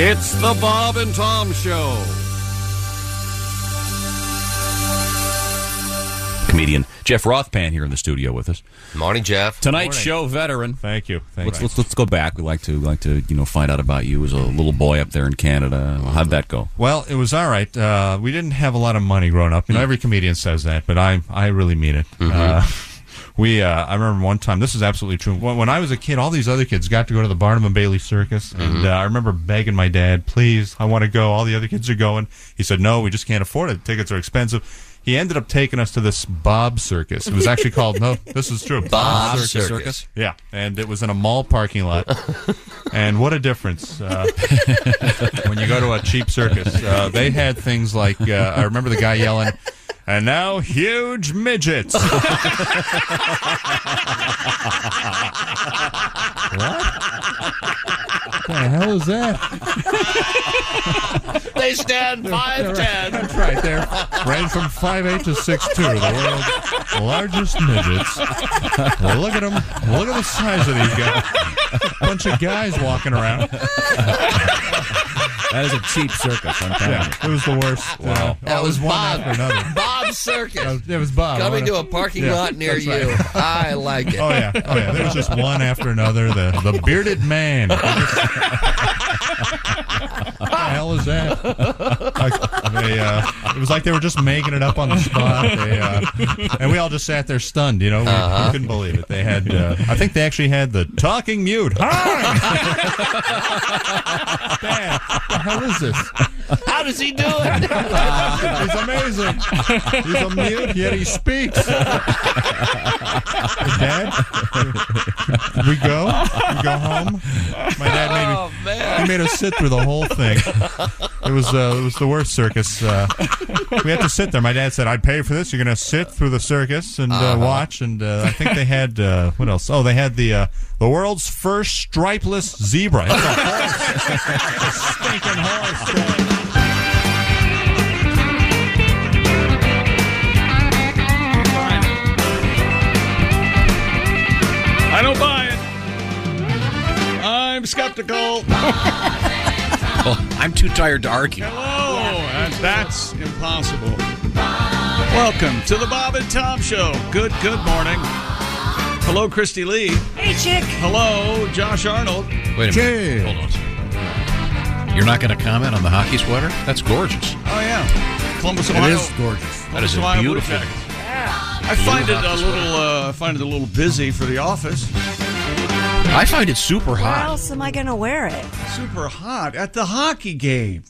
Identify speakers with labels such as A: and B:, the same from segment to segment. A: It's the Bob and Tom Show.
B: comedian Jeff Rothpan here in the studio with us.
C: Morning, Jeff.
B: Tonight's show veteran.
D: Thank you. Thank
B: Let's,
D: you.
B: let's let's go back. We like to we like to you know find out about you as a little boy up there in Canada. How'd that go?
D: Well, it was all right. Uh, we didn't have a lot of money growing up. You
C: Mm.
D: know, every comedian says that, but I I really mean it.
C: Mm-hmm.
D: Uh, we uh, I remember one time. This is absolutely true. When, when I was a kid, all these other kids got to go to the Barnum and Bailey Circus,
C: Mm-hmm.
D: and uh, I remember begging my dad, "Please, I want to go. All the other kids are going." He said, "No, we just can't afford it. Tickets are expensive." He ended up taking us to this Bob Circus. It was actually called no. This is true.
C: Bob Circus.
D: Yeah, and it was in a mall parking lot. and what a difference uh, when you go to a cheap circus. Uh, they had things like uh, I remember the guy yelling, "And now huge midgets." what? The hell is that?
C: They stand five ten.
D: That's right there. Ran from five eight to six two. the world's largest midgets. Look at them. Look at the size of these guys. Bunch of guys walking around.
B: That is a cheap circus. I'm telling
D: Yeah, it was the worst. Wow.
C: That was
D: one
C: Bob.
D: after another.
C: Bob Circus.
D: It was Bob.
C: Coming
D: What
C: to a parking
D: Yeah,
C: lot near
D: that's
C: you.
D: right.
C: I like it.
D: Oh yeah, oh yeah. There was just one after another. The the bearded man. what the hell is that? Like, they, uh, it was like they were just making it up on the spot. They, uh, and we all just sat there stunned. You know, we, we
C: Uh-huh.
D: couldn't believe it. They had. Uh, I think they actually had the talking mute. Hi. Dad, what the hell is this?
C: How does he do it?
D: He's amazing. He's a mute, yet he speaks. dad, we go. We go home. My dad made me.
C: Oh man.
D: He made us sit through the whole thing. It was uh, it was the worst circus. Uh, we had to sit there. My dad said, "I'd pay for this. You're going to sit through the circus and uh, watch." And uh, I think they had uh, what else? Oh, they had the uh, the world's first stripeless zebra. It's a horse. A stinking horse.
E: I don't buy it. I'm skeptical.
B: Oh, I'm too tired to argue.
E: Hello, and that's impossible. Welcome to the Bob and Tom Show. Good, good morning. Hello, Christy Lee. Hey, chick. Hello, Josh Arnold.
F: Wait a minute. Hold on. a second. You're not going to comment on the hockey sweater? That's gorgeous.
E: Oh yeah, Columbus, Ohio.
F: gorgeous. That
E: Columbus,
F: is a
E: Ohio Blue
F: beautiful.
E: Jackets. I find it a
F: hockey
E: little, uh, I find it a little busy for the office.
F: I find it super
G: Where
F: hot.
G: else am I going to wear it?
E: Super hot at the Oh, hockey game.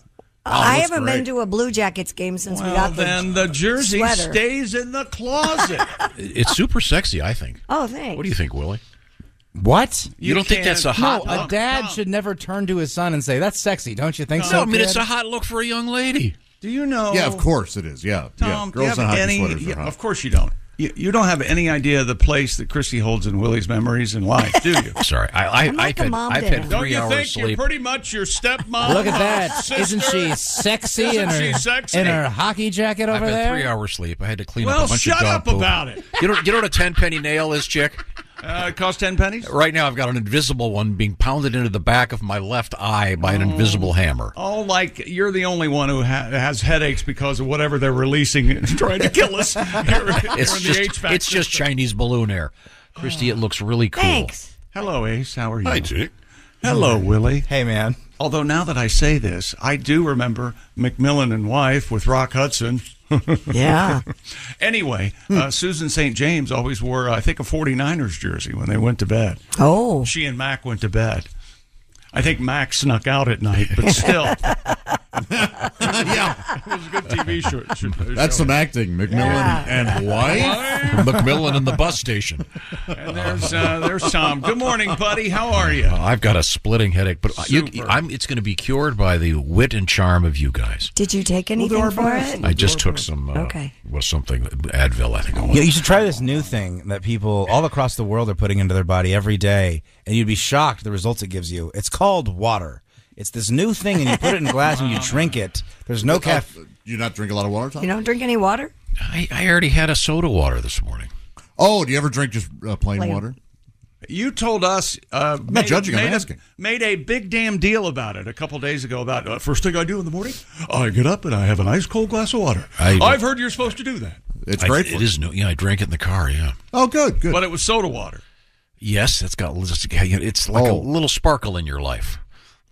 G: I
F: that's
G: haven't
F: Oh, great.
G: been to a Blue Jackets game since we
E: Well,
G: got the
E: then the jersey
G: sweater.
E: stays in the closet.
F: It's super sexy. I think.
G: Oh, thanks.
F: What do you think, Willie?
H: What?
F: You, don't think
E: can't-
F: that's a hot? Oh.
E: No,
H: A
E: Tom,
H: dad
E: Tom.
H: should never turn to his son and say, "That's sexy," don't you think
F: No,
H: so?
F: I mean
H: kid?
F: it's a hot look for a young lady.
E: Do you know?
I: Yeah, of course it is. Yeah,
E: Tom,
I: yeah.
E: do you have
I: in hockey
E: any?
I: sweaters are
E: yeah,
I: hot.
E: Of course you don't. You, you don't have any idea the place that Christy holds in Willie's memories and life, do you?
F: Sorry, I, I,
G: I'm like
F: I've,
G: a
F: had,
G: mom
F: I've
G: dad.
F: had 3
G: Don't
F: hours sleep.
E: pretty much your stepmom?
H: Look at
J: uh,
H: that!
E: sister?
H: Isn't she sexy in
E: Isn't
H: her
E: she sexy?
H: in her hockey jacket
F: I've
H: over
F: had
H: there?
F: three hours sleep. I had to clean up
E: Well,
F: a bunch
E: shut
F: of dog
E: up
F: poop.
E: about it.
F: You know, you know what a ten penny nail is, chick.
E: Uh, it costs ten pennies.
F: Right now, I've got an invisible one being pounded into the back of my left eye by an invisible hammer.
E: Oh, like you're the only one who ha- has headaches because of whatever they're releasing and trying to kill us. here- here
F: It's
E: in
F: just
E: the HVAC
F: it's just
E: system.
F: Chinese balloon air. Christy, it looks really cool.
G: Thanks.
E: Hello, Ace. How are you?
C: Hi, Jake.
E: Hello, Willie.
H: Hey, man!
E: Although now that I say this, I do remember McMillan and wife with Rock Hudson.
G: Yeah.
E: Anyway,
F: Hmm.
E: uh, Susan St. James always wore, I think, a 49ers jersey when they went to bed.
G: Oh,
E: She and Mac went to bed. I think Max snuck out at night, but still.
I: yeah.
E: It was a good TV show. show.
I: That's some acting. McMillan
E: Yeah.
I: and wife.
F: McMillan and the bus station.
E: And there's uh, there's Tom. Good morning, buddy. How are you?
F: Uh, I've got a splitting headache, but uh, you,
E: Super.
F: I'm, it's going to be cured by the wit and charm of you guys.
G: Did you take anything for it?
F: I just took some. Uh,
G: Okay.
F: Was something Advil, I think. it was.
H: Yeah, you should try this new thing that people all across the world are putting into their body every day, and you'd be shocked the results it gives you. It's called water. It's this new thing, and you put it in a glass and you drink it. There's no caffeine.
I: Uh, You not drink a lot of water, Tom?
G: You don't drink any water?
F: I, I already had a soda water this morning.
I: Oh, do you ever drink just uh, plain,
G: Plain.
I: water?
E: You told us. Uh,
I: not judging, I'm
E: made a-
I: asking.
E: Made a big damn deal about it a couple days ago. About uh, first thing I do in the morning, I get up and I have an ice cold glass of water.
F: I-
E: I've heard you're supposed to do that,
I: It's
F: I,
I: great.
F: it is new. Yeah, I drank it in the car. Yeah.
I: Oh, good, good.
E: but it was soda water.
F: Yes, it's got. It's like a
I: Oh.
F: little sparkle in your life.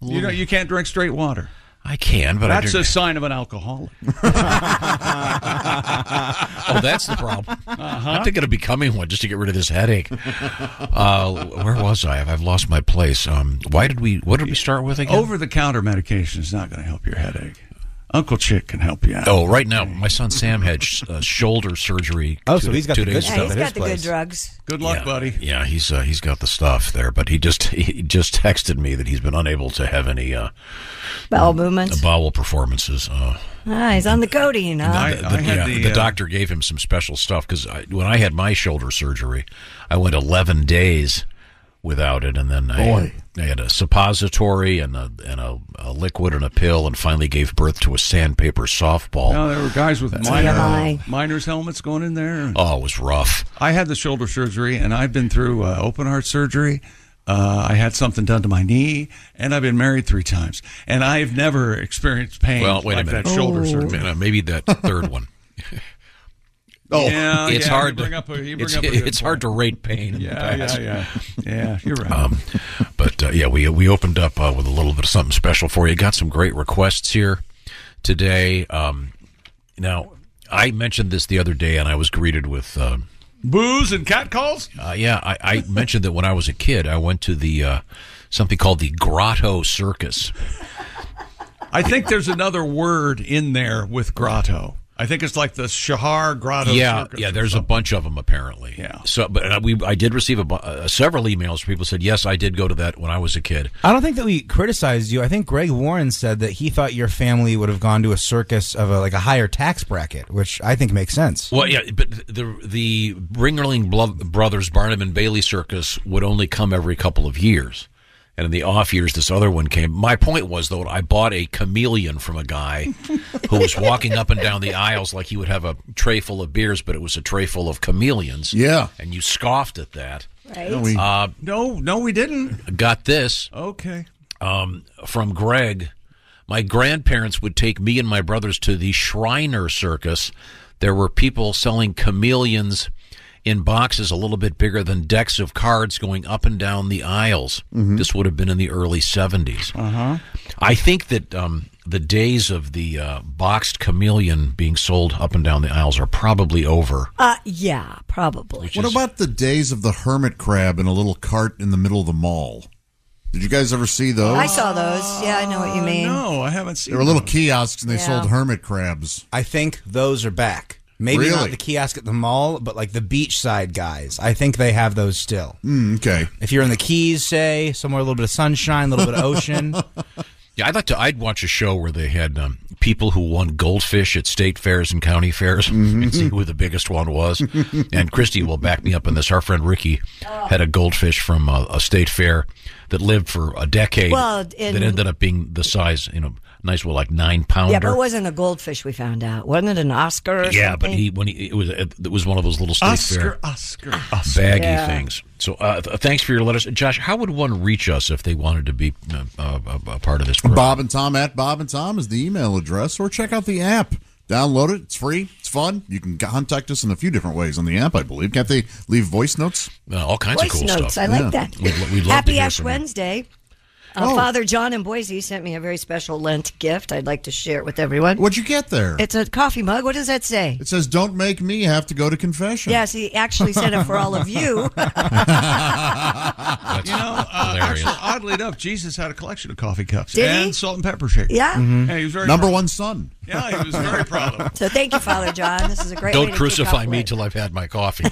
E: You know, you can't drink straight water.
F: I can, but
E: That's
F: I
E: a
F: drink.
E: sign of an alcoholic.
F: oh, that's the problem.
E: Uh-huh.
F: I'm thinking of becoming one just to get rid of this headache. Uh, where was I? I've lost my place. Um, why did we? What did we start with again?
E: Over the counter medication is not going to help your headache. Uncle Chick can help you out.
F: Oh, right now, my son Sam had sh- uh, shoulder surgery.
H: Oh, so he's got
F: two
H: the
F: days
H: good
G: Yeah,
F: ago.
G: he's
H: stuff at his
G: got the
H: place.
G: good drugs.
E: Good luck,
F: yeah.
E: buddy.
F: Yeah, he's uh, he's got the stuff there, but he just he just texted me that he's been unable to have any uh,
G: Bowel movements.
F: bowel performances. Uh,
G: Ah, he's on the codeine, huh?
E: I-
F: the,
E: I had
F: yeah,
E: the,
F: the
E: uh,
F: doctor gave him some special stuff because when I had my shoulder surgery, I went 11 days without it, and then I,
I: Boy.
F: I had a suppository and a and a, a liquid and a pill, and finally gave birth to a sandpaper softball.
E: No, there were guys with minor,
G: TMI.
E: miners helmets going in there.
F: Oh, it was rough.
E: I had the shoulder surgery, and I've been through uh, open heart surgery. Uh, I had something done to my knee, and I've been married three times, and I've never experienced pain
F: Well, wait a
E: like
F: minute.
E: that shoulder surgery.
F: Man, uh, maybe that third one.
I: oh,
E: Yeah,
F: it's
E: yeah,
F: hard.
E: You bring
F: to,
E: up a, you bring
F: it's
E: up a good
F: it's hard to
E: point.
F: rate pain. in the
E: Yeah,
F: past.
E: yeah, yeah, yeah. You're right.
F: Um, but uh, yeah, we we opened up uh, with a little bit of something special for you. Got some great requests here today. Um, now I mentioned this the other day, and I was greeted with. Uh,
E: Booze and cat calls.
F: uh, yeah, I, I mentioned that when I was a kid, I went to the uh, something called the Grotto Circus.
E: I think there's another word in there with grotto. I think it's like the Shahar Grotto.
F: yeah,
E: Circus
F: yeah.
E: or
F: There's a
E: something.
F: bunch of them apparently.
E: Yeah.
F: So, but uh, we I did receive a, bu- uh, several emails. Where people said, "Yes, I did go to that when I was a kid."
H: I don't think that we criticized you. I think Greg Warren said that he thought your family would have gone to a circus of a, like a higher tax bracket, which I think makes sense.
F: Well, yeah, but the the Ringerling Blo- Brothers Barnum and Bailey Circus would only come every couple of years, and in the off years, this other one came. My point was though, I bought a chameleon from a guy who was walking up and down the aisles like he would have a tray full of beers, but it was a tray full of chameleons.
I: Yeah.
F: and you scoffed at that.
I: No, we-
F: Uh,
E: No, no, we didn't.
F: Got this
E: Okay.
F: um, from Greg. My grandparents would take me and my brothers to the Shriner Circus. There were people selling chameleons in boxes a little bit bigger than decks of cards going up and down the aisles. This would have been in the early 70s. Uh-huh. I think that um, the days of the uh, boxed chameleon being sold up and down the aisles are probably over.
G: Uh, yeah, probably.
I: what about the days of the hermit crab in a little cart in the middle of the mall? Did you guys ever see those?
G: I saw those. Yeah, I know what you mean.
E: Uh, No, I haven't seen.
I: There were little
E: those.
I: kiosks and they
G: Yeah.
I: sold hermit crabs.
H: I think those are back. Maybe
I: Really?
H: not the kiosk at the mall, but like the beachside guys. I think they have those still.
I: Mm, okay.
H: If you're in the Keys, say somewhere a little bit of sunshine, a little bit of ocean.
F: Yeah, I'd like to. I'd watch a show where they had um, people who won goldfish at state fairs and county fairs
E: Mm-hmm.
F: and see who the biggest one was. and Christy will back me up on this. Our friend Ricky
G: Oh.
F: had a goldfish from a, a state fair that lived for a decade.
G: Well,
F: that
G: in-
F: ended up being the size, you know, nice, well, like nine pounder.
G: Yeah, but it wasn't a goldfish we found out. Wasn't it an Oscar or
F: Yeah, but
G: something?
F: he when he it was it was one of those little state fair
E: Oscar, Oscar, Oscar.
F: baggy
G: Ah, Yeah.
F: things. So uh, th- thanks for your letters, Josh. How would one reach us if they wanted to be uh, uh, a, a part of this? Program?
I: Bob and Tom at Bob and Tom is the email address, or check out the app. Download it. It's free. It's fun. You can contact us in a few different ways on the app, I believe. Can't they leave voice notes?
F: Uh, all kinds
G: Voice
F: of cool
G: notes.
F: stuff.
G: I like that.
F: We'd lo- we'd love to
G: Happy
F: hear
G: Ash
F: from you.
G: Wednesday. Uh,
I: Oh.
G: Father John in Boise sent me a very special Lent gift. I'd like to share it with everyone.
I: What'd you get there?
G: It's a coffee mug. What does that say?
I: It says, "Don't make me have to go to confession."
G: Yes, he actually sent it for all of you.
E: you know, uh, actually, oddly enough, Jesus had a collection of coffee cups
G: Did he?
E: and salt and pepper shakers.
G: Yeah. Mhm.
E: Yeah, he was very
I: Mm-hmm. Number
E: proud.
I: one son.
E: Yeah, he was very proud of. it.
G: So thank you, Father John. This is a great. way
F: Don't
G: to
F: crucify
G: kick off
F: me
G: Lent.
F: till I've had my coffee.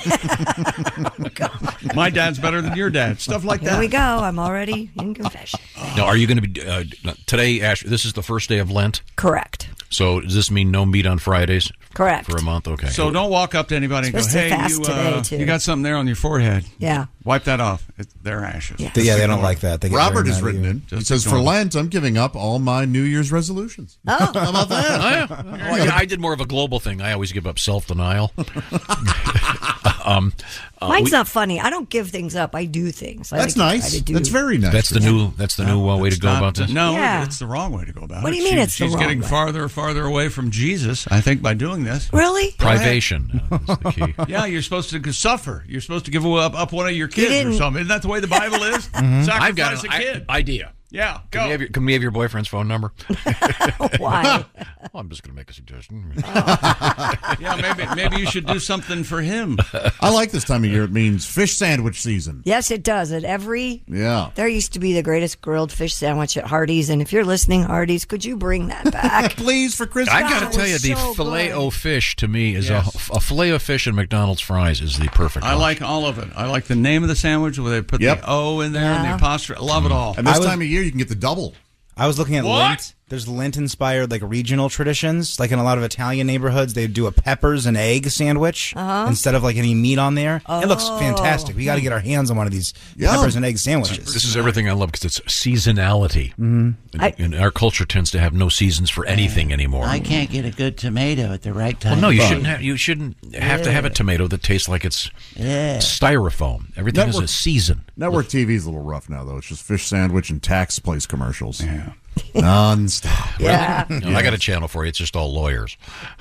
E: My dad's better than your dad. Stuff like
G: Here
E: that.
G: we go. I'm already in confession.
F: now, are you going to be uh, today, Ash? This is the first day of Lent,
G: Correct.
F: so does this mean no meat on Fridays?
G: Correct.
F: for a month. Okay.
E: So don't walk up to anybody and go,
G: Supposed to
E: "Hey,
G: fast
E: you,
G: today,
E: uh,
G: too."
E: you got something there on your forehead."
G: Yeah.
E: Wipe that off. It, they're ashes.
G: Yeah.
H: Yeah, they don't like that. They get very
I: Robert
H: mad
I: has
H: at
I: written
H: you.
I: in. He
E: Just
I: says, "For
E: ignore
I: Lent, I'm giving up all my New Year's resolutions."
G: Oh.
I: How about that?
F: Oh, yeah. Well, yeah, I did more of a global thing. I always give up self denial. um, uh,
G: Mine's
F: we-
G: not funny. I don't give things up. I do things. I
I: That's
G: like to try
I: nice.
G: to do-
I: That's very nice.
F: That's the new. That's the new uh, way to
E: It's
F: go
E: not-
F: about this.
E: No,
G: Yeah.
E: it's the wrong way to go about
G: What
E: it.
G: do you mean it's the
E: she's
G: wrong
E: getting
G: way?
E: farther and farther away from Jesus, I think, by doing this.
G: Really?
F: Privation uh, is the key.
E: Yeah, you're supposed to suffer. You're supposed to give up, up one of your kids or
G: didn't- Mm-hmm.
E: something. Isn't that the way the Bible is?
F: I've
E: Sacrifice
F: got an
E: a
F: i-
E: kid.
F: idea.
E: yeah,
F: Can
E: go.
F: we, have your, can we have your boyfriend's phone number? Oh,
G: Why?
F: Well, I'm just going to make a suggestion. Uh,
E: yeah, maybe maybe you should do something for him.
I: I like this time of year. It means fish sandwich season.
G: yes, it does. At every
I: Yeah.
G: There used to be the greatest grilled fish sandwich at Hardee's, and if you're listening, Hardee's, could you bring that back?
I: Please for Christmas.
F: I got to
G: it
F: tell
G: was
F: you, the
G: so good.
F: filet o fish to me is
E: Yes.
F: a, a filet o fish and McDonald's fries is the perfect.
E: I
F: one.
E: like all of it. I like the name of the sandwich where they put
I: Yep.
E: the O in there and the apostrophe. I love it all.
I: And this
H: I was-
I: time of year, you can get the double.
H: I was looking at
E: What?
H: Lent. There's Lent-inspired like regional traditions. Like in a lot of Italian neighborhoods, they do a peppers and egg sandwich instead of like any meat on there. It looks fantastic. We got to get our hands on one of these
I: Yum.
H: peppers and egg sandwiches.
F: This is everything I love because it's seasonality, and,
G: I-
F: and our culture tends to have no seasons for anything anymore.
K: I can't get a good tomato at the right time.
F: Well, no, you shouldn't have. You shouldn't have to have a tomato that tastes like it's
K: Yeah.
F: styrofoam. Everything is a
I: Network-
F: season.
I: Network TV's a little rough now, though. It's just fish sandwich and tax place commercials. Yeah. Non-stop.
G: yeah.
F: You know, I got a channel for you. It's just all lawyers.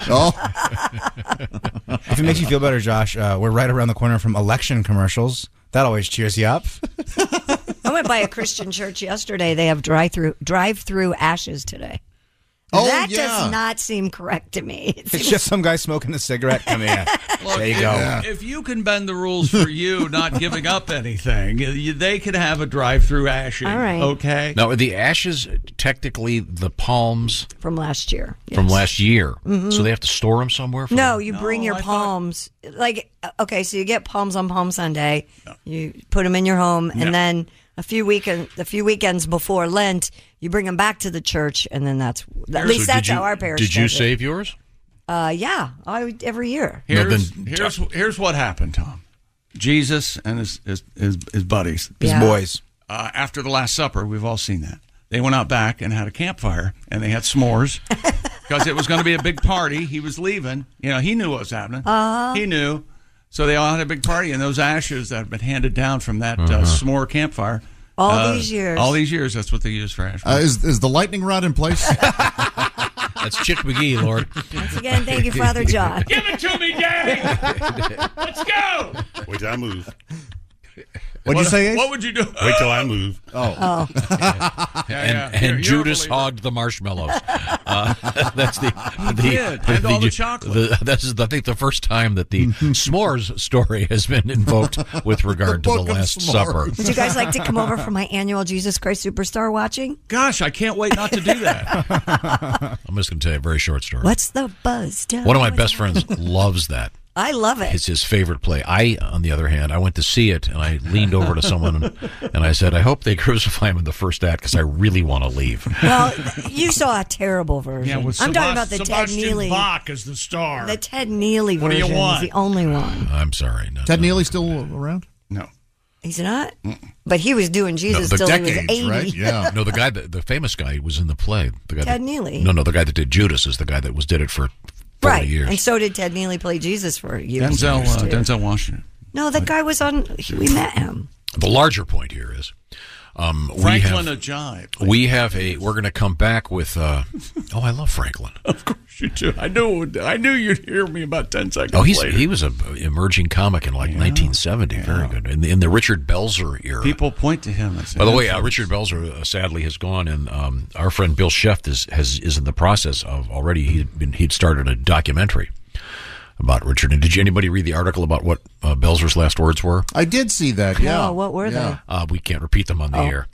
I: Oh,
H: If it makes you feel better, Josh, uh, we're right around the corner from election commercials. That always cheers you up.
G: I went by a Christian church yesterday. They have drive through drive through ashes today.
I: Oh,
G: that
I: yeah.
G: does not seem correct to me. It
H: It's
G: seems-
H: just some guy smoking a cigarette. Come here. there you go.
E: If you can bend the rules for you not giving up anything, you- they could have a drive-through ashing.
G: All right.
E: Okay.
F: Now, are the ashes technically the palms
G: from last year.
F: from
G: Yes.
F: last year? So they have to store them somewhere. For
G: No, you bring
E: No,
G: your
E: I thought-
G: palms. Like uh, okay, so you get palms on Palm Sunday. You put them in your home, and then a few weekend, a few weekends before Lent, you bring them back to the church, and then that's at least that's how our parish.
F: Did you
G: does it.
F: save yours?
G: Uh, yeah, I would- every year.
F: No,
E: Here's,
F: then-
E: here's, here's what happened, Tom. Jesus and his, his, his, his buddies,
H: These
G: Yeah.
H: boys.
E: uh, after the Last Supper, we've all seen that. They went out back and had a campfire and they had s'mores because it was going to be a big party. He was leaving. You know, he knew what was happening.
G: Uh-huh.
E: He knew. So they all had a big party, and those ashes that have been handed down from that uh, s'more campfire.
G: All
E: uh,
G: these years.
E: All these years, that's what they use for ash.
I: uh, is is the lightning rod in place?
F: That's Chick McGee, Lord.
G: Once again, thank you, Father John.
C: Give it to me, Daddy. Let's go. Wait till I move.
I: What'd you say? Ace? Oh.
E: what would you do?
K: Wait till I move.
H: Oh.
F: and,
E: yeah.
F: and
E: You're- you're a
F: Judas
E: believer.
F: hogged the marshmallows. Uh, that's the the,
E: did, and all the chocolate.
F: the- this is I think the first time that the s'mores story has been invoked with regard
I: The
F: to the
I: Book of
F: Last
I: S'mores.
F: Supper.
G: Would you guys like to come over for my annual Jesus Christ Superstar watching?
E: Gosh, I can't wait not to do that.
F: I'm just going to tell you a very short story.
G: What's the buzz? Tell
F: One of my
G: me
F: best
G: what's-
F: friends loves that.
G: I love it.
F: It's his favorite play. I, on the other hand, I went to see it and I leaned over to someone and, and I said, "I hope they crucify him in the first act because I really want to leave."
G: Well, th- you saw a terrible version. I'm talking about the Ted Neely.
E: Bach is the star.
G: The Ted Neely
E: do you
G: version is
E: want?
G: the only one.
F: I'm sorry. No,
I: Ted
F: no.
I: Neely still around?
E: no.
G: He's not, but he was doing Jesus
F: the
G: till he was
F: decades,
G: eighty.
I: Right? Yeah.
F: No, the guy, that, the famous guy, was in the play. The guy that,
G: Ted Neely.
F: No, no, the guy that did Judas is the guy that was did it for forty
G: Right,
F: years.
G: and so did Ted Neely play Jesus for years.
E: Denzel,
G: and years,
E: uh,
G: too.
E: Denzel Washington.
G: No, that guy was on. he- we met him.
F: the larger point here is, Um,
E: Franklin
F: we
E: a jive.
F: have, we have a. We're going to come back with. Uh, oh, I love Franklin.
E: Of course you do. I knew. I knew you'd hear me about ten seconds
F: Oh, he's
E: later.
F: he was a emerging comic in like 1970. Very good in the, in the Richard Belzer era.
E: People point to him. and say,
F: By the way,
E: "That's
F: uh, Richard Belzer uh, sadly has gone, and um, our friend Bill Sheft is has is in the process of already. He'd been he'd started a documentary about Richard. And did you, anybody read the article about what uh, Belzer's last words were?
I: I did see that. Yeah. Yeah.
F: Uh, we can't repeat them on the
I: Oh.
F: air.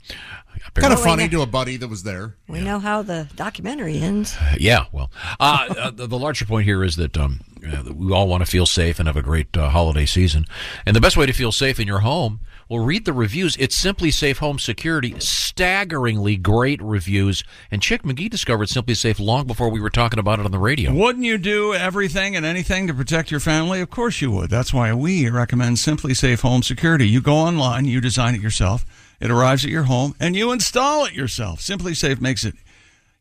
I: Kind of
F: Apparently-
I: funny to a buddy that was there.
G: We know how the documentary ends.
F: Yeah, well, uh, uh, the, the larger point here is that um, uh, that we all want to feel safe and have a great uh, holiday season. And the best way to feel safe in your home, well, read the reviews. It's Simply Safe Home Security, staggeringly great reviews. And Chick McGee discovered Simply Safe long before we were talking about it on the radio.
E: Wouldn't you do everything and anything to protect your family? Of course you would. That's why we recommend Simply Safe Home Security. You go online, you design it yourself, it arrives at your home, and you install it yourself. Simply Safe makes it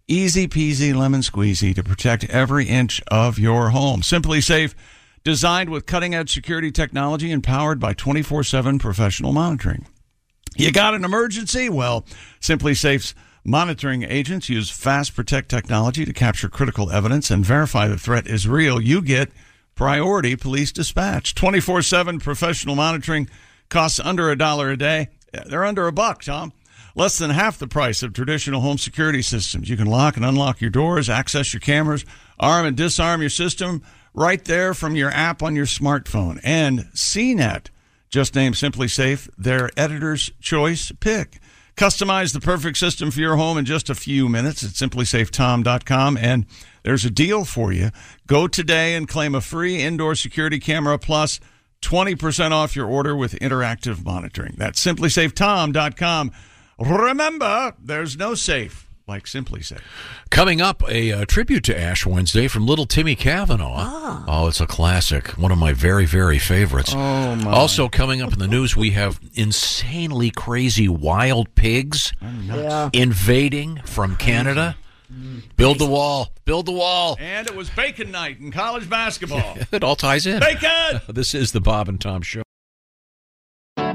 E: easy peasy lemon squeezy to protect every inch of your home. Simply Safe, designed with cutting edge security technology and powered by 24 7 professional monitoring. You got an emergency? Well, Simply Safe's monitoring agents use Fast Protect technology to capture critical evidence and verify the threat is real. You get priority police dispatch. 24 7 professional monitoring costs under a dollar a day. They're under a buck, Tom. Less than half the price of traditional home security systems. You can lock and unlock your doors, access your cameras, arm and disarm your system right there from your app on your smartphone. And CNET just named Simply Safe their editor's choice pick. Customize the perfect system for your home in just a few minutes at simplysafetom.com. And there's a deal for you. Go today and claim a free indoor security camera plus 20% off your order with interactive monitoring. That's simplysafetom.com. Remember, there's no safe like Simply Safe.
F: Coming up, a uh, tribute to Ash Wednesday from Little Timmy Cavanaugh. Oh, it's a classic. One of my very, very favorites. Oh, my. Also, coming up in the news, we have insanely crazy wild pigs
E: nuts.
F: invading from Canada. Build the wall. Build the wall.
E: And it was bacon night in college basketball.
F: It all ties in.
E: Bacon!
F: This is the Bob and Tom Show.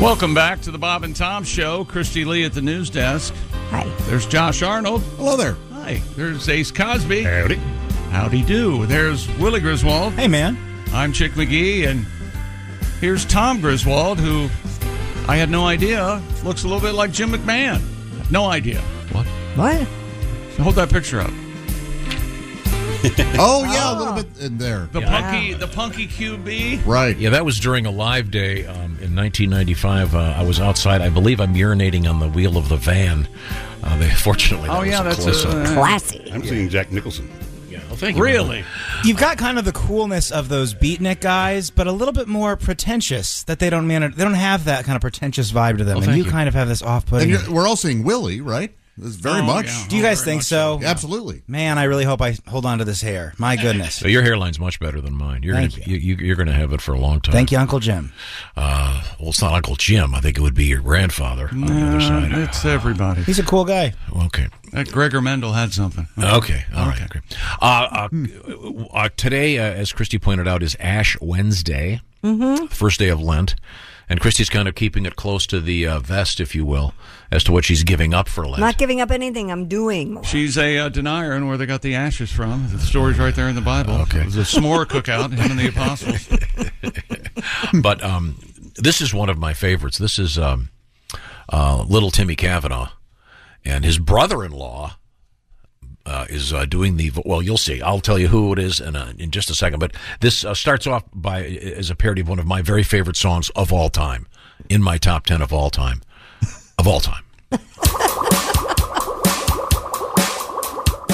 E: Welcome back to the Bob and Tom Show. Christy Lee at the news desk. Hi. There's Josh Arnold. Hello there. Hi. There's Ace Cosby. Howdy. Howdy do. There's Willie Griswold. Hey, man. I'm Chick McGee, and here's Tom Griswold, who I had no idea looks a little bit like Jim McMahon. No idea. What?
G: What?
E: Hold that picture up.
I: oh yeah, a little bit in there.
E: The punky, the punky QB.
I: Right.
F: Yeah, that was during a live day um, in 1995. Uh, I was outside. I believe I'm urinating on the wheel of the van. Uh, they, fortunately, that
D: Oh,
F: was
D: yeah,
F: a
D: that's
F: close
D: a-
H: uh,
F: up.
D: Classy.
L: I'm
F: seeing
L: Jack Nicholson.
F: Yeah, well, thank you. Really?
H: You've got kind of the coolness of those beatnik guys, but a little bit more pretentious. That they don't man- they don't have that kind of pretentious vibe to
I: Well,
H: them, and
I: thank
H: you,
I: you.
H: kind of have this
I: And
H: off-putting.
I: you're, we're all seeing Willie, right? It's very
H: Oh,
I: much.
H: yeah. Do you guys think so? Absolutely. Man, I really hope I hold on to this hair. My goodness.
F: So your hairline's much better than mine. You're
H: Thank
F: gonna, you. You, you're going to have it for a long time.
H: Thank you, Uncle Jim.
F: Uh, well, it's not Uncle Jim. I think it would be your grandfather on the other side.
E: Nah, it's everybody.
H: He's a cool guy.
F: Okay.
E: That Gregor Mendel had something. Hmm.
F: Okay. All right. Okay. Uh, uh, uh, today, uh, as Christy pointed out, is Ash Wednesday,
C: Mm-hmm.
F: first day of Lent. And Christy's kind of keeping it close to the uh, vest, if you will, as to what she's giving up for Lent.
G: Not giving up anything. I'm doing. more.
E: She's a uh, denier on where they got the ashes from. The story's right there in the Bible. Okay. It was a s'more cookout, him and the apostles.
F: but um, this is one of my favorites. This is um, uh, little Timmy Kavanaugh, and his brother-in-law uh, is uh, doing the well. You'll see. I'll tell you who it is in a, in just a second. But this uh, starts off by as a parody of one of my very favorite songs of all time, in my top ten of all time, of all time.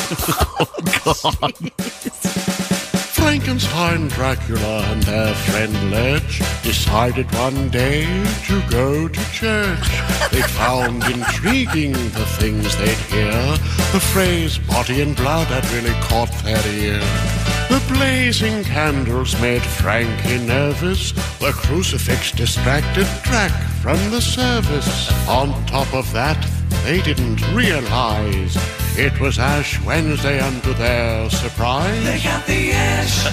M: oh, God. Frankenstein, Dracula, and their friend Ledge decided one day to go to church. They found intriguing the things they'd hear. The phrase body and blood had really caught their ear. The blazing candles made Frankie nervous. The crucifix distracted Drac from the service. On top of that, they didn't realize it was Ash Wednesday, and to their surprise,
C: They got the ash.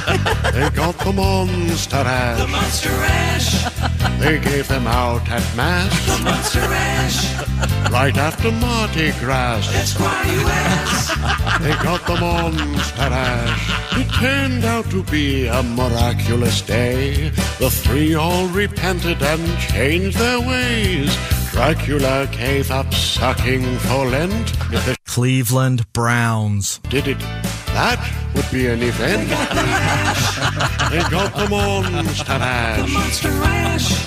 M: they got the monster ash.
C: The monster ash.
M: They gave them out at mass. The monster ash. Right after Mardi Gras. That's why you ask. They got the monster ash. It turned out to be a miraculous day. The three all repented and changed their ways. Dracula gave up sucking for Lent. The Cleveland Browns did it. That would be an event. They got the monster ash.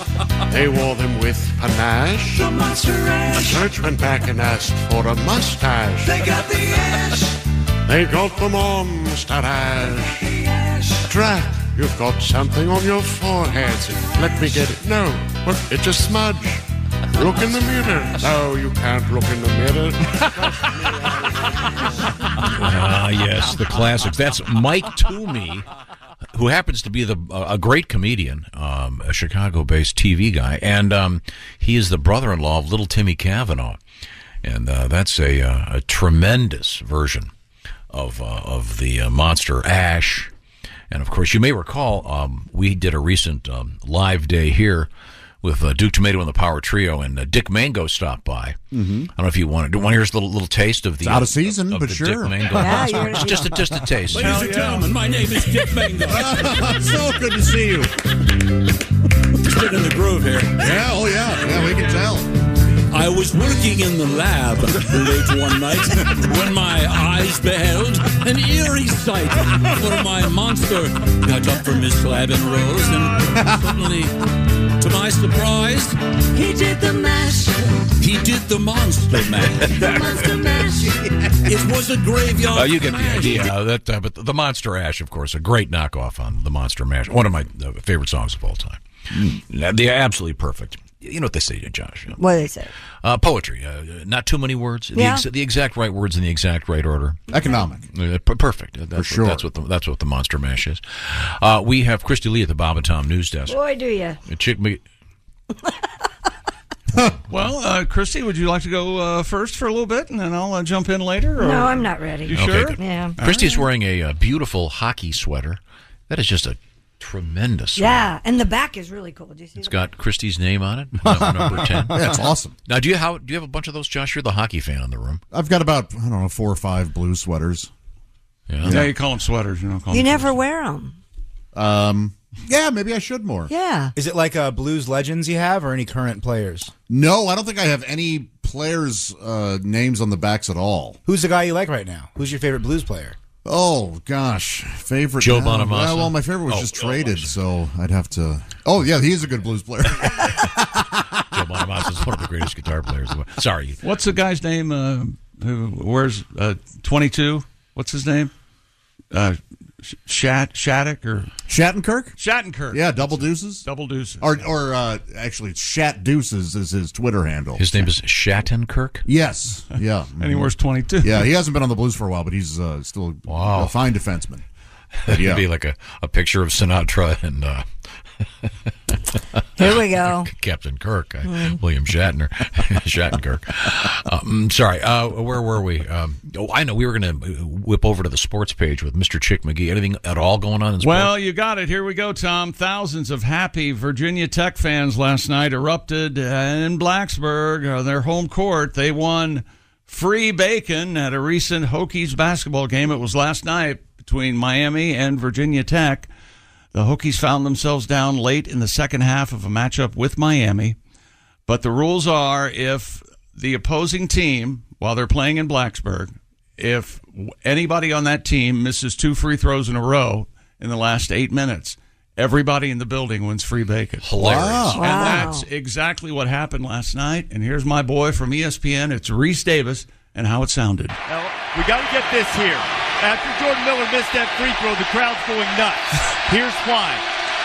M: They wore them with panache. The monster ash. The church went back and asked for a mustache.
C: They got the
M: ash. They got the monster ash. Drac, you've got something on your forehead. Let me get it. No, what? It's a smudge. Look in the mirror. No, you can't look in the mirror.
F: Ah, yes, the classics. That's Mike Toomey, who happens to be the uh, a great comedian, um, a Chicago-based TV guy, and um, he is the brother-in-law of Little Timmy Kavanaugh, and uh, that's a, uh, a tremendous version of uh, of the uh, monster Ash. And of course, you may recall um, we did a recent um, live day here with uh, Duke Tomato and the Power Trio, and uh, Dick Mango stopped by.
I: Mm-hmm.
F: Hmm? I don't know if you want to. Do you want to hear us a little, little taste of the uh,
I: It's out of season,
F: of
I: but
F: the
I: sure.
F: Dick Mango
I: Yeah,
F: monster?
I: you're-
F: It's just a, just a taste.
C: Ladies and gentlemen, my name is Dick Mango.
I: so good to see you.
C: Just in the groove here. Yeah, oh yeah, yeah, we can tell. I was working in the lab late one night when my eyes beheld an eerie sight. For my monster got up from his slab and rose, and suddenly, to my surprise, he did the mash. He did the monster mash. the monster mash. It was a graveyard.
F: Oh, you get the idea. Uh, that, uh, but the Monster Ash, of course, a great knockoff on the Monster Mash, one of my uh, favorite songs of all time.
I: Hmm.
F: Uh, They're absolutely perfect. You know what they say, Josh?
G: What do they say?
F: Uh, poetry, uh, not too many words. The,
G: Yeah.
F: ex- the exact right words in the exact right order.
I: Economic,
F: uh, per- perfect. Uh, That's what,
I: sure.
F: That's what the, that's what the Monster Mash is. Uh, we have Christy Lee at the Bob and Tom News Desk.
G: Boy, do you.
F: Uh, Chick, Mc-
E: Well, uh, Christy, would you like to go uh, first for a little bit, and then I'll uh, jump in later? Or?
G: No, I'm not ready.
E: You
F: Okay,
E: sure?
F: good.
G: Yeah.
F: Christy is wearing a, uh beautiful hockey sweater. That is just a tremendous.
G: Yeah, and the back is really cool. Do you see
F: It's got Christie's name on it, uh, number ten.
I: Yeah, it's awesome.
F: Now, do you how do you have a bunch of those, Josh? You're the hockey fan in the room.
I: I've got about I don't know four or five blue sweaters.
F: Yeah,
E: Yeah, you call them sweaters. You know,
G: that? You never wear them.
I: Um, yeah, maybe I should more.
G: Yeah.
H: Is it like uh, Blues legends you have, or any current players?
I: No, I don't think I have any players' uh, names on the backs at all.
H: Who's the guy you like right now? Who's your favorite blues player?
I: Oh gosh, favorite
H: Joe
I: now?
H: Bonamassa?
I: Yeah, well, my favorite was
H: Oh,
I: just
H: Joe
I: traded, so I'd have to. Oh yeah, he's a good blues player.
F: Joe Bonamassa is one of the greatest guitar players. Of all. Sorry,
E: What's the guy's name uh, who wears uh, 22? What's his name? Uh, Sh- Shat Shattuck or
I: Shattenkirk?
E: Shattenkirk.
I: Yeah, double deuces.
E: Double deuces.
I: Or, or uh, actually, it's Shat Deuces is his Twitter handle.
F: his name is Shattenkirk.
I: Yes. Yeah.
E: And he wears 22.
I: Yeah, he hasn't been on the Blues for a while, but he's uh, still a fine defenseman.
F: That'd
I: Yeah.
F: be like a, a picture of Sinatra and. Uh,
G: Here we go.
F: Captain Kirk, uh,
G: Mm.
F: William Shatner, Shattenkirk. Um, sorry, uh, where were we? Um, oh, I know we were going to whip over to the sports page with Mr. Chick McGee. Anything at all going on in sports?
E: Well, you got it. Here we go, Tom. Thousands of happy Virginia Tech fans last night erupted uh, in Blacksburg, uh, their home court. They won free bacon at a recent Hokies basketball game. It was last night between Miami and Virginia Tech. The Hokies found themselves down late in the second half of a matchup with Miami, but the rules are if the opposing team, while they're playing in Blacksburg, if anybody on that team misses two free throws in a row in the last eight minutes, everybody in the building wins free bacon.
F: Hilarious.
E: And that's exactly what happened last night. And here's my boy from E ESPN. It's Reese Davis and how it sounded.
N: Now, we got to get this here. After Jordan Miller missed that free throw, the crowd's going nuts. Here's why.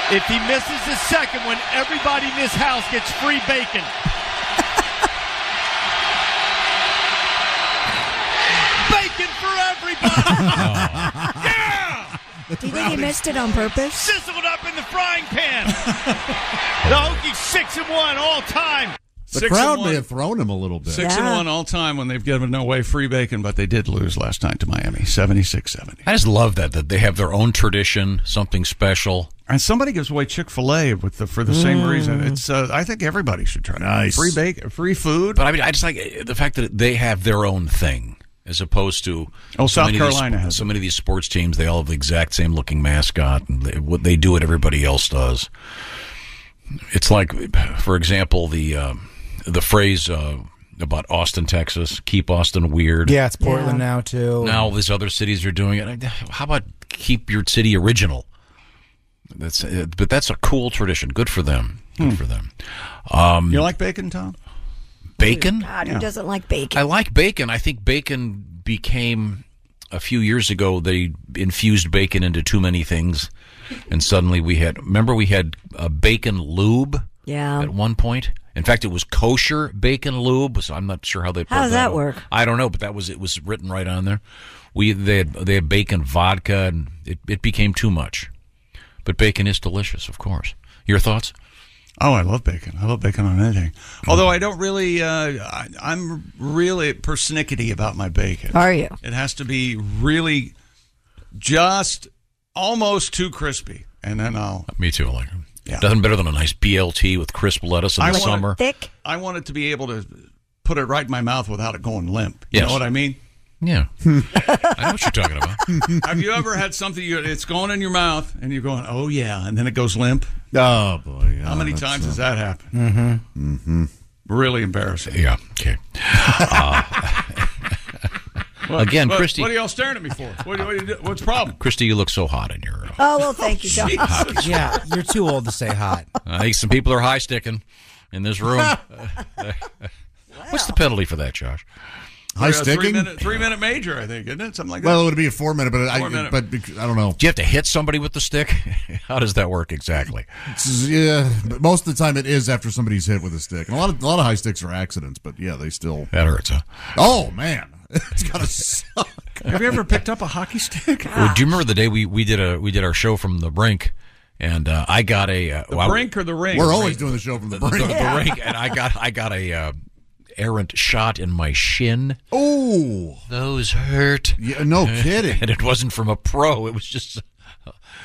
N: If he misses the second one, everybody in this house gets free bacon. bacon for everybody.
O: Do you think he missed it on purpose?
N: Sizzled up in the frying pan. the Hokies six and one all time.
I: The
E: Six
I: crowd
E: and one.
I: may have thrown him a little bit.
E: Six and one all time when they've given away free bacon, but they did lose last night to Miami, 76 70.
F: I just love that, that they have their own tradition, something special.
E: And somebody gives away Chick fil A with the for the same
F: Mm.
E: reason. It's uh, I think everybody should try
F: Nice.
E: free bacon, free food.
F: But I mean, I just like uh, the fact that they have their own thing as opposed to
E: Oh, South
F: many of these-
E: Carolina has
F: so many of these sports teams, they all have the exact same looking mascot, and they, what they do, what everybody else does. It's like, for example, the um the phrase uh, about Austin, Texas, "Keep Austin Weird."
H: Yeah, it's Portland now too.
F: Now these other cities are doing it. How about keep your city original? That's uh, but that's a cool tradition. Good for them. Good
E: Hmm.
F: for them. Um,
E: You like bacon, Tom?
F: bacon?
G: God, who doesn't like bacon?
F: I like bacon. I think bacon became a few years ago. They infused bacon into too many things, and suddenly we had. Remember, we had a bacon lube.
G: Yeah.
F: At one point, in fact, it was kosher bacon lube. So I'm not sure how they.
G: How
F: put
G: does that
F: on.
G: work?
F: I don't know, but that was it was written right on there. We they had they had bacon vodka, and it, it became too much. But bacon is delicious, of course. Your thoughts?
E: Oh, I love bacon. I love bacon on anything.
F: Mm.
E: Although I don't really, uh, I, I'm really persnickety about my bacon.
G: Are you?
E: It has to be really just almost too crispy, and then I'll.
F: Me too. I Like nothing better than a nice BLT with crisp lettuce in the
E: want it-
F: summer.
E: I want it to be able to put it right in my mouth without it going limp. You
F: Yes.
E: know what I mean?
F: Yeah. I know what you're talking about.
E: Have you ever had something you, it's going in your mouth and you're going, oh yeah, and then it goes limp?
I: Oh boy! yeah,
E: How many
I: that's,
E: times
I: uh,
E: has that happened?
I: Mm-hmm. Mm-hmm.
E: Really embarrassing.
F: Yeah. Okay.
I: Uh,
E: What-
F: Again,
E: what-
F: Christy,
E: What are y'all staring at me for? What, what, what's the problem?
F: Christy, you look so hot in your.
G: Oh well, thank you, John.
J: Ah,
H: yeah, you're too old to say hot.
F: I think some people are high sticking in this room. What's the penalty for that, Josh?
E: You're
I: High
E: a Three
I: sticking?
E: minute, three minute major, I think, isn't it? Something like that.
I: Well, it would be a four minute, but I,
E: Four minute.
I: but bec- I don't know.
F: Do you have to hit somebody with the stick? How does that work exactly?
I: It's- yeah, but most of the time it is after somebody's hit with a stick, and a lot of a lot of high sticks are accidents, but yeah, they still
F: that hurts. Huh?
I: Oh man, it's gotta suck.
E: Have you ever picked up a hockey stick?
F: Well, Do you remember the day we, we did a we did our show from the brink, and uh, I got a uh,
E: The
F: well, I-
E: brink or the ring?
I: We're always doing the show from the
F: the,
I: brink.
F: the brink, and I got I got a uh, errant shot in my shin.
I: Oh,
F: those hurt.
I: Yeah, no kidding.
F: and it wasn't from a pro. It was just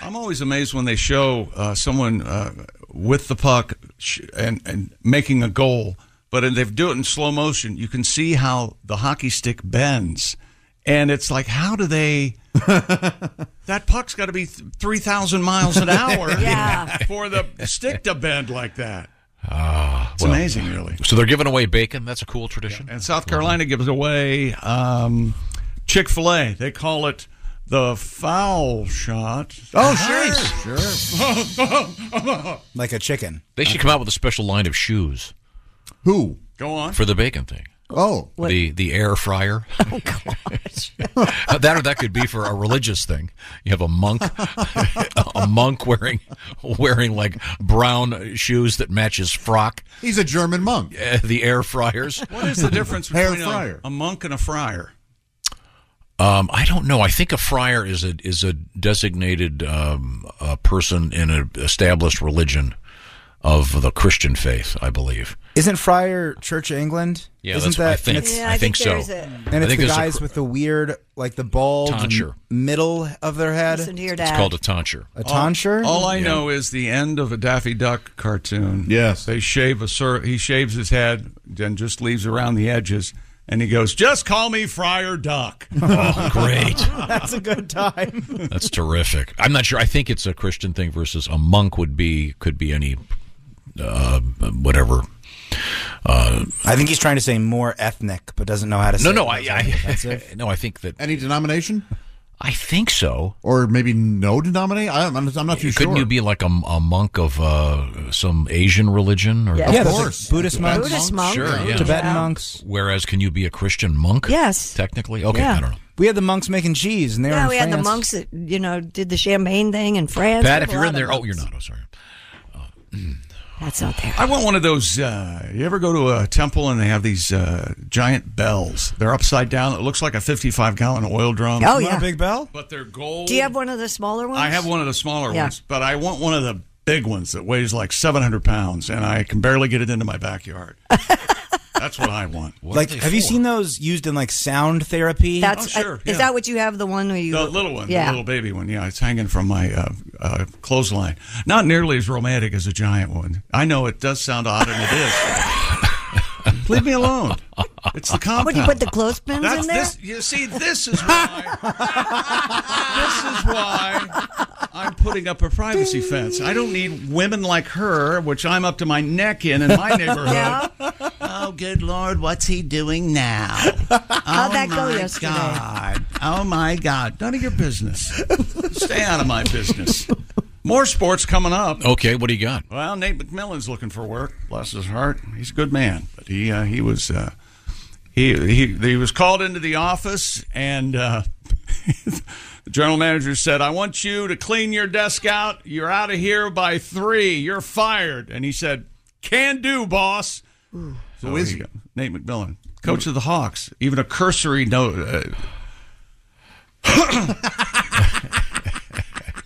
E: I'm always amazed when they show uh, someone uh, with the puck sh- and, and making a goal, but if they do it in slow motion, you can see how the hockey stick bends. And it's like, how do they? that puck's got to be th- 3,000 miles an hour
G: Yeah.
E: for the stick to bend like that.
F: Ah,
E: It's amazing, really.
F: So they're giving away bacon. That's a cool tradition.
E: And South Carolina gives away um, Chick fil A. They call it the foul shot. Uh-huh. Oh,
H: Oh, sure,
E: sure.
H: Like a chicken.
F: They should come out with a special line of shoes.
I: Who?
E: Go on.
F: For the bacon thing.
I: Oh,
F: The the air fryer. Oh gosh. that or that could be for a religious thing. You have a monk, a monk wearing wearing like brown shoes that matches frock.
I: He's a German monk.
F: Uh, the air fryers.
E: What is the difference
I: Hair
E: between a,
I: fryer.
E: a monk and a friar?
F: Um, I don't know. I think a friar is a is a designated um, a person in an established religion of the Christian faith, I believe.
H: Isn't Friar Church of England?
F: Yeah,
H: Isn't
F: that's what I
H: that-
F: think.
H: and it's-
F: Yeah, I I think think so. there's a- I
H: And it's
F: think
H: the
F: there's a
H: guys
F: cr-
H: with the weird, like the bald
F: Tonsure.
H: m- middle of their head.
G: Listen to your
F: It's
G: dad.
F: called a tonsure.
H: A tonsure?
E: All, I know is the end of a Daffy Duck cartoon. Yes, they shave a sir. He shaves his head and just leaves around the edges, and he goes, "Just call me Friar Duck."
F: Oh, great.
H: That's a good time.
F: That's terrific. I'm not sure. I think it's a Christian thing versus a monk would be could be any uh, whatever. Uh,
H: I think he's trying to say more ethnic, but doesn't know how to.
F: No,
H: say
F: no,
H: it.
F: I- I- no, I think that
I: any denomination.
F: I think so,
I: or maybe no denomination. I don't, I'm not too sure.
F: Couldn't you be like a, a monk of uh, some Asian religion or
I: Yeah.
H: Yeah, there's, like, Buddhist monks. Buddhist monks.
F: sure, yeah.
H: Tibetan Yeah. monks.
F: Whereas, can you be a Christian monk?
G: Yes.
F: technically. Okay,
G: Yeah.
F: I don't know.
H: We had the monks making cheese, and they were.
G: Yeah,
H: in
G: we had the
H: France.
G: monks that you know did the champagne thing in France.
F: Pat,
G: We
F: if
G: had a
F: you're in
G: lot of
F: there,
G: monks.
F: oh, you're not. Oh, sorry.
G: That's not there.
E: I want one of those. Uh, you ever go to a temple and they have these uh, giant bells? They're upside down. It looks like a 55 gallon oil drum.
G: Oh, yeah.
E: big
H: bell.
E: But they're gold.
G: Do you have one of the smaller ones?
E: I have one of the smaller
G: Yeah.
E: ones, but I want one of the big ones that weighs like 700 pounds, and I can barely get it into my backyard. That's what I want.
H: like, have you seen those used in like sound therapy?
G: That's uh, is that what you have? The one where you
E: Oh, The little one,
G: Yeah.
E: the little baby one. Yeah, it's hanging from my uh, uh, clothesline. Not nearly as romantic as a giant one. I know it does sound odd, and it is. Leave me alone. It's the compound.
G: What do you put the clothespins
E: That's
G: in there?
E: this- you see, this is why. this is why I'm putting up a privacy fence. I don't need women like her, which I'm up to my neck in in my neighborhood.
K: Oh, good lord, what's he doing now?
E: How'd
K: that
E: go yesterday?
K: God. Oh my God,
E: none of your business. Stay out of my business. More sports coming up.
F: Okay, what do you got?
E: Well, Nate McMillan's looking for work. Bless his heart, he's a good man. But he uh, he was uh, he, he he was called into the office, and uh, the general manager said, "I want you to clean your desk out. You're out of here by three. You're fired." And he said, "Can do, boss." So
I: Who is
E: he- Nate McMillan, coach of the Hawks. Even a cursory note. Uh,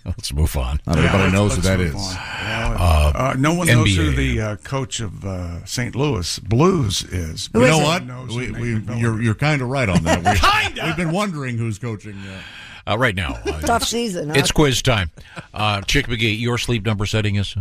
F: Let's move on.
I: Not everybody
E: Yeah,
I: knows who
E: let's
I: that
E: move
I: is.
E: on.
I: Uh,
E: Uh, no one knows who
I: NBA.
E: the uh, coach of uh, St. Louis Blues is.
I: you know what? We, we, you're you're kind of right on that. We,
E: Kinda.
I: We've been wondering who's coaching. Uh,
F: Uh, right now, uh,
G: Tough season. Huh?
F: it's quiz time. Uh, Chick McGee, your sleep number setting is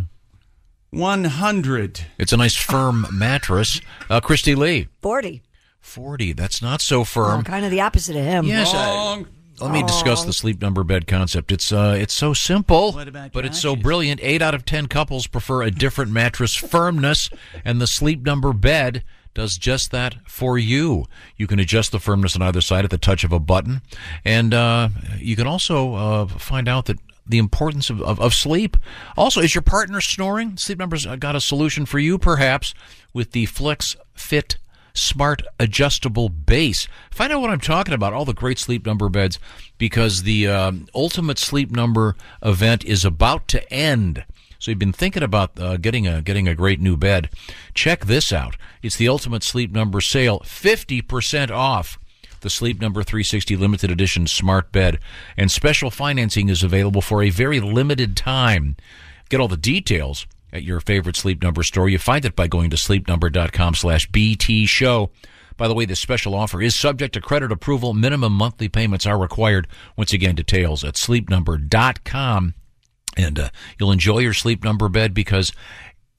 E: one hundred.
F: It's a nice firm mattress. Uh, Christy Lee,
G: forty.
F: forty. That's not so
G: Oh,
F: firm.
G: kind of the opposite of him.
F: Yes, I- Let me discuss the sleep number bed concept. It's uh, it's so simple, but it's so brilliant. Eight out of ten couples prefer a different mattress firmness, and the sleep number bed does just that for you. You can adjust the firmness on either side at the touch of a button, and uh, you can also uh, find out that the importance of, of, of sleep. Also, is your partner snoring? Sleep Number's uh, got a solution for you, perhaps, with the Flex Fit Smart Adjustable Base. Find out what I'm talking about, all the great Sleep Number beds, because the um, Ultimate Sleep Number event is about to end. So you've been thinking about uh, getting a getting a great new bed. Check this out. It's the Ultimate Sleep Number sale, 50% off the Sleep Number 360 limited edition smart bed, and special financing is available for a very limited time. Get all the details at your favorite Sleep Number store. You find it by going to sleepnumber.com slash BT show. By the way, this special offer is subject to credit approval. Minimum monthly payments are required. Once again, details at sleepnumber.com. And uh, you'll enjoy your sleep number bed because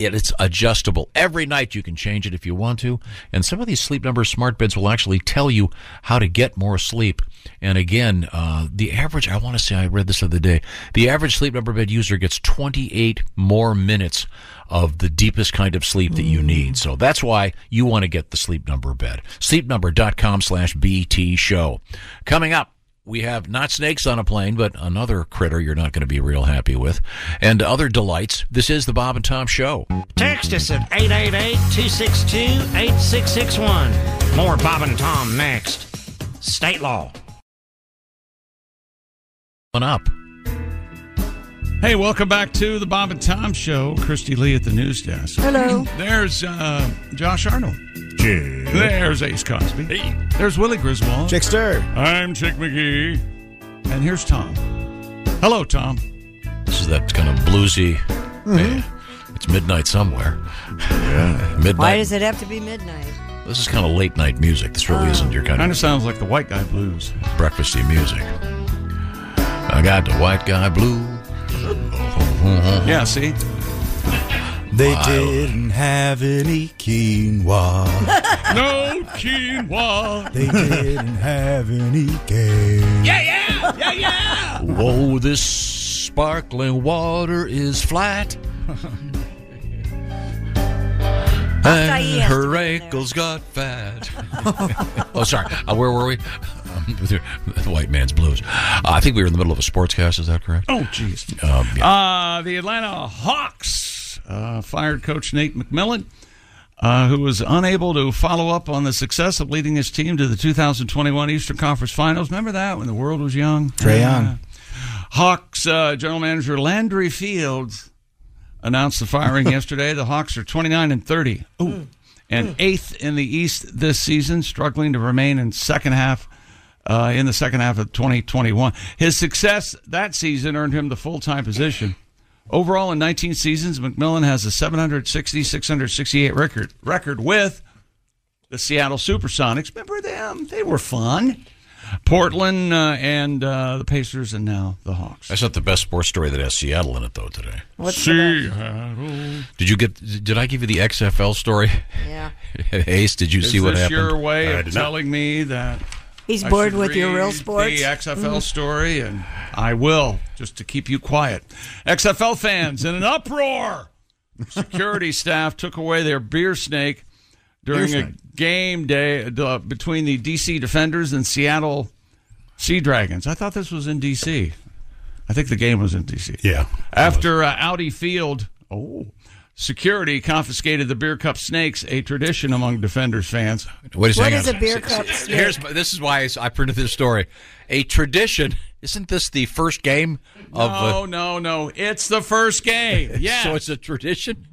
F: it, it's adjustable. Every night you can change it if you want to. And some of these sleep number smart beds will actually tell you how to get more sleep. And again, uh, the average, I want to say, I read this the other day, the average sleep number bed user gets 28 more minutes of the deepest kind of sleep that you need. So that's why you want to get the sleep number bed. Sleepnumber.com slash BT show. Coming up we have not snakes on a plane, but another critter you're not going to be real happy with, and other delights. This is the Bob and Tom Show.
P: Text us at 888-262-8661. More Bob and Tom next. State law.
F: One up.
E: Hey, welcome back to the Bob and Tom Show. Christy Lee at the news desk.
G: Hello.
E: There's uh, Josh Arnold. There's Ace Cosby. There's Willie Griswold.
H: Chickster.
E: I'm Chick McGee. And here's Tom. Hello, Tom.
F: This is that kind of bluesy.
G: Mm-hmm.
F: eh, It's midnight somewhere. Yeah, midnight.
G: Why does it have to be midnight?
F: this is kind of late night music. This really isn't your kind
E: Kind
F: of
E: of sounds like the white guy blues.
F: breakfasty music. I got the white guy blue.
E: Yeah, see?
H: They didn't have any quinoa.
M: no quinoa.
H: They didn't have any game.
M: Yeah, yeah, yeah, yeah.
F: Whoa, this sparkling water is flat. and
M: Diane.
F: her ankles got fat. oh, sorry. Uh, where were we? Um, the white man's blues. Uh, I think we were in the middle of a sportscast. Is that correct?
E: Oh, jeez.
F: Um,
E: Uh, the Atlanta Hawks uh, fired coach Nate McMillan, uh, who was unable to follow up on the success of leading his team to the 2021 Eastern Conference Finals. Remember that when the world was young?
H: Trae Young.
E: Hawks uh, general manager Landry Fields announced the firing yesterday. The Hawks are 29 and 30. Ooh. And eighth in the East this season, struggling to remain in second half uh, in the second half of 2021. His success that season earned him the full time position. Overall, in 19 seasons, McMillan has a 760 668 record record with the Seattle SuperSonics. Remember them? They were fun. Portland uh, and uh, the Pacers, and now the Hawks.
F: That's not the best sports story that has Seattle in it, though. Today,
E: What's
F: Seattle. Did you get? Did I give you the XFL story?
G: Yeah.
F: Ace, did you
E: Is
F: see what
E: this
F: happened? Uh,
E: your way
F: I
E: of
F: did not.
E: telling me that
G: He's
E: I
G: bored
E: should
G: with your real
E: read
G: sports?
E: The XFL
G: Mhm.
E: story, and I will just to keep you quiet. XFL fans in an uproar. Security staff took away their beer snake during
M: Beer
E: a game day uh, between the DC Defenders and Seattle Sea Dragons. I thought this was in DC. I think the game was in DC. Yeah. After uh, Audi Field, oh, security confiscated the beer cup snakes, a tradition among Defenders fans.
F: Wait a second. Here's
E: Here's
F: my- this is why I- I printed this story. A tradition. Isn't this the first game of?
E: no, no, no. It's the first game. Yeah.
F: So it's a tradition.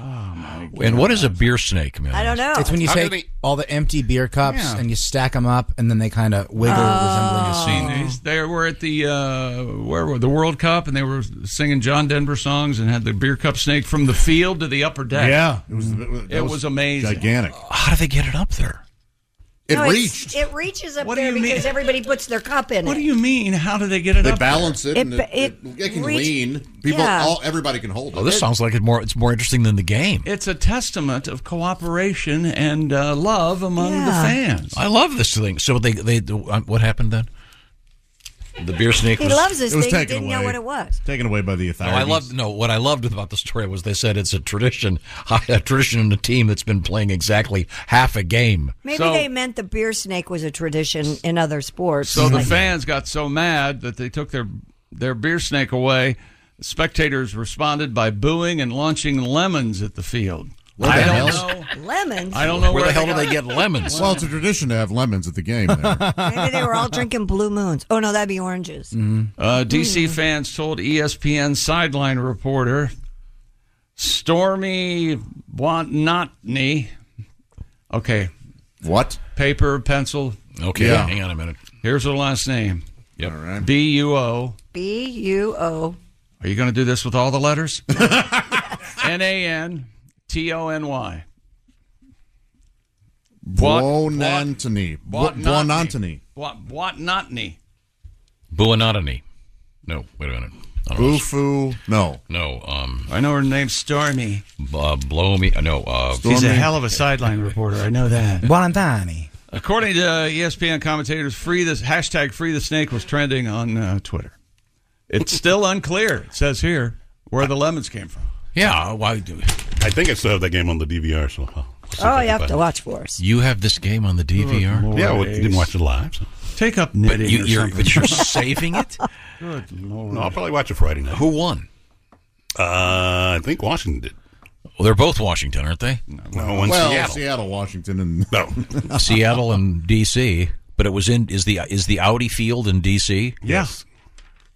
E: Oh my
F: uh, and what is a beer snake, man?
G: I don't know.
H: It's when you
F: How
H: take
F: do they-
H: all the empty beer cups
E: Yeah.
H: and you stack them up, and then they kind of wiggle,
G: Oh.
H: resembling a
E: Seen
H: scene.
E: these? They were at the uh, where were the World Cup, and they were singing John Denver songs, and had the beer cup snake from the field to the upper deck.
I: Yeah. It was the- that
E: it
I: was
E: was, amazing,
I: gigantic.
F: How do they get it up there?
I: It
G: No, it's-
I: reached.
G: It reaches up there because everybody puts their cup in it. What do
E: you mean? How do they get it
I: They balance it, and it, it, it can
G: reach-
I: lean. People,
G: Yeah.
I: all everybody can hold it.
F: Oh, this sounds like it more. It's more interesting than the game.
E: It's a testament of cooperation and uh, love among the fans.
F: I love this thing. So they they uh, what happened then? The beer snake.
G: He
F: was,
G: loves this thing. He didn't know what it was.
I: taken away by the
F: No, I loved no. What I loved about the story was they said it's a tradition, a tradition in a team that's been playing exactly half a game.
G: Maybe they meant the beer snake was a tradition in other sports.
E: So the
G: like-
E: fans got so mad that they took their their beer snake away. Spectators responded by booing and launching lemons at the field. I don't know.
G: Lemons.
E: I don't know where, got-
I: Well, it's a tradition to have lemons at the game. There.
G: Maybe they were all drinking blue moons. Oh no, that'd be oranges.
E: Uh, DC fans told E ESPN sideline reporter Stormy Wantnotny. Okay.
I: What?
E: Paper, pencil.
F: Okay, Yeah. hang on a minute.
E: Here's her last name.
F: Yep.
E: B U O.
G: B U O.
E: Are you going to do this with all the letters? N A N T O N Y.
I: Buonantony. Bu- Buonantony.
E: Wantnotny.
F: Buonanni. No, wait a minute. I don't know.
I: Bufu. No.
F: No. Um.
E: I know her name's Stormy.
F: Uh, blow me. uh, No. Uh,
E: She's a hell of a sideline reporter. I know that.
H: Buonantani.
E: According to uh, E ESPN commentators, free this hashtag free the snake was trending on uh, Twitter. It's still unclear. It says here where the lemons came from.
F: Yeah, why do?
Q: I think I still have that game on the DVR. So I'll see if I
G: Oh,
Q: can
G: you have
Q: find
G: to
Q: it.
G: watch for us.
F: You have this game on the DVR.
Q: Lord, Yeah, well, you didn't watch it live. So.
E: Take up
F: But,
Q: knitting
F: you,
Q: or
F: you're,
Q: something.
F: but you're saving it.
E: Good lord!
Q: No, I'll probably watch it Friday night.
F: Who won?
Q: Uh, I think Washington did.
F: Well, they're both Washington, aren't they?
Q: No, one's
I: well,
Q: Seattle.
I: Washington, and
F: no. Seattle and D.C. But it was in is the is the Audi Field in D.C.
E: Yes.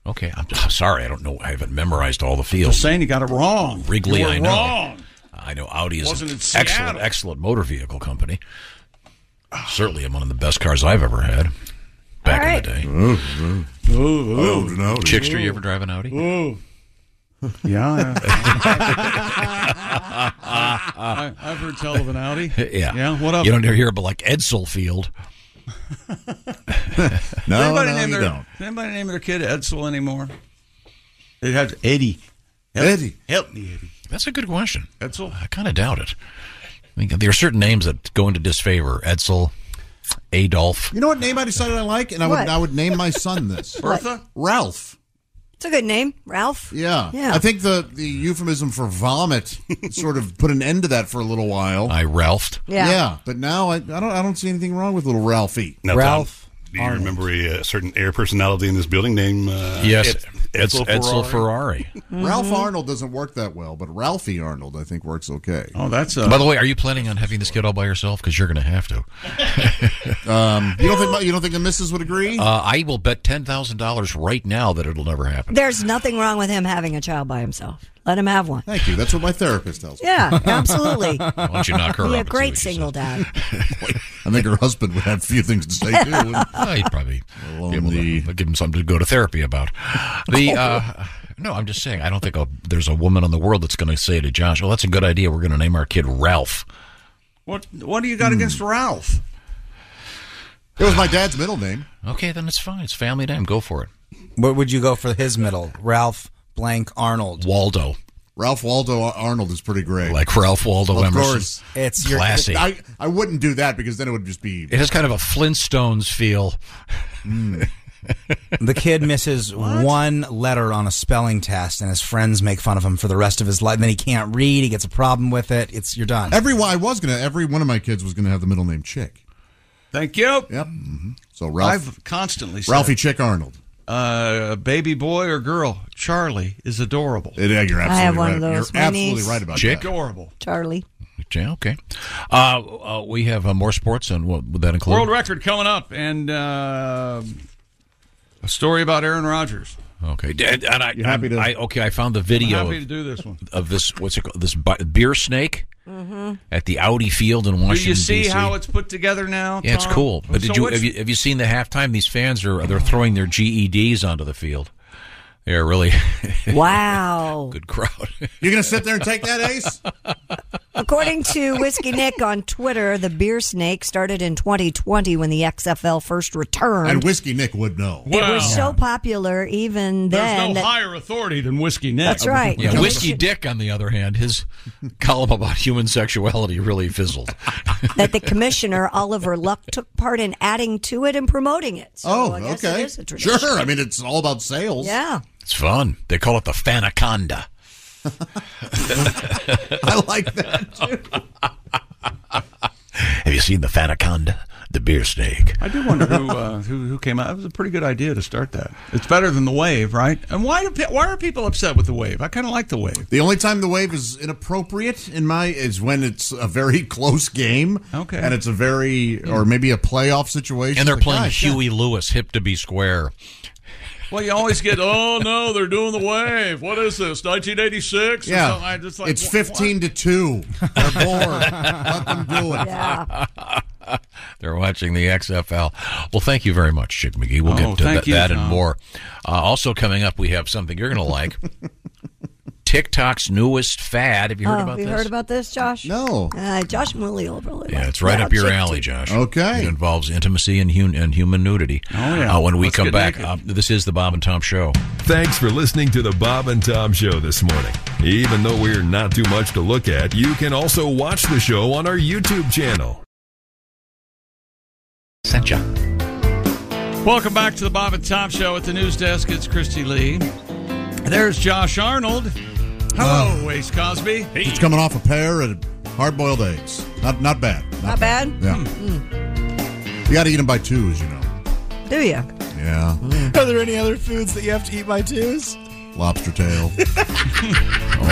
F: Okay, I'm, I'm sorry. I don't know. I haven't memorized all the fields.
E: Just saying you got it wrong.
F: Wrigley,
E: You were
F: I know.
E: Wrong.
F: I know Audi is
E: Wasn't
F: an
E: it Seattle?
F: excellent, excellent motor vehicle company. Certainly, one of the best cars I've ever had back
M: All
F: in the day.
I: Oh, no.
F: Chickster, you ever drive an Audi?
E: Oh, Yeah.
F: I,
E: I've heard tell of an Audi.
F: yeah.
E: Yeah. What up?
F: You don't hear about like Edsel Field.
E: Does anybody name their, Does anybody name their kid Edsel anymore? It has Eddie. Help,
I: Eddie.
E: Help me, Eddie.
F: That's a good question. Edsel? I kind of doubt it. I mean, there are certain names that go into disfavor. Edsel, Adolf.
I: You know what name I decided I like, and I
G: What?
I: would I would name my son this
G: Bertha?
I: Ralph.
G: It's a good name, Ralph.
I: Yeah.
G: Yeah.
I: I think the, the euphemism for vomit sort of put an end to that for a little while.
F: I Ralphed.
G: Yeah.
I: Yeah, but now I, I don't I don't see anything wrong with little E? Ralphie.
Q: Now, Tom, do you remember a, uh, certain air personality in this building named uh,
F: Yes,
Q: Ed-
F: Eds-
Q: Edsel,
F: Edsel
Q: Ferrari?
I: Ralph Arnold doesn't work that well, but Ralphie Arnold I think works okay.
E: Oh, that's
I: uh,
F: By the way, are you planning on having this kid all by yourself? Because you're going to have to.
I: um, you don't think my- you don't think the missus would agree?
F: Uh, I will bet ten thousand dollars right now that it'll never happen.
G: There's nothing wrong with him having a child by himself. Let him have one.
I: Thank you. That's what my therapist tells me.
G: Yeah, absolutely.
I: Why don't you knock her up
G: Be a
I: and see
G: great
I: what
G: single dad.
I: I think her husband would have a few things to say too.
F: Well, he'd probably be able to give him something to go to therapy about.
I: Oh,
F: The uh, no, I'm just saying. I don't think a, there's a woman in the world that's going to say to Josh, "Well, that's a good idea. We're going to name our kid Ralph."
E: What What do you got against Ralph?
I: It was my dad's middle name.
F: Okay, then it's fine. It's family name. Go for it.
H: What would you go for his middle? Ralph Blank Arnold.
F: Waldo.
I: Ralph Waldo Ar- Arnold is pretty great.
F: Like Ralph Waldo
I: of
F: Emerson.
I: course.
H: It's
F: your- Classy.
I: I, I wouldn't do that because then it would just be
F: It has kind of a Flintstones feel.
H: The kid misses one letter on a spelling test, and his friends make fun of him for the rest of his life. Then he can't read. He gets a problem with it. It's you're done.
I: Every I was gonna every one of my kids was gonna have the middle name Chick.
E: Thank you.
I: Yep. So Ralph
E: I've constantly said,
I: Ralphie Chick Arnold.
E: Uh, baby boy or girl, Charlie is adorable.
I: yeah, you're
G: I have absolutely one of right. those. You're My absolutely niece- right
I: about
F: Chick?
E: that. Adorable.
G: Charlie.
F: Yeah, okay. Uh, uh, we have uh, more sports, and what would that include?
E: World record coming up, and uh, a story about Aaron Rodgers.
F: Okay, d- and, and I,
E: You happy to-
F: I okay, I found the video
E: I'm happy
F: of,
E: to do this one.
F: of this. What's it called? This bi- beer snake
G: Mm-hmm.
F: at the Audi Field in Mm-hmm. Washington.
E: Do you see
F: DC.
E: how it's put together now?
F: Yeah, it's
E: Tom?
F: cool. But did
E: So
F: you
E: what's-
F: have, you have you seen the halftime? These fans are they're throwing their GEDs onto the field. They're really
G: Wow.
F: good crowd.
I: You're gonna sit there and take that ace?
G: According to Whiskey Nick on Twitter, the beer snake started in 2020 when the XFL first returned.
I: And Whiskey Nick would know.
G: It was so popular even
E: There's
G: then.
E: no
G: that-
E: higher authority than Whiskey Nick.
G: That's right.
F: Yeah, Whiskey Dick, on the other hand, his column about human sexuality really fizzled.
G: that the commissioner Oliver Luck took part in adding to it and promoting it. So
I: oh,
G: I guess
I: okay.
G: It is a tradition.
I: sure. I mean it's all about sales.
G: Yeah.
F: It's fun. They call it the Fanaconda.
I: I like that
F: Have you seen the Fanaconda? The beer snake.
E: I do wonder who, uh, who who came out. It was a pretty good idea to start that. It's better than the wave, right? And why do pe- why are people upset with the wave? I kind of like the wave.
I: The only time the wave is inappropriate in my is when it's a very close game.
E: Okay.
I: And it's a very or maybe a playoff situation.
F: Hmm. And they're
I: Like,
F: playing
I: gosh, yeah.
F: Huey Lewis, hip to be square.
E: Well, you always get, oh no, they're doing the wave. What is this? 1986? Or
I: Yeah,
E: something. I just like,
I: it's
E: wh-
I: fifteen to two. They're bored. Let them do it.
F: They're watching the XFL. Well, thank you very much, Chick McGee. We'll
E: Oh,
F: get to
E: thank
F: that,
E: you,
F: that and
E: Tom.
F: more. Uh, also coming up, we have something you're going to like. TikTok's newest fad. Have you heard
G: oh,
F: about
G: you
F: this?
G: heard about this, Josh?
I: No.
G: Uh, Josh Muley overly.
F: Yeah, it's right up your alley, Josh.
I: Okay.
F: It involves intimacy and, hun- and human nudity.
R: Oh, yeah.
F: Uh, when we
R: Let's
F: come
R: get
F: back,
R: naked.
F: uh, this is the Bob and Tom Show.
R: Thanks for listening to the Bob and Tom Show this morning. Even though we're not too much to look at, you can also watch the show on our YouTube channel.
F: Sent ya.
E: Welcome back to the Bob and Tom Show at the news desk. It's Christy Lee. There's Josh Arnold. Hello, Ace Cosby.
I: Uh, It's coming off a pair of hard-boiled eggs. Not not bad.
G: Not bad.
I: Yeah. You got to eat them by twos, you know.
G: Hmm. Do you?
I: Yeah.
F: Hmm.
H: Are there any other foods that you have to eat by twos?
I: Lobster tail.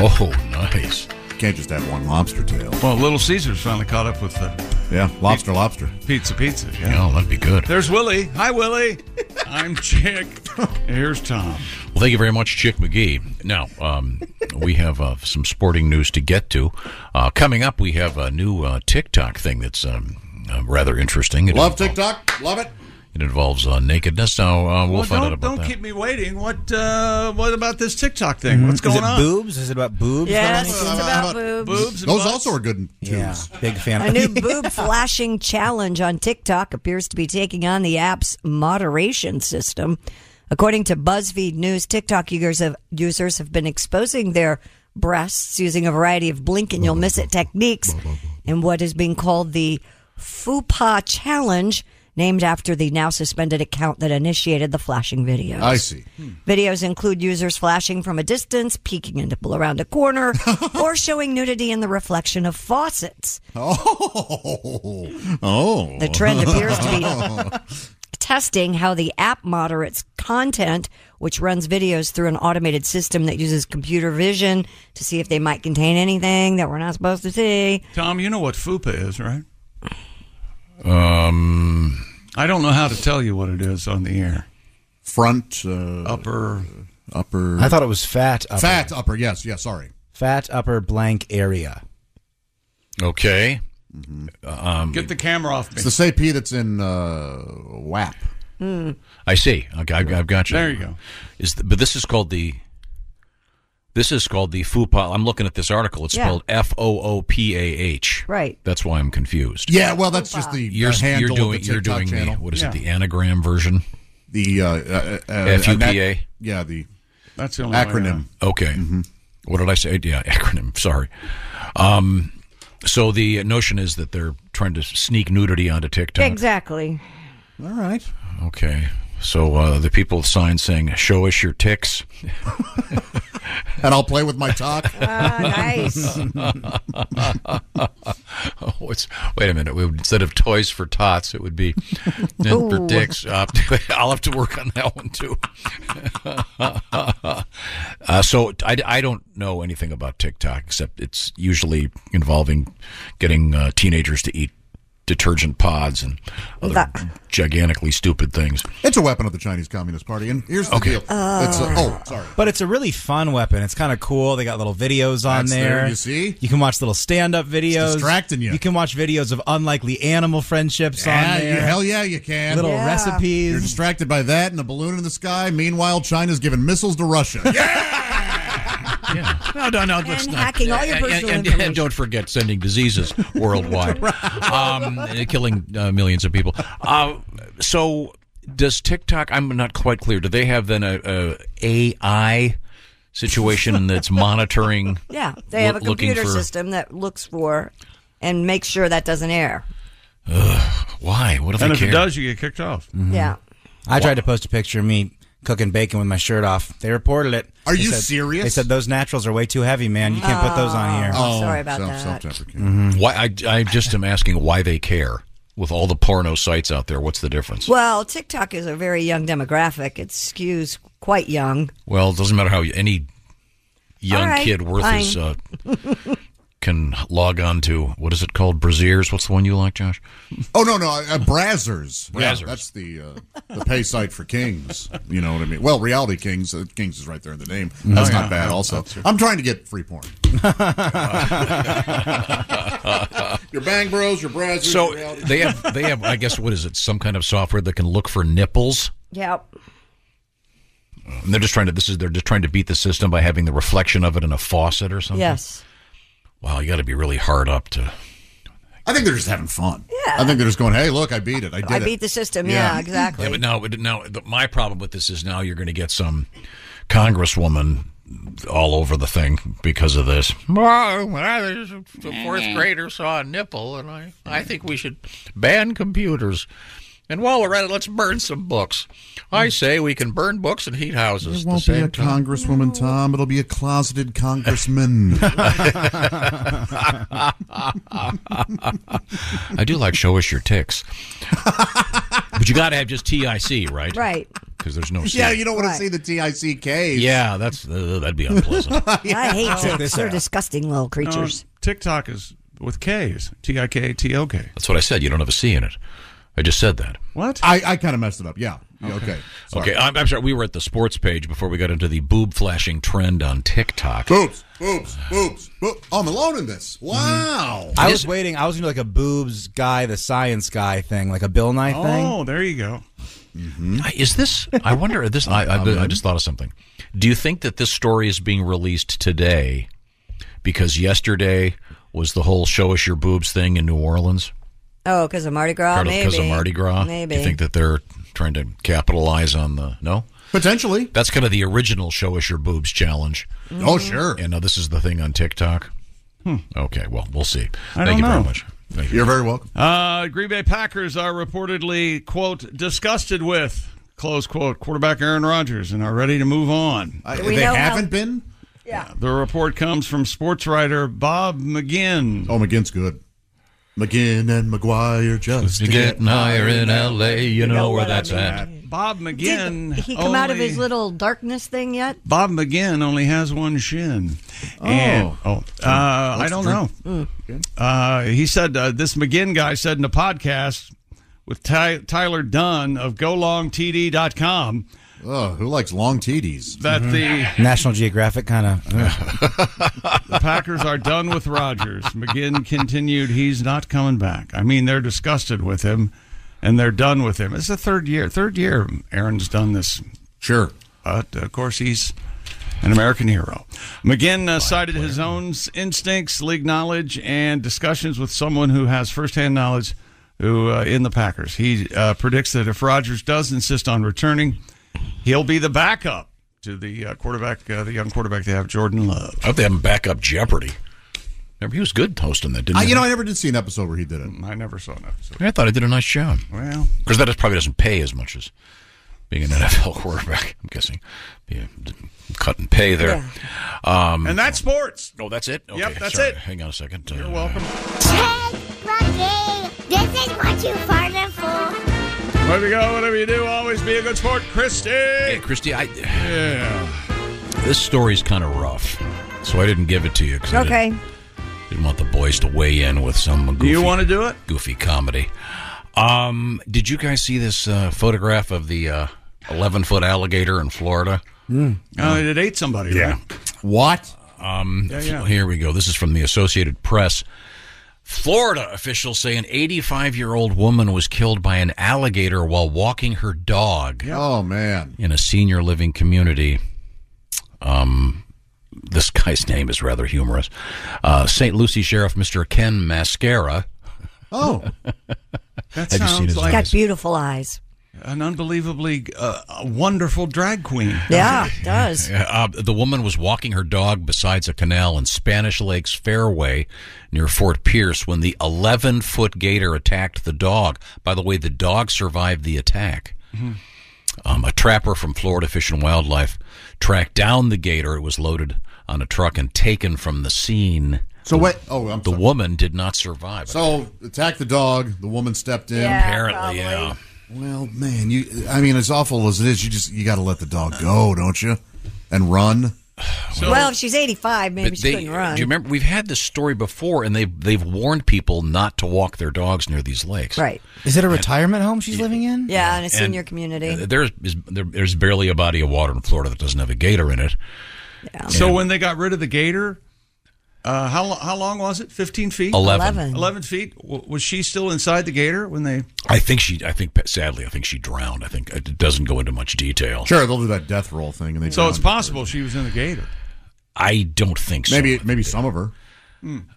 F: oh, nice.
I: Can't just have one lobster tail.
E: Well, Little Caesars finally caught up with the
I: Yeah, lobster, lobster.
E: pizza, pizza.
F: Oh, that'd be good.
E: There's Willie. Hi, Willie. I'm Chick. Here's Tom.
F: Well, thank you very much, Chick McGee. Now, um, we have uh, some sporting news to get to. Uh, coming up, we have a new uh, TikTok thing that's um, uh, rather interesting. It
I: Love
F: invol-
I: TikTok. Love it.
F: It involves uh, nakedness. Now, uh, we'll,
E: Well,
F: find
E: don't
F: out about
E: don't
F: that.
E: keep me waiting. What uh, what about this TikTok thing? What's going
H: Is it
E: on?
H: boobs? Is it about boobs?
G: Yes,
H: Dominic?
G: it's about boobs.
E: boobs and
I: Those
E: butts?
I: also are good in twos.
H: Yeah, big fan.
G: A new boob flashing challenge on TikTok appears to be taking on the app's moderation system. According to BuzzFeed News, TikTok users have, users have been exposing their breasts using a variety of blink and you'll miss it techniques in what is being called the FUPA Challenge, named after the now suspended account that initiated the flashing videos.
I: I see.
F: Hmm.
G: Videos include users flashing from a distance, peeking a nipple around a corner, or showing nudity in the reflection of faucets.
I: Oh. Oh.
G: The trend appears to be testing how the app moderates content, which runs videos through an automated system that uses computer vision to see if they might contain anything that we're not supposed to see.
E: Tom, you know what FUPA is, right?
I: Um,
E: I don't know how to tell you what it is on the air.
I: Front, uh,
E: upper,
I: upper.
H: I thought it was fat upper.
I: Fat upper. Yes. Yeah. Sorry.
H: Fat upper blank area.
F: Okay.
I: Um,
E: Get the camera off me.
I: It's the same P that's in uh, WAP.
G: Hmm.
F: I see. Okay, I've, I've got you.
I: There you go.
F: Is the, but this is called the. This is called the FUPA. I'm looking at this article. It's
G: Yeah.
F: spelled F O O P A H.
G: Right.
F: That's why I'm confused.
I: Yeah, well, that's just the- the
F: you're,
I: handle
F: you're
I: of
F: doing
I: the
F: you're
I: TikTok
F: doing
I: channel.
F: the what is
I: Yeah.
F: it the anagram version?
I: The uh, uh, uh,
F: F U P A.
I: Yeah. The.
E: That's the only way
I: acronym. Mm-hmm.
F: Okay. What did I say? Yeah, acronym. Sorry. Um, so the notion is that they're trying to sneak nudity onto TikTok.
G: Exactly.
I: All right.
F: Okay. So uh, the people with signs saying "Show us your ticks,"
I: and I'll play with my talk.
G: Ah, nice.
F: oh, it's, wait a minute. We would, instead of toys for tots, it would be and for
S: Ooh.
F: dicks. Uh, I'll have to work on that one too. uh, so I, I don't know anything about TikTok except it's usually involving getting uh, teenagers to eat detergent pods and other gigantically stupid things.
I: It's a weapon of the Chinese Communist Party, and here's the
F: Okay.
I: deal. It's a, oh, sorry.
H: But it's a really fun weapon. It's kind of cool. They got little videos on
I: That's
H: there.
I: there, you see?
H: You can watch little stand-up videos.
I: distracting you.
H: You can watch videos of unlikely animal friendships
I: Yeah,
H: on
I: you-
H: there.
I: hell yeah, you can.
H: Little Yeah. recipes.
I: You're distracted by that and a balloon in the sky. Meanwhile, China's giving missiles to Russia.
F: No, no, no.
G: let's And not- hacking all your
F: and-
G: personal
F: and, and,
G: information.
F: don't forget sending diseases worldwide, um, and killing uh, millions of people. Uh, so, does TikTok? I'm not quite clear. Do they have then a, a AI situation that's monitoring?
G: Yeah, they have a
F: loo- looking
G: computer
F: for-
G: system that looks for and makes sure that doesn't air.
F: Ugh, why? What if
E: and
F: they
E: if
F: care?
E: it does, you get kicked off.
H: Mm-hmm.
E: Um,
G: Yeah.
H: I tried to post a picture of me cooking bacon with my shirt off. They reported it.
I: Are
H: They
I: you
H: said-
I: serious?
H: They said those naturals are way too heavy, man. You can't put those on here.
I: Oh, sorry about self- that.
F: Mhm. Why? I, I just am asking why they care with all the porno sites out there. What's the difference?
G: Well, TikTok is a very young demographic. It skews quite young.
F: Well, it doesn't matter how you- any young
G: All right,
F: kid worth his uh,
G: fine.
F: can log on to what is it called? Braziers. What's the one you like, Josh?
I: Oh no, no, uh, Brazzers. Yeah,
F: Brazzers.
I: that's the uh, the pay site for Kings. You know what I mean? Well, Reality Kings. Uh, Kings is right there in the name. That's
F: Oh, yeah.
I: not bad. Also,
F: That's-
I: I'm trying to get free porn. your Bang Bros, your Brazzers.
F: So
I: your reality-
F: they have they have I guess what is it? Some kind of software that can look for nipples.
G: Yep.
F: And they're just trying to this is they're just trying to beat the system by having the reflection of it in a faucet or something.
G: Yes.
F: Wow, you got to be really hard up to.
I: I think they're just having fun. Yeah. I think they're just going, "Hey, look, I beat it. I did
G: I
I: it.
G: beat the system. Yeah, exactly.
F: Yeah, but now, but now the, my problem with this is now you're going to get some congresswoman all over the thing because of this.
S: The
F: fourth grader saw a nipple, and I, I think we should ban computers. And while we're at it, let's burn some books. I say we can burn books and heat houses.
I: It Hmm. won't be a congresswoman, Tom. It'll be a closeted congressman.
F: I do like show us your ticks, but you got to have just TIC, right?
G: Right.
F: Because there's no.
I: yeah,
F: C.
I: you don't want to see the T I C K.
F: Yeah, that's uh, that'd be unpleasant.
G: I
E: Yeah.
G: hate
E: Check
G: ticks.
E: this
G: They're
E: out.
G: disgusting little creatures.
F: Um,
E: No, TikTok is with K's. T I K T O K.
F: That's what I said. You don't have a C in it. I just said that.
E: What?
I: I, I kind of messed it up. Yeah.
F: Oh.
I: Yeah, Okay.
F: Okay, I'm, I'm sorry. We were at the sports page before we got into the boob flashing trend on TikTok.
I: Boobs, boobs, boobs, boobs. Oh, I'm alone in this.
F: Mm-hmm.
I: Wow.
H: I was waiting. I was gonna do like a boobs guy, the science guy thing, like a Bill Nye thing.
E: Oh, there you go.
F: Is this? I wonder. This. Mm-hmm. I, I, I just thought of something. Do you think that this story is being released today because yesterday was the whole "show us your boobs" thing in New Orleans?
G: Oh, because of Mardi Gras,
F: Part of-
G: maybe.
F: of Mardi Gras.
G: Maybe.
F: Do you think that they're trying to capitalize on the no?
I: Potentially.
F: That's kind of the original show us your boobs challenge.
I: Oh, sure. Hmm.
F: And now this is the thing on TikTok. Okay, well, we'll see.
E: I
F: Thank
E: don't
F: you very
E: know.
F: much. Thank
I: You're very welcome.
E: Uh, Green Bay Packers are reportedly, quote, disgusted with, close quote, quarterback Aaron Rodgers and are ready to move on.
I: Do we they know how- haven't been?
E: Yeah. The report comes from sports writer Bob McGinn.
I: Oh, McGinn's good. McGinn and McGuire just
F: Getting higher in L.A., you know where
I: what I
F: that's
I: mean.
F: at.
E: Bob McGinn.
G: Did he come out of his little darkness thing yet?
E: Bob McGinn only has one shin. And, oh, uh, I
G: What's
E: don't
G: the
E: know.
G: drink?
E: Uh, he said uh, this McGinn guy said in a podcast with Ty- Tyler Dunn of GoLongTD.com.
I: Oh, who likes long Mm-hmm. TDs?
E: That
H: Mm-hmm.
E: the
H: National Geographic kind of.
E: the Packers are done with Rodgers. McGinn continued, he's not coming back. I mean, they're disgusted with him, and they're done with him. It's the third year. Third year, Aaron's done this.
I: Sure,
E: but of course he's an American hero. McGinn uh, cited his own s- instincts, league knowledge, and discussions with someone who has firsthand knowledge who uh, in the Packers. He uh, predicts that if Rodgers does insist on returning, he'll be the backup to the uh, quarterback, uh, the young quarterback they have, Jordan Love.
F: I hope they have him back up Jeopardy. Remember, he was good hosting that, didn't
I: I,
F: he?
I: you know, I never did see an episode where he did it.
E: I never saw an episode.
F: I thought I did a nice job.
E: Well,
F: because that is- probably doesn't pay as much as being an NFL quarterback. I'm guessing, yeah, d- cut and pay there. Um,
E: And that's sports.
F: No, that's it.
E: yep, that's
F: sorry.
E: it.
F: Hang on a second. uh,
E: You're welcome.
A: This is what you farted for.
E: Wherever you go, whatever you do, always be a good sport, Christy.
F: Christy, I
E: yeah.
F: This story's kind of rough, so I didn't give it to you. 'cause I didn't-
G: Okay.
F: Didn't want the boys to weigh in with some goofy,
E: you want to do it?
F: goofy comedy. Um, did you guys see this uh, photograph of the eleven foot alligator in Florida? Uh,
E: Oh, it ate somebody. Yeah.
I: What?
F: Um,
E: Yeah, yeah.
F: Here we go. This is from the Associated Press. Florida officials say an 85 year old woman was killed by an alligator while walking her dog.
I: Oh, man.
F: In a senior living community. Um, this guy's name is rather humorous. Uh, St. Lucie Sheriff Mr. Ken Mascara.
I: Oh,
E: that
F: Have you seen
E: sounds
F: his
E: like
G: Got beautiful eyes.
E: an unbelievably uh, wonderful drag queen.
G: Yeah, it does.
F: Uh, the woman was walking her dog besides a canal in Spanish Lakes Fairway near Fort Pierce when the 11 foot gator attacked the dog. By the way, the dog survived the attack. Um, a trapper from Florida Fish and Wildlife tracked down the gator. It was loaded on a truck and taken from the scene.
I: So what? Oh, I'm
F: the woman did not survive.
I: So attack the dog. The woman stepped in.
F: Yeah, Apparently, yeah.
I: Well, man, you. I mean, as awful as it is, you just you got to let the dog go, don't you? And run.
G: well, if she's 85, maybe
F: But
G: she
F: they- uh,
G: couldn't run.
F: Do you remember? We've had this story before, and they've they've warned people not to walk their dogs near these lakes.
G: Right.
H: Is it a retirement home she's living in?
G: Yeah, in a
F: And-
G: senior community.
F: Uh, There's is- there, there's barely a body of water in Florida that doesn't have a gator in it.
E: So when they got rid of the gator, uh, how lo- how long was it? Fifteen feet.
F: 11. 11.
E: feet. W- was she still inside the gator when they?
F: I think she. I think sadly, I think she drowned. I think it doesn't go into much detail.
I: Sure, they'll do that death roll thing, and they.
E: So
I: drown
E: it's possible she was in the gator.
F: I don't think so.
I: Maybe maybe some of her.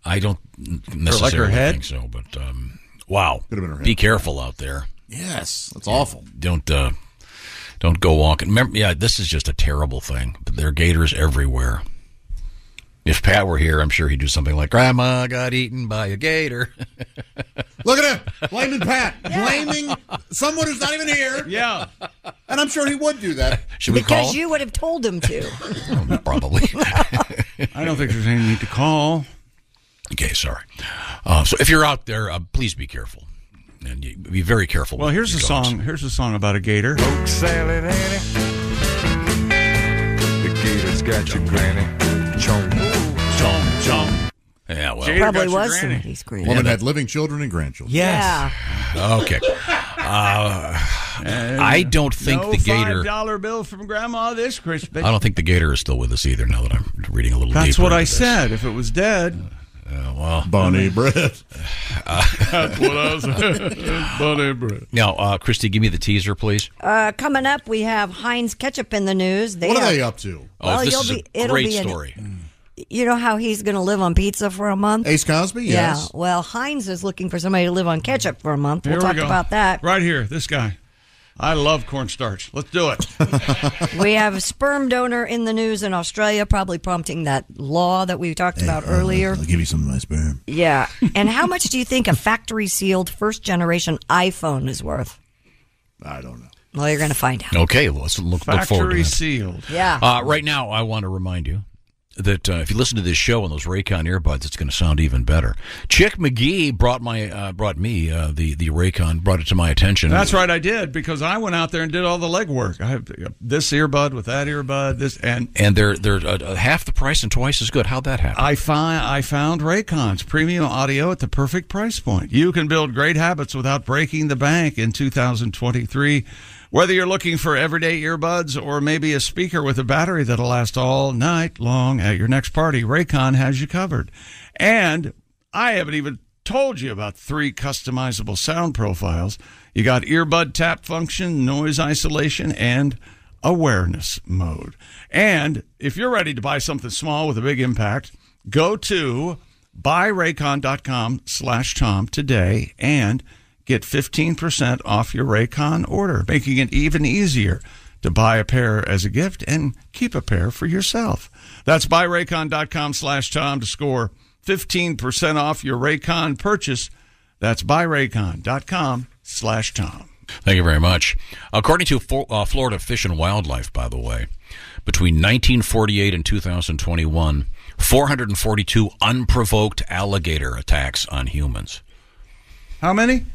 F: I don't n-
I: Hmm. Or like her
F: necessarily
I: head?
F: think so. But um, wow,
I: Could have been her head.
F: be careful out there.
I: Yes, that's
F: Yeah,
I: awful.
F: Don't uh, don't go walking. Remember, yeah, this is just a terrible thing. But there are gators everywhere. If Pat were here, I'm sure he'd do something like, "Grandma got eaten by a gator."
I: Look at him blaming Pat, blaming someone who's not even here.
E: Yeah,
I: and I'm sure he would do that.
F: Should we
G: because
F: call? Oh,
G: you would have told him to.
F: Probably.
E: I don't think there's any need to call.
F: Okay, sorry. Uh, so if you're out there, uh, please be careful and you, be very careful.
E: Well,
F: with
E: here's
F: your
E: a
F: dogs.
E: song. Here's a song about a gator.
J: Sailing in it. The gator's got your granny. Chomp, chomp, chomp.
F: Yeah, Oh, well,
I: Gator Probably got your was granny.
G: somebody's
I: granny. Woman had living children and grandchildren.
G: Yes.
F: Okay. Uh, I don't think
E: no
F: the gator.
E: Five dollar bill from Grandma this Christmas.
F: I don't think the gator is still with us either. Now that I'm reading a little.
E: That's
F: deeper
E: what
F: into
E: I
F: this.
E: said. If it was dead,
F: Uh, well, Uh,
I: Bonnie Britt.
E: that's what I said. Bonnie Britt.
F: Now, uh, Christy, give me the teaser, please.
G: Uh, coming up, we have Heinz Ketchup in the news. They
F: What are
G: are-
F: they up to? Oh,
G: Well,
F: this
G: you'll
F: is a
G: be, it'll
F: great
G: be an- Mm.
F: story.
G: you know how he's going to live on pizza for a month?
I: Ace Cosby, yes.
G: Yeah. Well, Heinz is looking for somebody to live on ketchup for a month.
E: Here
G: we'll
E: we
G: talk
E: go.
G: about that.
E: Right here, this guy. I love cornstarch. Let's do it.
G: we have a sperm donor in the news in Australia, probably prompting that law that we talked about earlier.
I: I'll give you some of my sperm.
G: Yeah. And how much do you think a factory sealed first generation iPhone is worth?
I: I don't know.
G: Well, you're going to find out.
F: Okay, well, let's look, look forward to
E: Factory
F: that.
E: sealed.
G: Yeah.
F: Uh, right now, I want to remind you that uh, if you listen to this show on those Raycon earbuds, it's going to sound even better. Chick McGee brought my uh, brought me uh, the the Raycon brought it to my attention.
E: That's right, I did because I went out there and did all the legwork. I have this earbud with that earbud, this and
F: and they're they're uh, uh, half the price and twice as good. How'd that happen?
E: I find I found Raycons premium audio at the perfect price point. You can build great habits without breaking the bank in 2023. Whether you're looking for everyday earbuds or maybe a speaker with a battery that'll last all night long at your next party, Raycon has you covered. And I haven't even told you about three customizable sound profiles. You got earbud tap function, noise isolation, and awareness mode. And if you're ready to buy something small with a big impact, go to buyraycon.com slash Tom today and get 15% off your Raycon order, making it even easier to buy a pair as a gift and keep a pair for yourself. That's buyraycon.com slash Tom to score 15% off your Raycon purchase. That's buyraycon.com slash Tom.
F: Thank you very much. According to Fo- uh, Florida Fish and Wildlife, by the way, between 1948 and 2021, 442 unprovoked alligator attacks on humans.
E: How many?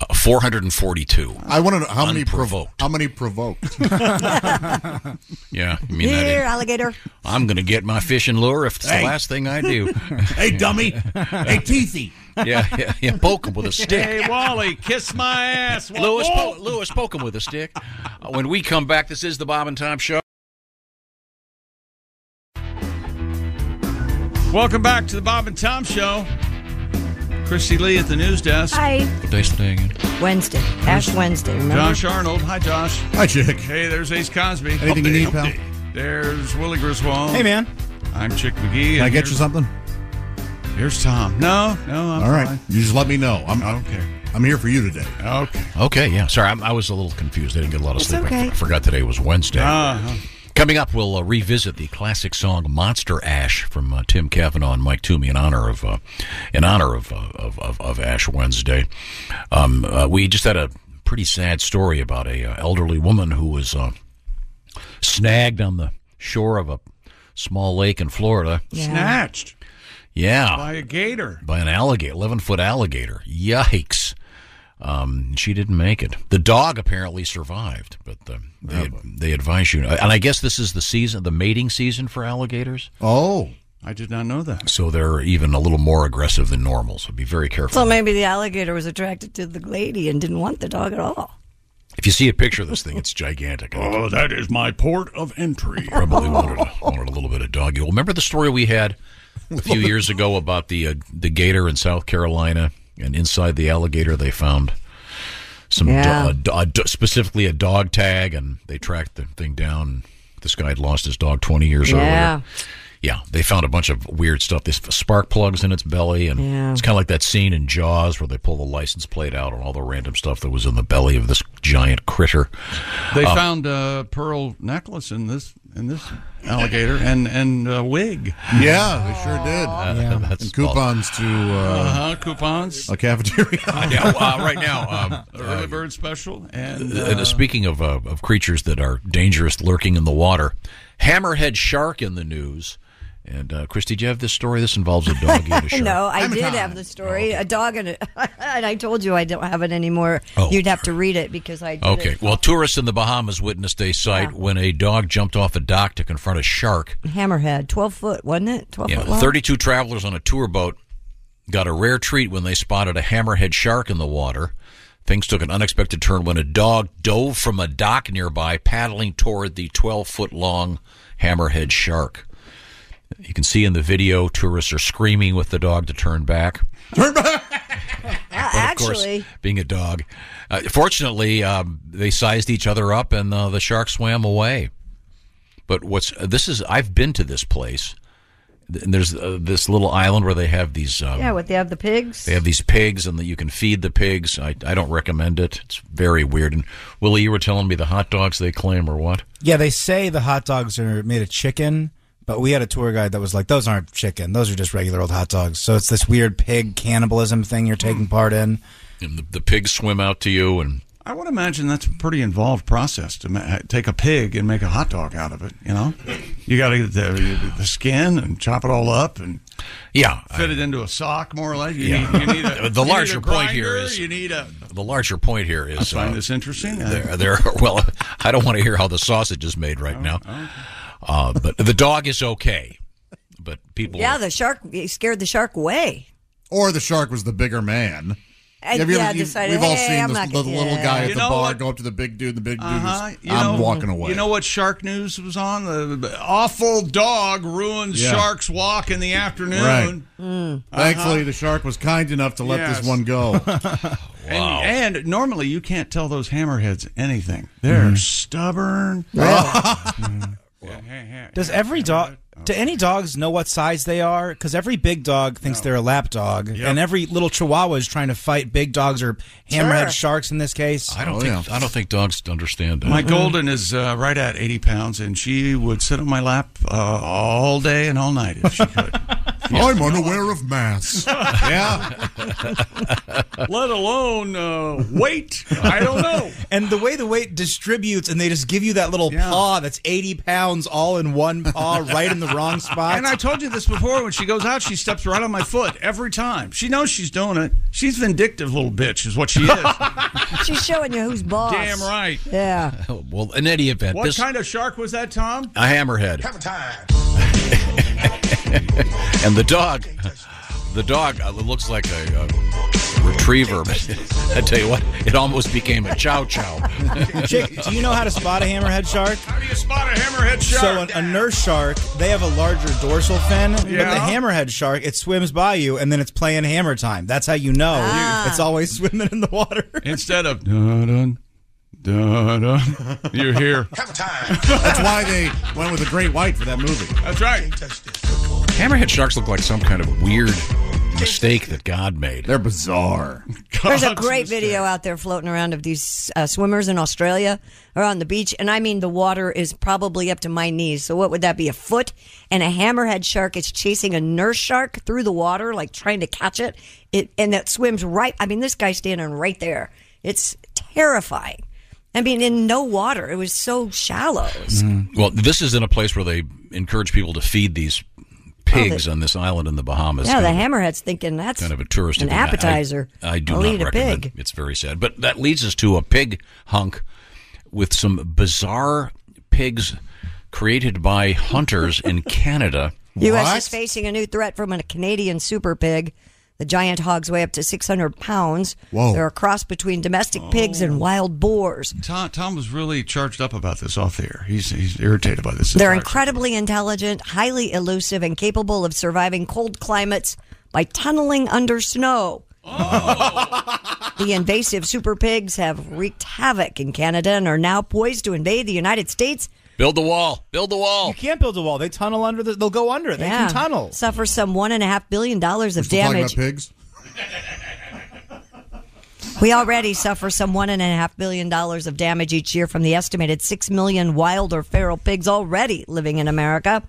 F: Uh, 442.
I: I want to know how many
F: Unprovoked.
I: provoked. How many provoked?
F: Yeah, I mean that
G: Here,
F: is-
G: alligator.
F: I'm going to get my fishing lure if it's
G: Hey.
F: the last thing I do.
I: hey, dummy. Hey, teethy.
F: Yeah, yeah, yeah. Poke him with a stick.
E: Hey, Wally, kiss my ass. Wally.
F: Lewis, po- Lewis, poke him with a stick. Uh, When we come back, this is the Bob and Tom Show.
E: Welcome back to the Bob and Tom Show. Christy Lee at the news desk.
G: Hi.
F: What day's today again?
G: Wednesday. Ash Wednesday, remember?
E: Josh Arnold. Hi, Josh.
I: Hi, Chick.
E: Hey, there's Ace Cosby.
I: Anything you need,
E: Update,
I: pal?
E: update. There's Willie Griswold.
I: Hey, man.
E: I'm Chick McGee.
I: Can I
E: and
I: get
E: here's-
I: you something?
E: Here's Tom. No, no, I'm
I: All right.
E: fine.
I: You just let me know. I'm okay. I'm here for you today.
E: Okay.
F: Okay, yeah. Sorry, I'm, I was a little confused. I didn't get a lot of
I: It's
F: sleep. I
I: okay.
F: f- forgot today was Wednesday.
E: Uh-huh.
F: Coming up, we'll uh, revisit the classic song "Monster Ash" from uh, Tim Cavanaugh and Mike Toomey in honor of uh, in honor of, uh, of, of of Ash Wednesday. Um, uh, we just had a pretty sad story about a uh, elderly woman who was uh, snagged on the shore of a small lake in Florida.
E: Snatched
F: Yeah
E: by a gator.
F: by an alligator, 11 foot alligator. Yikes. Um, she didn't make it. The dog apparently survived, but the,
E: Oh,
F: they, they advise you. And I guess this is the season, the mating season for alligators.
I: Oh.
E: I did not know that.
F: So they're even a little more aggressive than normal. So be very careful.
G: So maybe the alligator was attracted to the lady and didn't want the dog at all.
F: If you see a picture of this thing, it's gigantic.
E: Oh, that is my port of entry.
F: Probably wanted, wanted a little bit of doggy. Well, remember the story we had a few years ago about the uh, the gator in South Carolina, and inside the alligator they found some do-
B: Yeah.
F: a do- a do- specifically a dog tag, and they tracked the thing down. This guy had lost his dog twenty years
B: Yeah.
F: earlier. Yeah, they found a bunch of weird stuff. There's spark plugs in its belly, and
B: Yeah.
F: it's kind of like that scene in Jaws where they pull the license plate out and all the random stuff that was in the belly of this giant critter.
E: They
I: Oh.
F: Um,
E: found a pearl necklace in this in this alligator and and a wig.
I: Yeah, they sure did.
F: Uh, Yeah. That's
I: and coupons to uh,
E: Uh-huh, coupons.
I: a cafeteria.
F: yeah, well, uh, right now, um,
E: early bird special and,
F: And uh, speaking of uh, of creatures that are dangerous, lurking in the water, hammerhead shark in the news. And uh, Christy, do you have this story? This involves a dog and a shark.
G: no, I did have the story. A dog and a, and I told you I don't have it anymore.
F: Oh.
G: You'd have to read it because I did
F: Okay.
G: it.
F: Well, tourists in the Bahamas witnessed a sight when a dog jumped off a dock to confront a shark.
G: Hammerhead, twelve foot, wasn't it? Twelve
F: Yeah,
G: foot long.
F: 32 travelers on a tour boat got a rare treat when they spotted a hammerhead shark in the water. Things took an unexpected turn when a dog dove from a dock nearby, paddling toward the 12 foot long hammerhead shark. You can see in the video, tourists are screaming with the dog to turn back. Turn back!
B: Uh,
F: but of course,
G: actually-
F: being a dog. Uh, fortunately, um, they sized each other up and uh, the shark swam away. But what's this is I've been to this place. and there's uh, this little island where they have these. Um,
G: yeah, what they have the pigs.
F: They have these pigs, and that you can feed the pigs. I, I don't recommend it. It's very weird. And Willie, you were telling me the hot dogs they claim or what?
H: Yeah, they say the hot dogs are made of chicken, but we had a tour guide that was like, "Those aren't chicken; those are just regular old hot dogs." So it's this weird pig cannibalism thing you're taking
E: Hmm.
H: part in.
F: And the, the pigs swim out to you, and
E: I would imagine that's a pretty involved process to ma- take a pig and make a hot dog out of it. You know, you got to get the, the skin and chop it all up and
F: yeah,
E: fit it into a sock more or less. You
F: Yeah.
E: need, you need a,
F: The
E: you need
F: larger
E: a
F: point here
E: grinder,
F: is-
E: you need a
F: the larger point here is uh,
E: I find this interesting.
F: There, there. Well, I don't want to hear how the sausage is made
E: Oh,
F: right now, uh, but the dog is okay. But people,
G: Yeah, the shark he scared the shark away.
I: Or the shark was the bigger man.
G: And,
I: Have you ever-
G: Uh, yeah,
I: you-
G: decided,
I: we've all
G: "Hey,
I: seen
G: I'm
I: this
G: not
I: little,
G: gonna-
I: little
G: yeah."
I: guy at
E: You
I: the
E: know
I: bar
E: what?
I: go up to the big dude, and the big dude
E: Uh-huh.
I: is,
E: You
I: I'm
E: know-
I: walking away.
E: You know what Shark News was on? The- The awful dog ruins
I: Yeah.
E: sharks walk in the afternoon.
I: Right.
F: Mm.
G: Mm.
I: Thankfully,
E: Uh-huh.
I: the shark was kind enough to let
E: Yes.
I: this one go.
E: And, and normally you can't tell those hammerheads anything. They're
I: Mhm.
E: stubborn.
H: Does every dog? Do any dogs know what size they are? Because every big dog thinks they're a lap dog, and every little Chihuahua is trying to fight big dogs or hammerhead
F: Sure.
H: sharks. In this case,
F: I don't
E: Oh,
I: Oh,
F: think I don't think dogs understand. That.
E: My golden is uh, right at 80 pounds, and she would sit on my lap uh, all day and all night if she could.
I: I'm unaware of mass. yeah.
E: Let alone uh, weight. I don't know.
H: And the way the weight distributes, and they just give you that little paw that's eighty pounds all in one paw, right in the wrong spot.
E: And I told you this before. When she goes out, she steps right on my foot every time. She knows she's doing it. She's vindictive little bitch, is what she is.
G: She's showing you who's boss.
E: Damn right.
G: Yeah.
F: Well, in any event,
E: What
F: Oh, this
E: kind of shark was that, Tom?
F: a hammerhead. and the dog, the dog uh, looks like a, a retriever. But I tell you what, it almost became a chow chow.
H: Chick, do you know how to spot a hammerhead shark? How
E: do you spot a hammerhead
H: shark? So an, a nurse shark, they have a larger dorsal fin, but
E: Yeah.
H: the hammerhead shark, it swims by you and then it's playing hammer time. That's how you know it's always swimming in the water.
E: Instead of dun dun dun dun, you're here.
I: That's why they went with the great white for that movie.
E: That's right.
F: Hammerhead sharks look like some kind of weird mistake that God made.
I: They're bizarre.
G: There's a great video out there floating around of these uh, swimmers in Australia or on the beach. And I mean, the water is probably up to my knees. So, what would that be? A foot? And a hammerhead shark is chasing a nurse shark through the water, like trying to catch it. it and that swims right. I mean, this guy's standing right there. It's terrifying. I mean, in no water. It was so shallow. It was-
F: Mm-hmm. Well, this is in a place where they encourage people to feed these pigs on this island in the Bahamas.
G: Oh, Yeah,
F: Kind
G: the
F: of-
G: hammerhead's thinking that's
F: kind of a tourist
G: an
F: event. I-
G: appetizer.
F: I, I do
G: I'll
F: not
G: eat a
F: recommend.
G: pig.
F: It's very sad, but that leads us to a pig hunk with some bizarre pigs created by hunters in Canada.
G: U.S. is facing a new threat from a Canadian super pig. The giant hogs weigh up to 600 pounds.
E: Whoa.
G: They're a cross between domestic pigs
H: Oh.
G: and wild boars.
E: Tom, Tom was really charged up about this off the air. He's, he's irritated by this.
G: They're incredibly intelligent, highly elusive, and capable of surviving cold climates by tunneling under snow.
H: Oh.
G: the invasive super pigs have wreaked havoc in Canada and are now poised to invade the United States.
F: Build the wall. Build the wall.
H: You can't build a wall. They tunnel under the, they'll go under. it. They
G: Yeah.
H: can tunnel.
G: Suffer some one and a half billion dollars of
I: Still talking about
G: damage.
I: pigs?
G: We already suffer some one and a half billion dollars of damage each year from the estimated six million wild or feral pigs already living in America.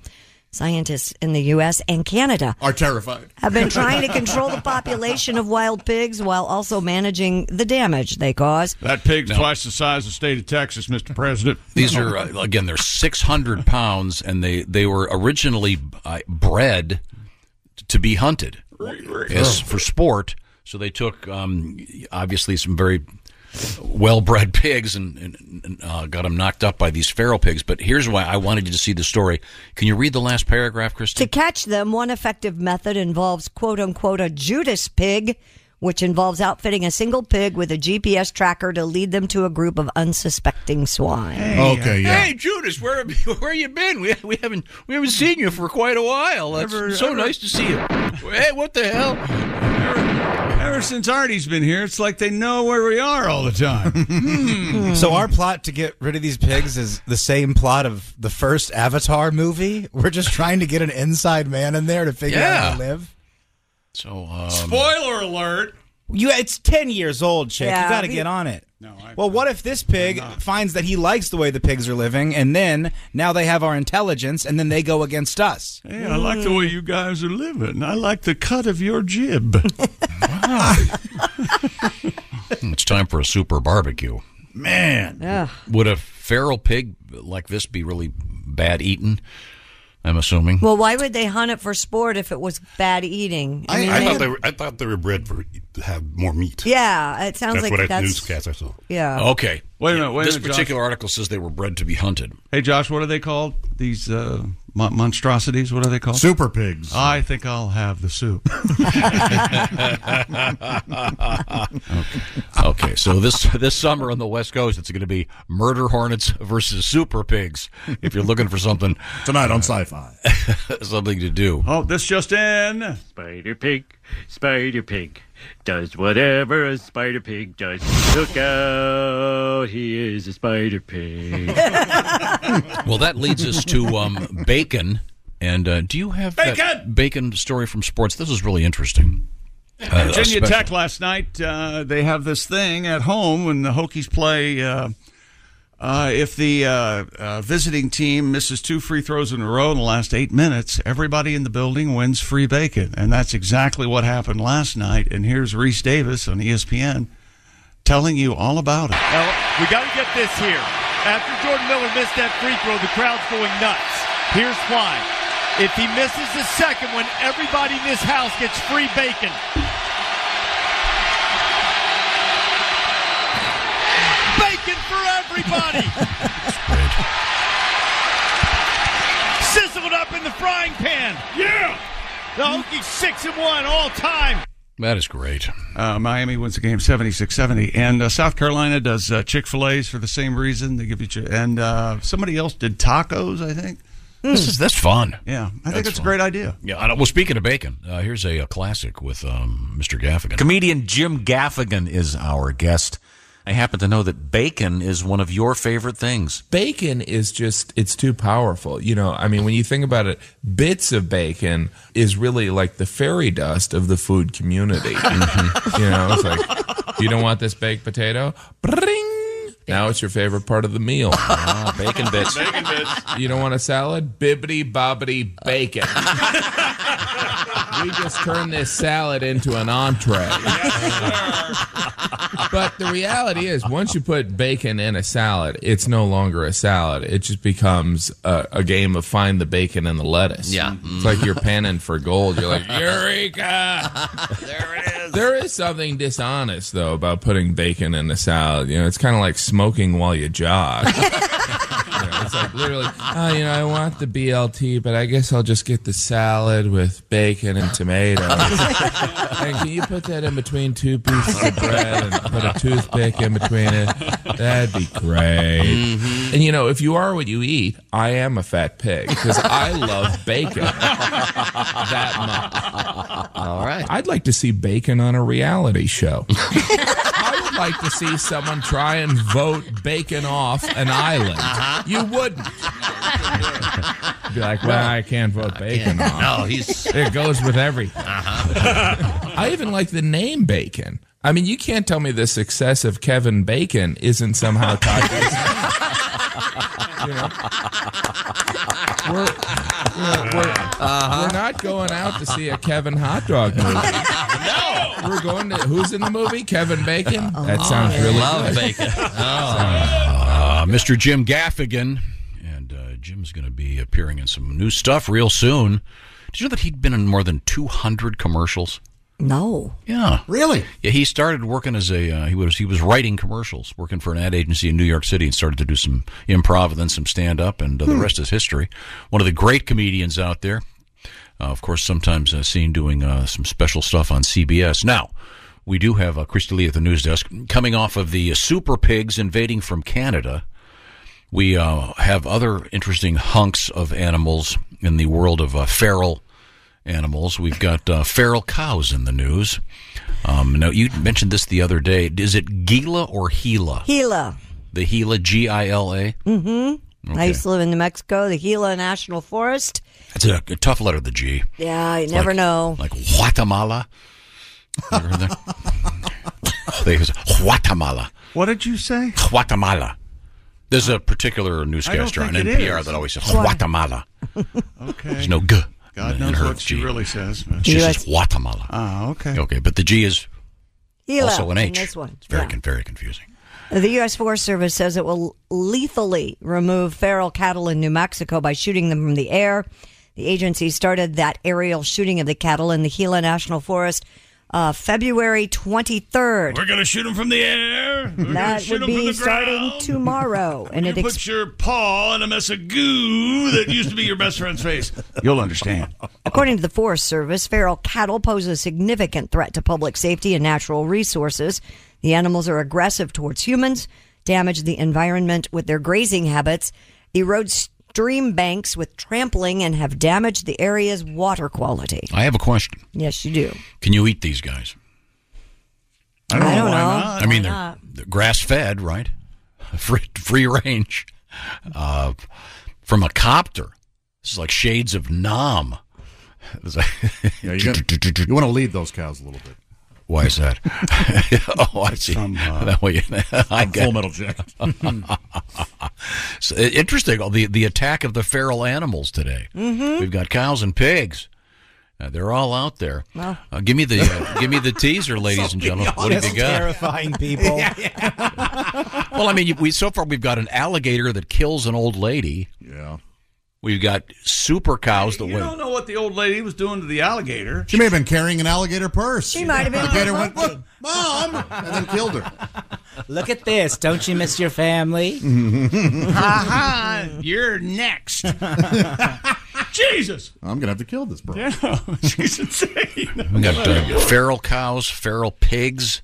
G: Scientists in the U.S. and Canada
I: Are terrified.
G: have been trying to control the population of wild pigs while also managing the damage they cause.
E: That pig's twice the size of the state of Texas, Mr. President.
F: These are uh, again they're 600 pounds, and they they were originally uh, bred to be hunted as
E: Oh.
F: for sport. So they took um, obviously some very well-bred pigs and, and, and, uh, got them knocked up by these feral pigs. But here's why I wanted you to see the story. Can you read the last paragraph, Christy?
G: To catch them, one effective method involves quote unquote a Judas pig, which involves outfitting a single pig with a GPS tracker to lead them to a group of unsuspecting swine.
F: Hey, Judas, where where you been? We, we haven't we haven't seen you for quite a while. That's so nice to see you. Hey, what the hell?
E: Ever since Artie's been here, it's like they know where we are all the time. Hmm.
H: So our plot to get rid of these pigs is the same plot of the first Avatar movie. We're just trying to get an inside man in there to figure out how to
E: Yeah.
H: live.
E: So,
M: um,
E: spoiler alert.
H: You, it's ten years old, chick.
E: Yeah,
H: you got to
E: be-
H: get on it. No, well, what if this pig finds that he likes the way the pigs are living, and then now they have our intelligence, and then they go against us?
E: Hey, I like the way you guys are living. I like the cut of your jib.
F: It's time for a super barbecue.
E: Man.
G: Yeah.
F: Would a feral pig like this be really bad eaten? I'm assuming.
G: Well, why would they hunt it for sport if it was bad eating?
Q: I,
G: mean,
Q: I thought they were. I thought they were bred for to have more meat.
G: Yeah, it sounds
Q: that's
G: like
Q: what I,
G: that's
Q: newscast I saw.
G: yeah.
F: Okay.
E: Wait a minute. Wait
F: this
E: a minute, Josh.
F: particular article says they were bred to be hunted.
E: Hey, Josh, what are they called? These uh, mon- monstrosities? What are they called?
I: Super pigs.
E: I think I'll have the soup.
F: Okay, so this this summer on the West Coast, it's going to be murder hornets versus super pigs. If you're looking for something
I: tonight on Sci-Fi,
F: something to do.
E: oh, this just in.
B: Spider Pig, Spider Pig does whatever a spider pig does. Look out, he is a spider pig.
F: Well, that leads us to um, bacon. And uh, do you have that bacon story from sports? This is really interesting. Uh, a
E: Virginia
F: special-
E: Tech last night, uh, they have this thing at home when the Hokies play. Uh, uh, if the uh, uh, visiting team misses two free throws in a row in the last eight minutes, everybody in the building wins free bacon. And that's exactly what happened last night. And here's Reese Davis on E ESPN telling you all about it.
N: Now, we got to get this here. After Jordan Miller missed that free throw, the crowd's going nuts. Here's why. If he misses the second one, everybody in this house gets free bacon. Bacon for everybody. Sizzled up in the frying pan. Yeah. The Hokies six and one all time.
F: That is great.
E: Uh, Miami wins the game 76 70. And uh, South Carolina does uh, Chick fil A's for the same reason. They give you, chi- and uh, somebody else did tacos, I think.
F: This is that's fun.
E: Yeah, I think it's a
F: fun.
E: great idea.
F: Yeah. I know. Well, speaking of bacon, uh, here's a, a classic with um, Mr. Gaffigan.
T: Comedian Jim Gaffigan is our guest. I happen to know that bacon is one of your favorite things.
U: Bacon is just, it's too powerful. You know, I mean, when you think about it, bits of bacon is really like the fairy dust of the food community.
T: Mm-hmm.
U: You know, it's like, you don't want this baked potato? Bring! Now it's your favorite part of the meal. bacon
T: Ah, bits.
U: Bacon bits. You don't want a salad? Bibbity bobbity bacon. we just turned this salad into an entree. but the reality is, once you put bacon in a salad, it's no longer a salad. It just becomes a, a game of find the bacon and the lettuce.
T: Yeah.
U: It's like you're panning for gold. You're like,
T: Eureka! there it is.
U: there is something dishonest, though, about putting bacon in a salad. You know, it's kind of like smoking while you jog. You know, it's like literally, oh, you know, I want the BLT, but I guess I'll just get the salad with bacon and tomatoes. and can you put that in between two pieces of bread and put a toothpick in between it? That'd be great. And you know, if you are what you eat, I am a fat pig because I love bacon that much. All right. I'd like to see bacon on a reality show. I would like to see someone try and vote bacon off an island. You wouldn't. Be like, well, I can't vote bacon
T: can't.
U: off.
T: No, he's-
U: It goes with everything. I even like the name bacon. I mean, you can't tell me the success of Kevin Bacon isn't somehow tied to his you know? We're, we're, we're- uh-huh. we're not going out to see a Kevin hot dog movie. No, Oh, we're going to. Who's in the movie? Kevin Bacon. That sounds really
F: Oh, love
U: good.
F: bacon. Oh. Uh, Mr. Jim Gaffigan, and uh, Jim's going to be appearing in some new stuff real soon. Did you know that he'd been in more than 200 commercials?
G: No.
F: Yeah.
I: Really?
F: Yeah, he started working as a uh, he was he was writing commercials, working for an ad agency in New York City, and started to do some improv and then some stand up, and uh, the
T: Hmm.
F: rest is history. One of the great comedians out there. Uh, of course, sometimes uh, seen doing uh, some special stuff on CBS. Now, we do have uh, Christy Lee at the news desk coming off of the uh, Super Pigs invading from Canada. We uh, have other interesting hunks of animals in the world of uh, feral animals. We've got uh, feral cows in the news. Um, no, you mentioned this the other day. Is it Gila or Gila?
G: Gila.
F: The Gila, G I L A.
G: Mm-hmm. I
F: Okay.
G: used to live in New Mexico, the Gila National Forest.
F: That's a, a tough letter, the G.
G: Yeah, you never
F: like-
G: know.
F: Like Guatemala. You ever heard that? Oh, they was Guatemala.
E: What did you say?
F: Guatemala. There's a particular newscaster on
E: think it
F: NPR
E: is.
F: that always says
E: Why?
F: Guatemala.
E: Okay.
F: There's no G.
E: God
F: in
E: knows
F: her
E: what she
F: G.
E: really says.
F: She says Guatemala.
I: Ah,
E: Oh, okay.
F: Okay, but the G is
G: Gila.
F: also an H.
G: E in this one.
F: It's very,
G: Yeah.
F: con- very confusing.
G: The U.S. Forest Service says it will lethally remove feral cattle in New Mexico by shooting them from the air. The agency started that aerial shooting of the cattle in the Gila National Forest uh, February 23rd.
D: We're going to shoot them from the air. We're gonna
G: that
D: shoot
G: would
D: 'em from
G: be
D: the
G: starting
D: ground.
G: tomorrow, and
D: You
G: it
D: put your paw in a mess of goo that used to be your best friend's face.
E: You'll understand.
F: Oh,
G: According to the Forest Service, feral cattle pose a significant threat to public safety and natural resources. The animals are aggressive towards humans, damage the environment with their grazing habits, erode stream banks with trampling, and have damaged the area's water quality.
F: I have a question.
G: Yes, you do.
F: Can you eat these guys?
G: I don't I know don't why know. not.
F: I mean,
G: Why
F: they're,
G: not?
F: they're grass fed, right? Free, free range. Uh, from a copter. This is like shades of Nam.
I: Yeah, you, got- you want to lead those cows a little bit.
F: Why is that? oh, I see.
I: From, uh,
F: that way, I
I: from Full
F: get it.
I: Metal Jacket.
F: so, i- interesting. all The the attack of the feral animals today.
G: Mhm.
F: We've got cows and pigs. Uh, they're all out there.
G: Well.
F: Uh, give me the uh, give me the teaser, ladies and gentlemen. What have you uh? got?
H: Terrifying people.
F: Well, I mean, you- we so far we've got an alligator that kills an old lady.
I: Yeah.
F: We've got super cows that
E: You
F: win.
E: don't know what the old lady was doing to the alligator.
I: She may have been carrying an alligator purse.
G: She might have been.
I: Alligator went, "Look, Mom! And then killed her.
H: Look at this. Don't you miss your family?
I: Ah.
D: ha! You're next. Jesus.
I: I'm going to have to kill this bro.
D: Yeah, she's insane.
F: We got uh, feral cows, feral pigs,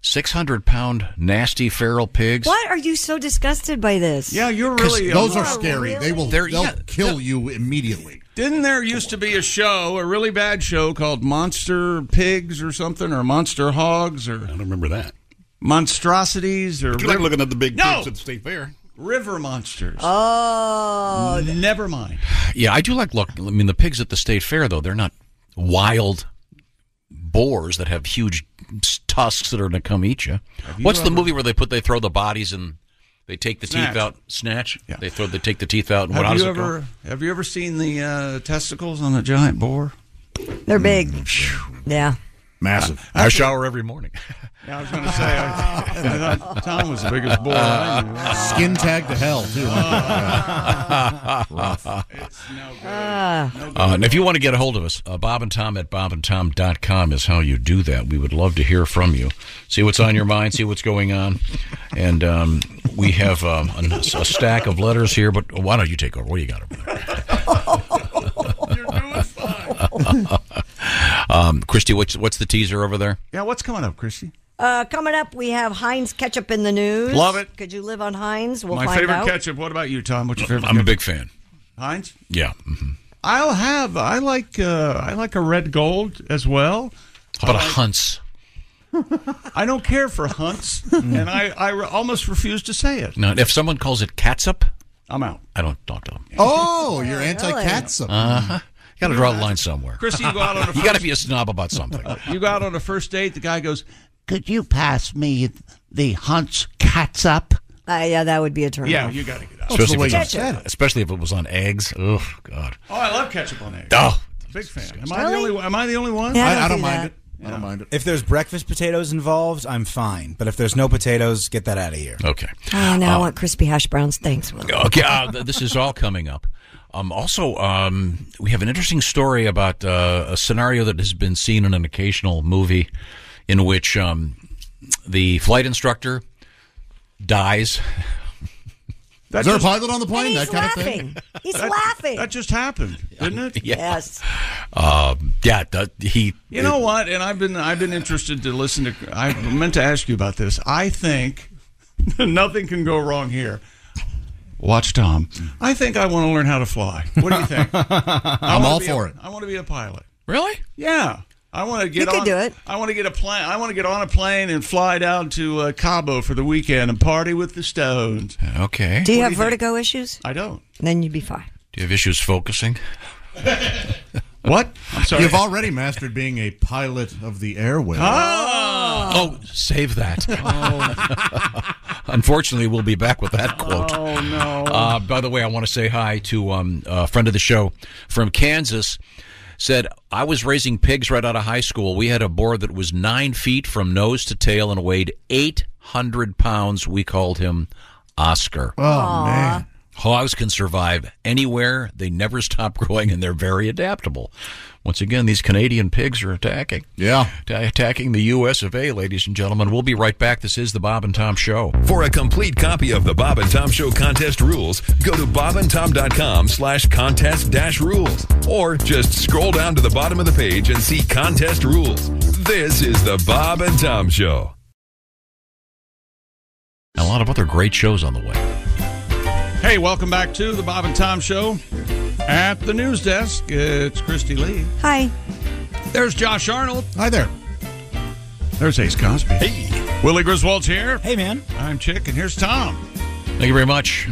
F: six hundred pound nasty feral pigs.
G: Why are you so disgusted by this?
E: Yeah, you're uh,
F: 'Cause really-
I: Those
F: You
I: are
F: are
I: scary. They will
E: They're-
I: they'll
E: yeah.
I: kill you immediately.
E: Didn't there used to be a show, a really bad show called Monster Pigs or something, or Monster Hogs, or I don't
Q: remember that.
E: Monstrosities, or
Q: You're like looking at the big
E: no
Q: pigs at the state fair.
E: river monsters.
G: Oh,
E: never mind.
F: Yeah, I do like look. I mean, the pigs at the state fair though they're not wild boars that have huge s- tusks that are going to come eat you.
E: you
F: What's the
E: ever-
F: movie where they put they throw the bodies and they take the
E: Snatch.
F: teeth out? Snatch. They throw they take the teeth out. And what
E: Have
F: does
E: you
F: it go?
E: ever have you ever seen the uh, testicles on a giant boar?
G: They're big.
I: Mm,
G: Yeah.
I: Massive.
F: I shower every morning.
E: Yeah, I was going to say. I, I thought Tom was the biggest boar. I knew.
I: Skin tag to hell, too.
F: Uh, and if you want to get a hold of us, uh, Bob and Tom at bobandtom.com is how you do that. We would love to hear from you. See what's on your mind, see what's going on. And um, we have um, a, a stack of letters here, but why don't you take over? What do you got over there? um, Christy, what's, what's the teaser over there?
E: Yeah, what's coming up, Christy?
G: Uh, coming up, we have Heinz ketchup in the news.
E: Love it.
G: Could you live on Heinz? We'll
E: My
G: find
E: favorite
G: out.
E: ketchup. What about you, Tom? What's your favorite?
F: I'm a
E: ketchup?
F: big fan.
E: Heinz.
F: Yeah.
E: I'll have. I like. Uh, I like a red gold as well.
F: How about a Hunts?
E: I don't care for Hunts, and I, I re- almost refuse to say it.
F: Now, if someone calls it catsup,
E: I'm out.
F: I don't talk to them.
I: Oh, you're anti-catsup.
F: Uh-huh. Got to draw a line somewhere.
E: Christy, you go out on a
F: You got to be a snob about something.
E: Uh, You go out on a first date. The guy goes,
P: Could you pass me the Hunt's cats up?
G: Uh, yeah, that would be a turn.
E: "Yeah,
G: off.
E: you got to get out."
F: Especially if, it's
G: Ketchup.
F: on, especially if it was on eggs. Oh God.
E: Oh, I love ketchup on eggs.
F: Oh.
E: Big fan. Am I the only? one- Am I the only one?
H: Yeah, I don't I- I don't do mind that.
I: it. I don't mind it.
H: If there's breakfast potatoes involved, I'm fine. But if there's no potatoes, get that out of here.
F: Okay.
G: Oh,
I: Uh,
G: now I want crispy hash browns. Thanks. Will.
F: Okay. Uh, th- this is all coming up. Um, also, um, we have an interesting story about uh, a scenario that has been seen in an occasional movie, in which um, the flight instructor dies.
I: Is there a pilot on the plane? That kind of thing.
G: He's laughing.
E: That just happened, didn't it?
G: Yes.
F: Um, yeah. that- he.
E: You know what? And I've been I've been interested to listen to. I meant to ask you about this. I think nothing can go wrong here. Watch Tom. I think I want to learn how to fly. What do you think? I
I: I'm
E: wanna
I: all
E: be
I: for
E: a-
I: it.
E: I want to be a pilot.
F: Really?
E: Yeah. I want to get
G: You could
E: on.
G: do it.
E: I want to get a plane. I want to get on a plane and fly down to uh, Cabo for the weekend and party with the Stones.
F: Okay.
G: Do you have vertigo issues?
E: I don't.
G: Then you'd be fine.
F: Do you have issues focusing?
E: what? I'm sorry.
I: You've already mastered being a pilot of the airwaves.
E: Ah!
F: Oh, save that. Unfortunately, we'll be back with that quote.
E: Oh, no.
F: Uh, by the way, I want to say hi to um, a friend of the show from Kansas. Said, I was raising pigs right out of high school. We had a boar that was nine feet from nose to tail and weighed 800 pounds. We called him Oscar.
I: Oh, man.
F: Hogs can survive anywhere. They never stop growing and they're very adaptable. Once again, these Canadian pigs are attacking.
I: Yeah.
F: Attacking the U.S. of A, ladies and gentlemen. We'll be right back. This is the Bob and Tom Show.
R: For a complete copy of the Bob and Tom Show contest rules, go to bobandtom.com slash contest dash rules. Or just scroll down to the bottom of the page and see contest rules. This is the Bob and Tom Show.
F: A lot of other great shows on the way.
E: Hey, welcome back to the Bob and Tom Show. At the news desk, it's Christy Lee.
G: Hi.
E: There's Josh Arnold.
I: Hi there.
E: There's Ace Cosby. Hey. Willie Griswold's here. Hey,
H: man.
E: I'm Chick, and here's Tom.
F: Thank you very much,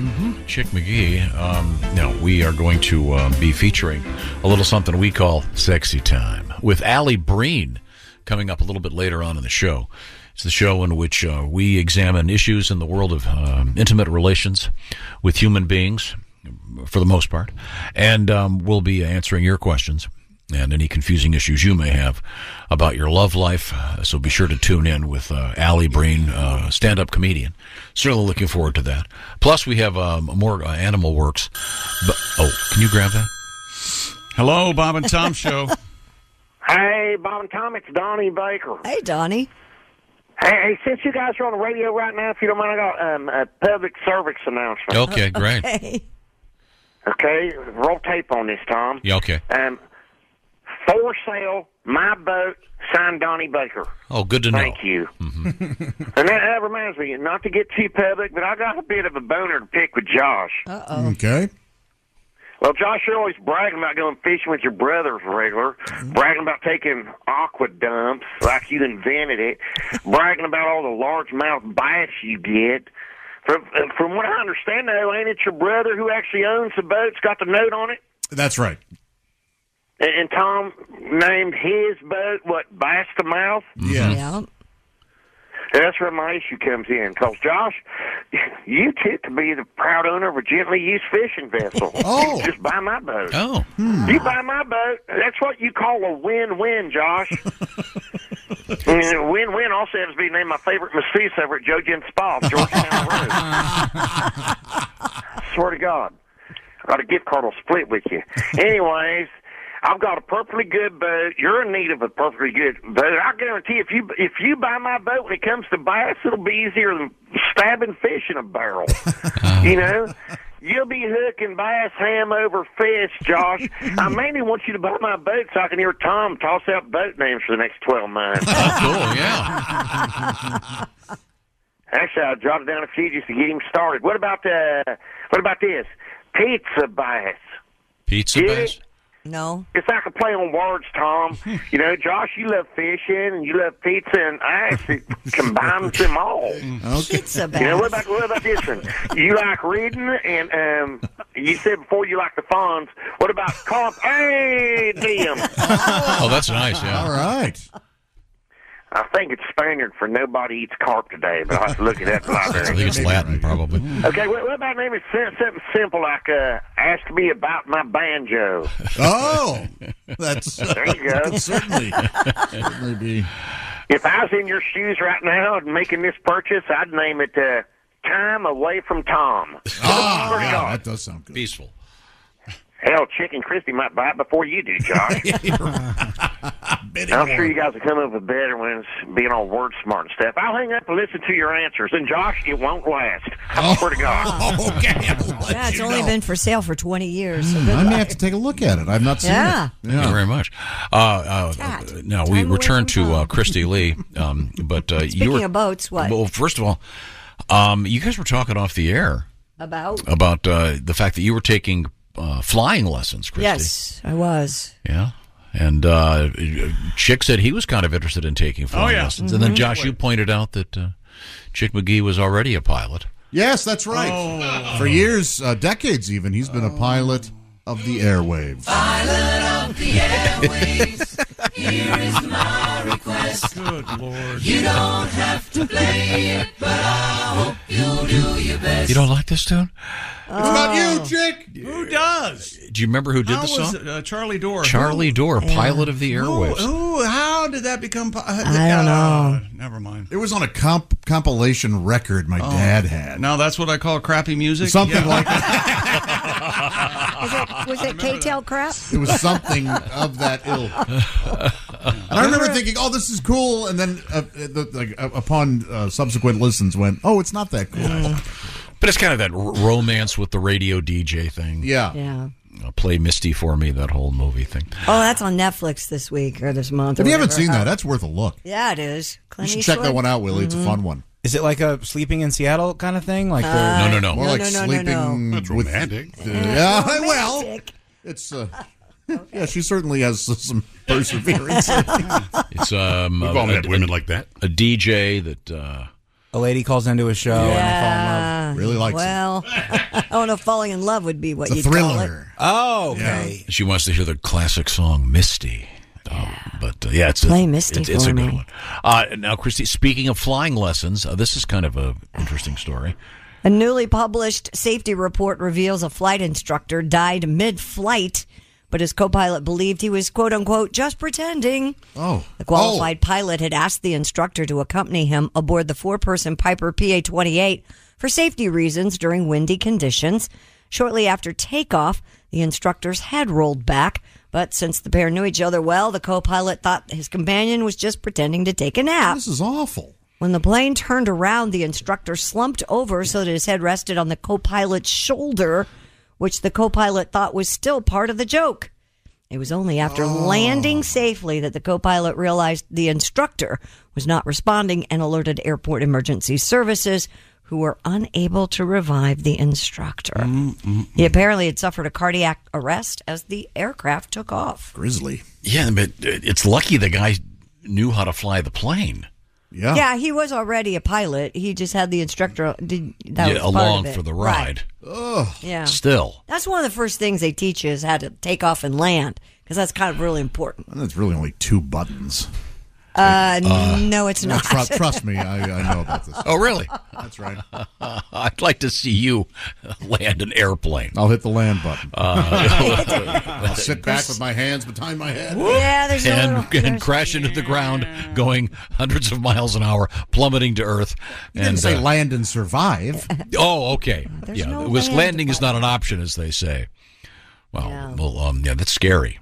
F: Chick McGee. Um, now we are going to uh, be featuring a little something we call "Sexy Time" with Allie Breen coming up a little bit later on in the show. It's the show in which uh, we examine issues in the world of um, intimate relations with human beings, for the most part, and um, we'll be answering your questions and any confusing issues you may have about your love life. Uh, So be sure to tune in with uh, Allie Breen, uh, stand up comedian. Certainly looking forward to that. Plus, we have um, more uh, Animal Works. But, oh, can you grab that?
E: Hello, Bob and Tom Show.
V: Hey, Bob and Tom, it's Donnie Baker.
G: Hey, Donnie.
V: Hey, hey, since you guys are on the radio right now, if you don't mind, I got um, a public service announcement.
F: Okay, great.
V: Okay, roll tape on this, Tom.
F: Yeah, okay.
V: Um, for sale, my boat, signed Donnie Baker.
F: Oh, good to know.
V: Thank you. and that, that reminds me, not to get too public, but I got a bit of a boner to pick with Josh.
G: Uh-oh.
I: Okay.
V: Well, Josh, you're always bragging about going fishing with your brothers regular, bragging about taking aqua dumps like you invented it, bragging about all the largemouth bass you get. From from what I understand, though, ain't it your brother who actually owns the boat's got the note on it?
I: That's right.
V: And, and Tom named his boat what Bass the Mouth.
I: Yeah.
V: And that's where my issue comes in, because Josh, you two could be the proud owner of a gently used fishing vessel.
I: Oh. Hmm.
V: just buy my boat.
F: Oh.
V: You buy my boat. That's what you call a win-win, Josh. And win-win also happens to be named my favorite masseuse over at Jojen Spa, Georgetown Road. Swear to God, I got a gift card. I'll split with you. Anyways. I've got a perfectly good boat. You're in need of a perfectly good boat. I guarantee if you if you buy my boat when it comes to bass, it'll be easier than stabbing fish in a barrel. you know, you'll be hooking bass ham over fish, Josh. I mainly want you to buy my boat so I can hear Tom toss out boat names for the next twelve months.
F: cool, yeah.
V: Actually, I jotted down a few just to get him started. What about uh, what about this pizza bass?
F: Pizza
V: Get it?
F: bass?
G: No.
V: It's like a play on words, Tom. you know, Josh, you love fishing and you love pizza, and I actually combines them all.
I: Okay.
V: You know, what about what about this one? You like reading, and um, you said before you like the Fonz. What about comp? Hey, damn!
F: Oh, that's nice, yeah.
I: All right.
V: I think it's Spaniard for nobody eats carp today, but I have to look it up. in the
F: I think
V: Library.
F: it's Latin, probably.
V: Okay, what, what about naming it something simple like uh, "Ask me about my banjo"?
I: Oh, that's
V: There you go.
I: that's certainly certainly be.
V: If I was in your shoes right now and making this purchase, I'd name it uh, "Time Away from Tom."
I: Oh,
F: Ah.
I: yeah, that does sound good.
F: Peaceful.
V: Hell, Chicken Christie might buy it before you do, Josh. I'm sure you guys will come up with better ones, being all word smart and stuff. I'll hang up and listen to your answers, and Josh, it won't last. I swear to God.
I: okay.
G: Yeah, it's only been for sale for 20 years. So good
I: Hmm, I may
G: luck.
I: have to take a look at it. I've not seen
G: Yeah.
I: it.
F: Thank you very much. Uh, uh,
G: Cat.
F: uh, now we
G: Time away
F: return
G: from
F: to uh, Christy Lee, um, but uh, you
G: Speaking
F: were
G: of boats, what?
F: well. First of all, um, you guys were talking off the air
G: About?
I: Oh,
F: about uh, the fact that you were taking uh, flying lessons, Christy.
G: Yes, I was.
F: Yeah. And uh, Chick said he was kind of interested in taking flying
I: Oh, yeah.
F: lessons. And then
I: Mhm.
F: Josh, you pointed out that uh, Chick McGee was already a pilot.
I: Yes, that's right. For years, uh, decades even, he's been a pilot of the airwaves.
C: Here is my request.
E: Good lord.
C: You don't have to play it, but I hope you do your best.
F: You don't like this tune?
I: Chick.
E: Who does?
F: Do you remember who did
E: How
F: the
E: was
F: song?
E: it? Uh, Charlie Dore.
F: Charlie
E: Who-
F: Dore, pilot of the airwaves.
E: Who? How did that become? po- uh,
F: know.
E: Never mind.
I: It was on a comp- compilation record my dad had.
E: Now that's what I call crappy music.
I: Something like
G: Was it K-tail crap? Oh,
I: It was something of that ilk. And I remember thinking, "Oh, this is cool," and then uh, the, like, uh, upon uh, subsequent listens, went, "Oh, it's not that cool."
F: But it's kind of that r- romance with the radio DJ thing.
I: Yeah.
G: Yeah.
F: Uh, play Misty for me, that whole movie thing.
G: Oh, that's on Netflix this week or this month. or
I: If you haven't
G: whatever.
I: seen that, that's worth a look.
G: Yeah, it is. Clint
I: should check
G: Eastwood.
I: that one out, Willie. It's a
G: Mhm.
I: fun one.
H: Is it like a sleeping in Seattle kind of thing? Like
I: Uh,
H: the-
I: No, no, no. More No, like no, no, no, sleeping no. That's with- romantic. Yeah, Yeah, well, It's uh, yeah, she certainly has some perseverance.
F: It's um,
Q: We've all met women
F: like that. A DJ that uh,
H: a lady calls into a show and they fall in
G: Uh,
H: love.
G: Well, I don't know. if Falling in love would be what you
H: Oh,
G: okay.
F: she wants to hear the classic song Misty. Um, but uh, yeah, it's
G: Play
F: a,
G: Misty
F: It's, it's
G: for
F: a good
G: me.
F: one. Uh, now, Christy, speaking of flying lessons, uh, this is kind of a interesting story.
G: A newly published safety report reveals a flight instructor died mid-flight, but his co-pilot believed he was "quote unquote" just pretending.
I: Oh,
G: The qualified pilot had asked the instructor to accompany him aboard the four person Piper PA 28 for safety reasons during windy conditions. Shortly after takeoff, the instructor's head rolled back, but since the pair knew each other well, the co pilot thought his companion was just pretending to take a nap. This
I: is awful.
G: When the plane turned around, the instructor slumped over so that his head rested on the co pilot's shoulder, which the co pilot thought was still part of the joke. It was only after
I: Oh.
G: landing safely that the co pilot realized the instructor was not responding and alerted airport emergency services, who were unable to revive the instructor.
I: Mm,
G: He apparently had suffered a cardiac arrest as the aircraft took off.
I: Grizzly.
F: Yeah, but uh, it's lucky the guy knew how to fly the plane.
I: Yeah.
G: Yeah, he was already a pilot. He just had the instructor did that
F: Yeah,
G: was part
F: along
G: of it.
F: for the ride.
G: Right.
I: Ugh.
G: Yeah.
F: Still.
G: That's one of the first things they teach you is how to take off and land because that's kind of really important.
I: And it's really only two buttons.
G: Uh,
I: Uh,
G: no, it's
I: no,
G: not.
I: tru- trust me, I, I know about this.
F: Oh, really?
I: That's right.
F: I'd like to see you land an airplane.
I: I'll hit the land button.
F: Uh,
I: I'll sit back with my hands behind my head.
G: Yeah, there's a
F: and,
G: little-
F: and crash into the ground, going hundreds of miles an hour, plummeting to Earth.
I: You
F: and
I: didn't say
F: uh,
I: land and survive.
F: Oh, okay.
G: There's
F: yeah,
G: no
F: it was
G: land
F: landing is not an option, as they say. Well, well, um, yeah, that's scary.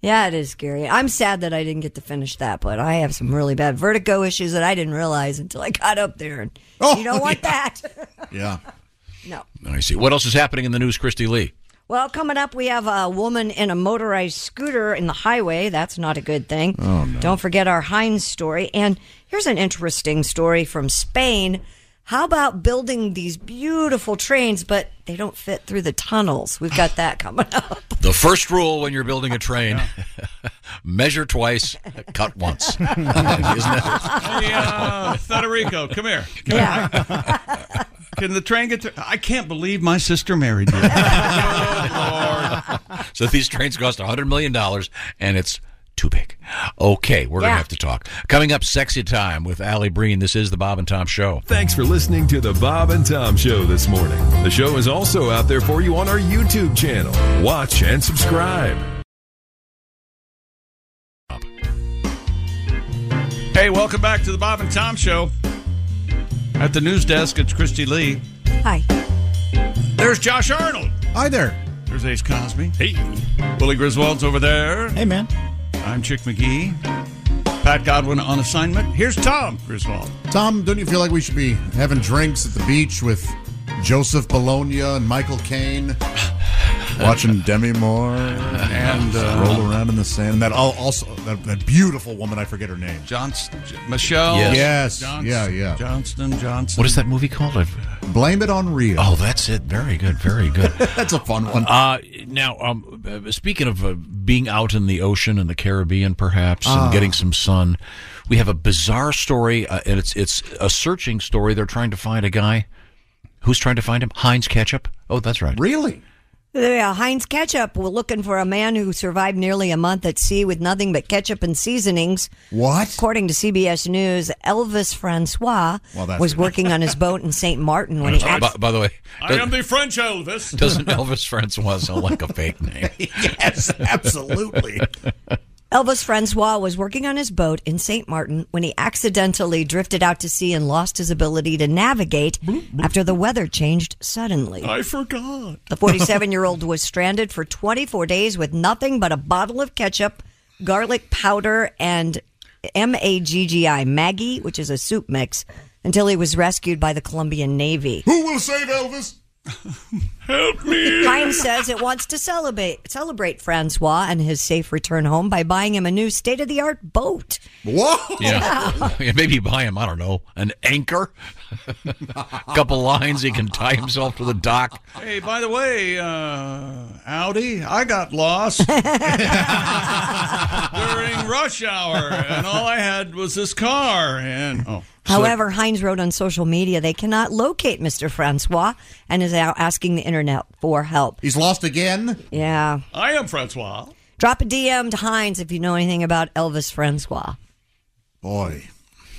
G: Yeah, it is scary. I'm sad that I didn't get to finish that, but I have some really bad vertigo issues that I didn't realize until I got up there. And
F: Oh,
G: you don't want that.
I: Yeah.
G: No.
F: I see. What else is happening in the news, Christy Lee?
G: Well, coming up, we have a woman in a motorized scooter in the highway. That's not a good thing.
F: Oh, no.
G: Don't forget our Heinz story. And here's an interesting story from Spain. How about building these beautiful trains, but they don't fit through the tunnels? We've got that coming up.
F: The first rule when you're building a train: measure twice, cut once. Isn't that-
E: Hey, uh, Federico, come here. Can the train get through? I can't believe my sister married you.
F: So these trains cost $100 million, and it's too big. Okay, we're going
R: Yeah.
F: to have to talk. Coming up, Sexy Time with Ali Breen. This is the Bob and Tom Show.
R: Thanks for listening to the Bob and Tom Show this morning. The show is also out there for you on our YouTube channel. Watch and subscribe.
E: Hey, welcome back to the Bob and Tom Show. At the news desk, it's Christy Lee.
G: Hi.
E: There's Josh Arnold.
I: Hi there.
E: There's Ace Cosby. Hey. Willie Griswold's over there. Hey, man. I'm Chick McGee. Pat Godwin on assignment. Here's Tom Griswold.
I: Tom, don't you feel like we should be having drinks at the beach with Joseph Bologna and Michael Caine? Watching Demi Moore and
E: uh,
I: roll around in the sand. And that al- also that, that beautiful woman, I forget her name.
E: Johnston, Michelle.
I: Yes. Yes.
E: Johnston,
I: Yeah, yeah.
E: Johnston, Johnston.
F: What is that movie called? I've-
I: Blame it on Rio.
F: Oh, that's it. Very good. Very good.
I: that's a fun one.
F: Uh, now, um, uh, speaking of uh, being out in the ocean in the Caribbean, perhaps,
I: Ah.
F: and getting some sun, we have a bizarre story, uh, and it's it's a searching story. They're trying to find a guy who's trying to find him. Heinz ketchup. Oh, that's right.
I: Really?
G: Yeah, Heinz Ketchup. We're looking for a man who survived nearly a month at sea with nothing but ketchup and seasonings.
I: What?
G: According to CBS News, Elvis Francois
F: Well, that's-
G: was working on his boat in St. Martin when he
F: by,
G: accidentally.
F: by the way, does-
D: the French Elvis.
F: doesn't Elvis Francois sound like a fake name?
D: yes, absolutely.
G: Elvis Francois was working on his boat in St. Martin when he accidentally drifted out to sea and lost his ability to navigate after the weather changed suddenly.
D: I forgot.
G: The 47 year old was stranded for 24 days with nothing but a bottle of ketchup, garlic powder, and M A G G I, Maggie, which is a soup mix, until he was rescued by the Colombian Navy.
I: Who will save Elvis?
D: Help me.
G: Heinz says it wants to celebrate celebrate Francois and his safe return home by buying him a new state of the art boat.
I: Whoa!
F: Yeah. Yeah, Maybe buy him, I don't know, an anchor, a couple lines he can tie himself to the dock.
E: Hey, by the way, uh, Audi, I got lost during rush hour, and all I had was this car. And oh,
G: However, Heinz wrote on social media they cannot locate Mr. Francois and is now asking the internet for help.
I: He's lost again?
G: Yeah.
E: I am Francois.
G: Drop a DM to Heinz if you know anything about Elvis Francois.
I: Boy,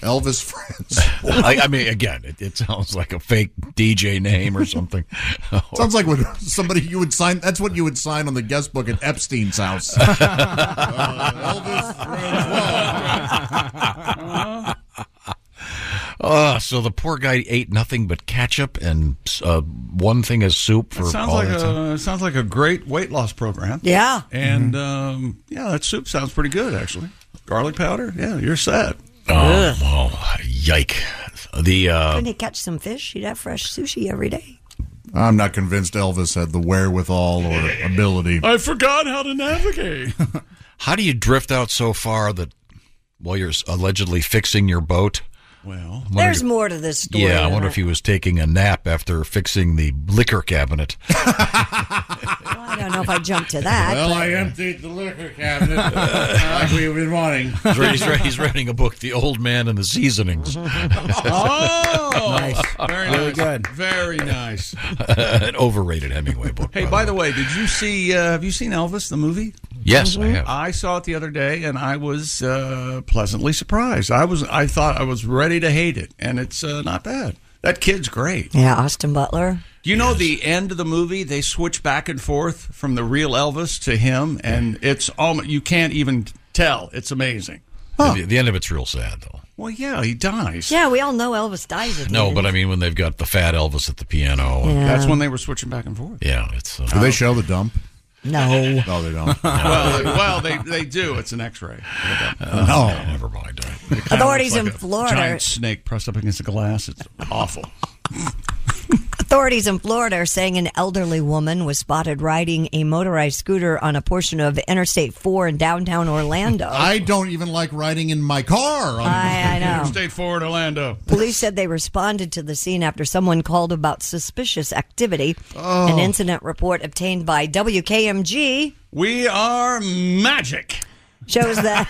I: Elvis Francois.
F: I, I mean, again, it, it sounds like a fake DJ name or something.
I: Sounds like what somebody you would sign. That's what you would sign on the guest book at Epstein's house.
F: Uh,
I: Uh,
F: Oh, so the poor guy ate nothing but ketchup and uh, one thing as soup for
E: That sounds
F: all
E: like
F: that time. Mm-hmm.
E: a sounds like a great weight loss program.
G: Yeah.
E: and um, yeah, that soup sounds pretty good actually. Garlic powder, yeah, you're set.
F: Oh, oh, yike! The uh,
G: Couldn't he catch some fish? He'd have fresh sushi every day.
I: I'm not convinced Elvis had the wherewithal or ability.
E: I forgot how to navigate.
F: how do you drift out so far that while you're allegedly fixing your boat?
E: Well,
G: There's more to this story.
F: Yeah, I
G: than
F: wonder
G: that.
F: if he was taking a nap after fixing the liquor cabinet.
G: I don't know if I jumped to that.
F: Well, I
I: emptied the liquor
F: cabinet, like
I: we've been wanting.
F: He's, re- he's, re- he's writing a book, The Old Man and the Seasonings.
E: Oh, very
F: Really
E: nice.
F: good.
E: very nice.
F: An overrated Hemingway book.
E: Hey, by the way, did you see? Uh, have you seen Elvis the movie?
F: Yes,
G: Mm-hmm.
F: I Mhm. have.
E: I saw it the other day, and I was uh, pleasantly surprised. I was, I thought I was ready to hate it, and it's uh, not bad. That kid's great.
G: Yeah, Austin Butler.
E: Do you know the end of the movie? They switch back and forth from the real Elvis to him, and it's almost you can't even tell. It's amazing.
F: The, the end of it's real sad, though.
E: Well, yeah, he dies.
G: Yeah, we all know Elvis dies. At the
F: No,
G: end.
F: but I mean, when they've got the fat Elvis at the piano. and-
G: Yeah.
E: That's when they were switching back and forth.
F: Yeah, it's. Uh,
I: Do they show the dump?
G: No.
I: No, they don't.
E: well, well, they, they do. It's an X-ray.
I: No.
F: Oh, never mind.
G: Authorities in Florida-
E: Giant snake pressed up against a glass. It's awful.
G: Authorities in Florida are saying an elderly woman was spotted riding a motorized scooter on a portion of Interstate 4 in downtown Orlando.
I: I don't even like riding in my car. On
G: I- I know.
E: Interstate 4 in Orlando.
G: Police said they responded to the scene after someone called about suspicious activity. An incident report obtained by WKMG
E: We are magic.
G: shows that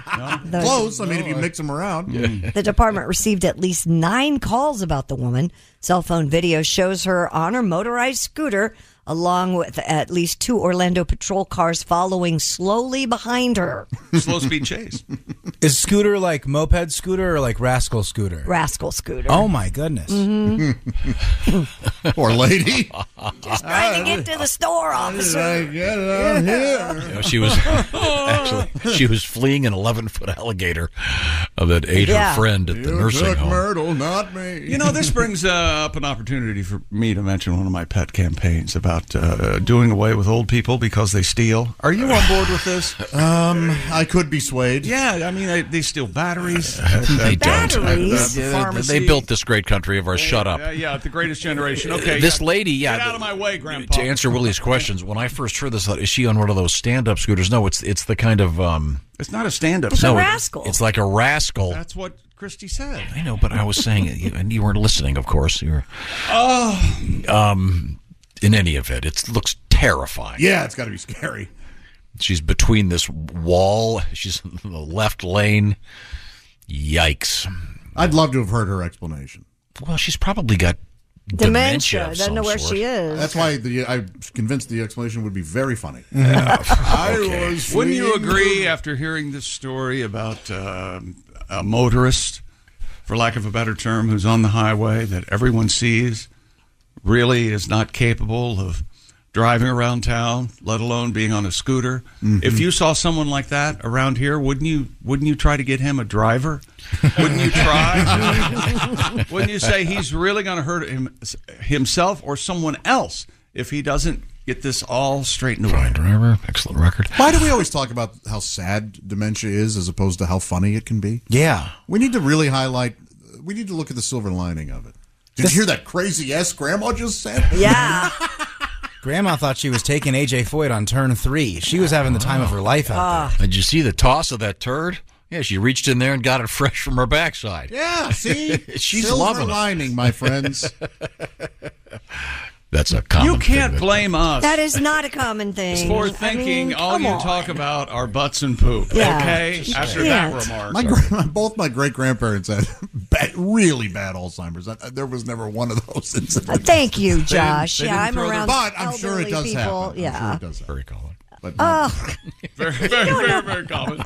G: The-
I: Close. I mean, if you mix them around. Mm.
G: the department received at least nine calls about the woman. Cell phone video shows her on her motorized scooter along with at least two Orlando patrol cars following slowly behind her.
E: Slow speed chase.
H: Is scooter like moped scooter or like rascal scooter?
G: Rascal scooter.
H: Oh my goodness.
G: Mhm.
I: Mm-hmm.
H: Poor lady.
G: Just
H: Ah.
G: trying to get to the store, officer.
I: get out
F: You know, she was actually she was fleeing an eleven foot alligator uh, that ate
E: Yeah.
F: her friend at the
E: You
F: nursing
E: took
F: home.
I: Myrtle, not me.
E: You know, this brings uh, up an opportunity for me to mention one of my pet campaigns about uh, doing away with old people because they steal. Are you on board with this?
I: Um, I could be swayed.
E: Yeah, I mean, they, they steal batteries.
F: They don't.
E: Batteries?
F: They- they-
E: Pharmacy.
F: They built this great country of ours. Shut up.
E: Yeah, yeah, the greatest generation. Okay.
F: This lady, yeah,
E: Get out of my way,
F: To
E: Grandpa.
F: answer Willie's questions, when I first heard this, I thought, is she on one of those stand-up scooters? No, it's it's the kind of um,
E: It's not a stand up.
F: no, it- It's like a rascal.
E: That's what Christy said.
F: I know, but I was saying it, and you weren't listening. Of course, you were.
E: Oh,
F: Um, in any event, it looks terrifying.
I: Yeah, it's got to be scary.
F: She's between this wall. She's in the left lane. Yikes!
I: I'd love to have heard her explanation.
F: Well, she's probably got
G: Dementia. Dementia of Doesn't know some where sort. she is.
I: That's why the, I'm convinced the explanation would be very funny.
E: Okay. Wouldn't you agree after hearing this story about um a motorist, for lack of a better term, who's on the highway that everyone sees really is not capable of driving around town, let alone being on a scooter?
W: Mhm.
E: If you saw someone like that around here, wouldn't you wouldn't you try to get him a driver? wouldn't you try? wouldn't you say he's really going to hurt him, himself or someone else if he doesn't get this all straightened away?
F: driver, excellent record.
I: Why do we always talk about how sad dementia is as opposed to how funny it can be?
H: Yeah.
I: We need to really highlight, we need to look at the silver lining of it. Did you hear that crazy ass grandma just said?
G: Yeah.
H: Grandma thought she was taking AJ Foyt on turn three. She was having the time of her life out
G: Ah.
H: there.
F: Ah. Did you see the toss of that turd? Yeah, she reached in there and got it fresh from her backside.
I: Yeah, see?
F: She's
I: Silver
F: loving it.
I: lining, my friends.
F: That's a common
E: You can't blame us.
G: That is not a common thing.
E: for
G: I
E: thinking
G: mean,
E: all
G: come
E: you
G: on.
E: talk about are butts and poop.
G: Yeah.
E: Okay,
G: You
E: after
G: can't.
E: that remark,
I: My grandma, both my great grandparents had bad, really bad Alzheimer's. I, there was never one of those incidents.
G: Thank you, Josh.
I: They
G: yeah,
I: didn't
G: I'm
I: throw their-
G: around.
I: But I'm sure it
G: elderly
I: does
G: people.
I: happen.
G: Yeah.
I: I'm sure it does happen. Very
F: common.
I: But
G: Oh,
E: very, very, very, very common.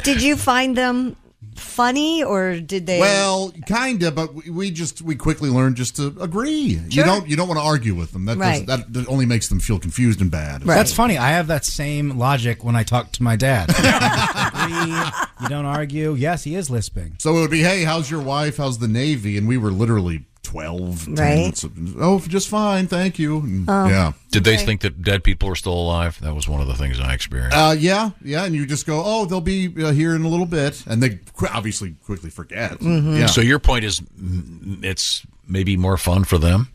G: did you find them funny or did they?
I: Well, kind of, but we- we just we quickly learned just to agree. You
G: Sure.
I: don't you don't want to argue with them. That
G: Right.
I: doesn't that, that only makes them feel confused and bad.
H: That's funny. I have that same logic when I talk to my dad. Agree, you don't argue. Yes, he is lisping.
I: So it would be, hey, how's your wife? How's the Navy? And we were literally 12. 10,
H: Right.
I: so- oh, just fine. Thank you. And,
G: Oh.
I: yeah.
F: Um, Did they think that dead people were still alive? That was one of the things I experienced.
I: Uh, yeah, yeah, and you just go, oh, they'll be uh, here in a little bit, and they qu- obviously quickly forget.
G: Mm-hmm.
I: Yeah.
F: So your point is, mm, it's maybe more fun for them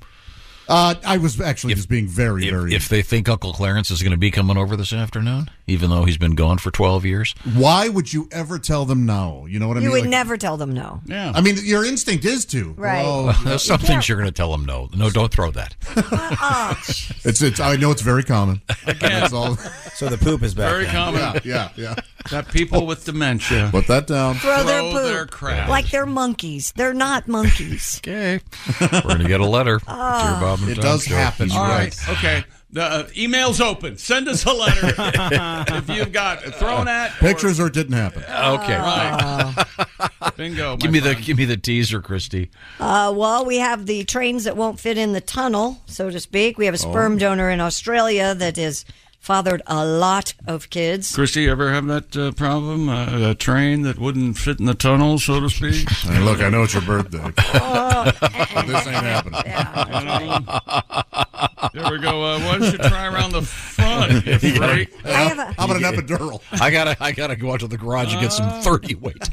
I: uh, I was actually just being very,
F: if,
I: very.
F: if they think Uncle Clarence is going to be coming over this afternoon, even though he's been gone for twelve years.
I: Why would you ever tell them no? You know what I
G: you
I: mean?
G: would
I: Like-
G: never tell them no.
E: Yeah.
I: I mean, your instinct is to.
G: Right.
I: Well,
F: There's some things you're going to tell them no. No, don't throw that.
I: it's it's. I know it's very common. That's all.
H: So the poop is back.
E: Very
H: then.
E: common.
I: Yeah, yeah.
E: That people with dementia
I: put that down.
G: Throw, their
E: Throw
G: poop
E: their crap.
G: like they're monkeys. They're not monkeys.
F: okay. We're going to get a letter.
G: Ah.
F: Dear
E: Ah.
F: Bob and
I: It
F: Tom
I: does
F: Show.
I: happen.
F: He's
E: All
F: right.
E: right. Okay. The uh, email's open. Send us a letter if you've got thrown at.
I: Pictures or it didn't happen.
F: Okay.
E: Right. Bingo.
F: give me the give me the teaser, Christy.
G: Uh, well, we have the trains that won't fit in the tunnel, so to speak. We have a
I: Oh.
G: sperm donor in Australia that has fathered a lot of kids.
E: Christy, you ever have that uh, problem? Uh, a train that wouldn't fit in the tunnel, so to speak?
I: Hey, look, I know it's your
E: Oh,
I: birthday. Oh.
E: uh, this ain't happening.
I: Uh,
E: There we go. Uh, why don't you try around the front? you freak?
I: How about an epidural?
F: I gotta I gotta go out to the garage and get some thirty weight.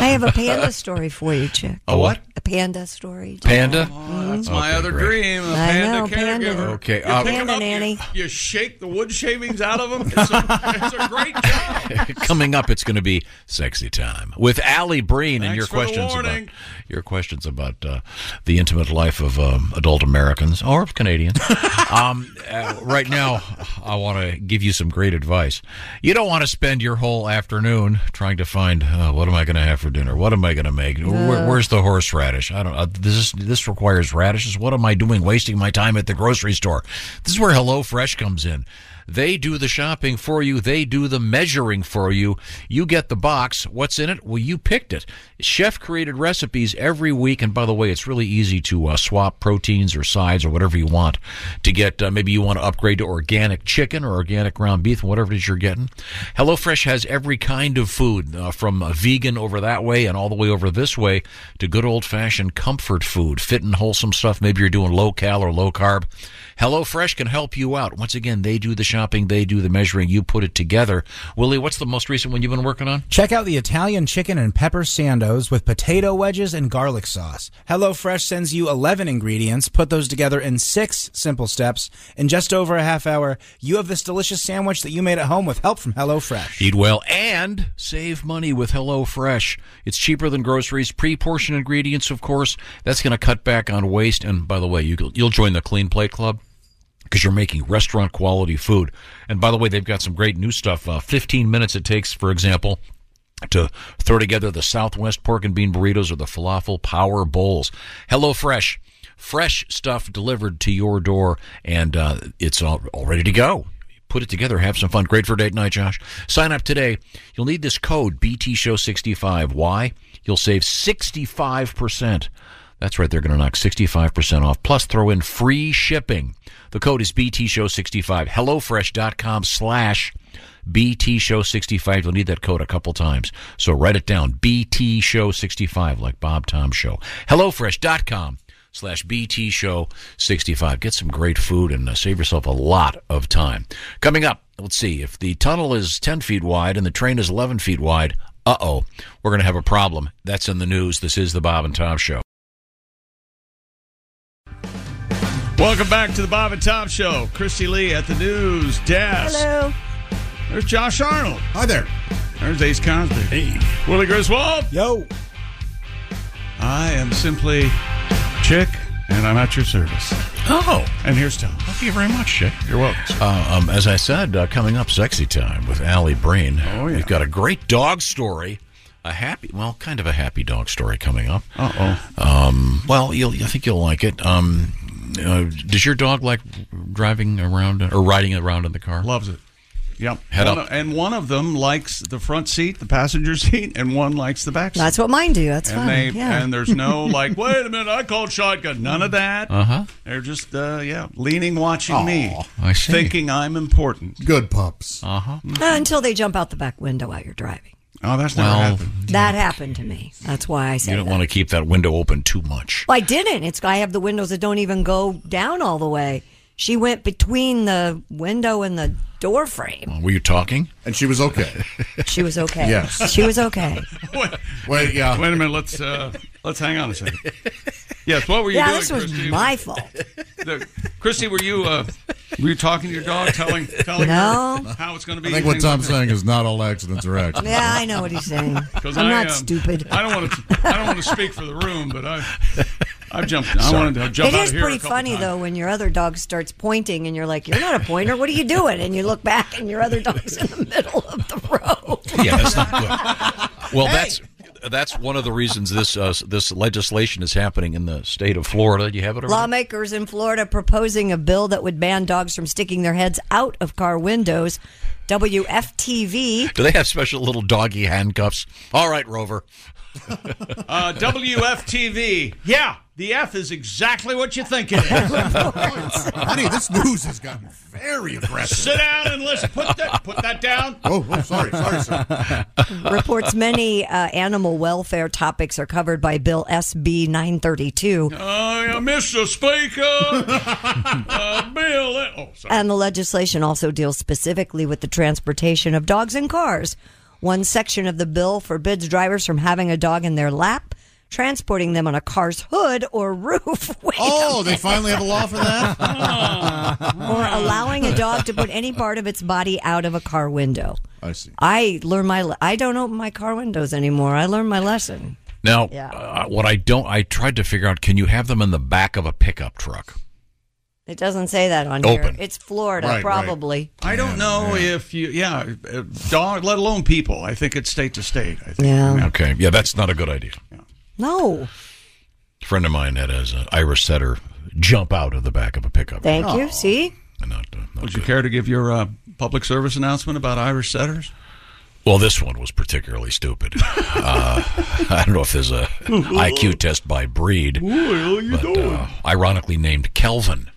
G: I have a panda story for you, Chick.
F: A what?
G: A panda story.
F: Panda.
E: Oh, That's my
F: Okay,
E: other
F: great.
E: dream. A
G: I
E: panda
G: know,
E: caregiver.
G: panda.
F: Okay,
E: You
F: uh,
E: pick 'em
F: Panda
E: up, you-
G: nanny.
E: You, shake the wood shavings out of them. It's a, it's a great job.
F: Coming up, it's going to be sexy time with Allie Breen and
E: Thanks
F: your
E: for the
F: questions about
E: warning.
F: your questions about uh, the intimate life of um, adult Americans or Canadians. um, uh, right now, I want to give you some great advice. You don't want to spend your whole afternoon trying to find uh, what am I going to have for dinner? What am I going to make? Where, where's the horseradish? I don't. Uh, this is, this requires radishes. What am I doing? Wasting my time at the grocery store. This is where HelloFresh comes in. They do the shopping for you. They do the measuring for you. You get the box. What's in it? Well, you picked it. Chef created recipes every week. And by the way, it's really easy to uh, swap proteins or sides or whatever you want to get. Uh, maybe you want to upgrade to organic chicken or organic ground beef, whatever it is you're getting. HelloFresh has every kind of food uh, from uh, vegan over that way and all the way over this way to good old fashioned old-fashioned comfort food, fit and wholesome stuff. Maybe you're doing low cal or low carb. HelloFresh can help you out. Once again, they do the shopping, they do the measuring, you put it together. Willie, what's the most recent one you've been working on?
H: Check out the Italian chicken and pepper sandos with potato wedges and garlic sauce. HelloFresh sends you 11 ingredients. Put those together in six simple steps. In just over a half hour, you have this delicious sandwich that you made at home with help from HelloFresh.
F: Eat well and save money with HelloFresh. It's cheaper than groceries, pre-portioned ingredients, of course. That's going to cut back on waste. And by the way, you, you'll join the Clean Plate Club because you're making restaurant quality food. And by the way, they've got some great new stuff. Uh, 15 minutes it takes, for example, to throw together the Southwest pork and bean burritos or the falafel power bowls. HelloFresh, fresh stuff delivered to your door, and uh, it's all, all ready to go. Put it together, have some fun. Great for date night, Josh. Sign up today. You'll need this code BT Show 65 Why? You'll save 65%. That's right, they're going to knock 65% off, plus throw in free shipping. The code is BTShow65, HelloFresh.com slash BTShow65. You'll need that code a couple times. So write it down, BTShow65, like Bob Tom Show. HelloFresh.com slash BTShow65. Get some great food and uh, save yourself a lot of time. Coming up, let's see, if the tunnel is 10 feet wide and the train is 11 feet wide, uh-oh, we're going to have a problem. That's in the news. This is the Bob and Tom Show.
E: Welcome back to the Bob and Tom Show. Christy Lee at the news desk.
G: Hello.
E: There's Josh Arnold. Hi there. There's Ace Cosby. Hey. Willie Griswold. Yo. I am simply Chick, and I'm at your service.
F: Oh.
E: And here's Tom.
F: Thank you very much, Chick. You're welcome. Uh, um, as I said, uh, coming up, sexy time with Allie Breen. Oh yeah. We've got a great dog story. A happy, well, kind of a happy dog story coming up.
E: Uh
F: Um, well, you'll, I think you'll like it. Um, uh, does your dog like driving around uh, or riding around in the car?
E: Loves it. Yep.
F: Head
E: One
F: up.
E: of- and one of them likes the front seat, the passenger seat, and one likes the back seat.
G: That's what mine do. That's
E: and
G: fine.
E: they
G: yeah.
E: and there's no like, wait a minute, I called shotgun. None of that.
F: Uh-huh.
E: They're just uh, yeah, leaning, watching me,
F: I see.
E: thinking I'm important.
I: Good pups.
F: Uh huh.
G: Uh, until they jump out the back window while you're driving.
E: Oh, that's
F: never Well, happened.
G: That happened to me. That's why I said
F: You don't
G: that.
F: want to keep that window open too much.
G: Well, I didn't. It's I have the windows that don't even go down all the way. She went between the window and the door frame.
F: Were you talking?
I: And she was okay.
G: She was okay.
I: Yes.
G: She was okay.
I: Wait, yeah.
E: Wait a minute. Let's uh, let's hang on a second. Yes. What were you
G: yeah,
E: doing,
G: this was
E: Christy?
G: my fault.
E: The- Christy, were you uh, were you talking to your dog, telling telling
G: No.
E: her how it's going to be?
I: I think what Tom's saying is not all accidents are accidents.
G: Yeah, I know what he's saying. I'm
E: 'Cause
G: not
E: I, um,
G: stupid.
E: I don't want to. I don't want to speak for the room, but I, I've jumped. I
F: Sorry.
E: wanted to jump
G: it
E: out
G: is
E: of here. a
G: pretty
E: couple
G: funny
E: times.
G: though when your other dog starts pointing and you're like, "You're not a pointer. What are you doing?" And you look back and your other dog's in the middle of the road.
F: Yeah, that's not good. Well, that's that's one of the reasons this uh, this legislation is happening in the state of Florida. You have it already.
G: Lawmakers in Florida proposing a bill that would ban dogs from sticking their heads out of car windows. WFTV.
F: Do they have special little doggy handcuffs? All right, Rover.
E: Uh, WFTV. Yeah, the F is exactly what you think it is.
I: Honey, this news has gotten very aggressive.
E: Sit down and let's put that put that down.
I: Oh, oh sorry, sorry, sir.
G: Reports many uh, animal welfare topics are covered by Bill SB 932.
E: I am Mr. Uh, Speaker. uh, Bill. Oh, sorry.
G: And the legislation also deals specifically with the transportation of dogs in cars. One section of the bill forbids drivers from having a dog in their lap, transporting them on a car's hood or roof. Wait a
I: Oh, they
G: minute.
I: finally have a law for that?
G: or allowing a dog to put any part of its body out of a car window.
I: I see.
G: I learned my. le- I don't open my car windows anymore. I learned my lesson.
F: Now,
G: Yeah.
F: uh, what I don't, I tried to figure out: can you have them in the back of a pickup truck?
G: It doesn't say that on here.
F: Open.
G: It's Florida,
F: Right, right.
G: probably.
E: I don't know if you, yeah, uh, dog, let alone people. I think it's state to state. I think.
G: Yeah.
F: Okay, yeah, that's not a good idea.
G: No.
F: A friend of mine had as an Irish setter jump out of the back of a pickup.
G: Thank
I: Oh.
F: truck.
G: you. See.
E: Would you care to give your uh, public service announcement about Irish setters?
F: Well, this one was particularly stupid. uh, I don't know if there's a IQ test by breed.
E: Well, you
F: but, uh, ironically named Kelvin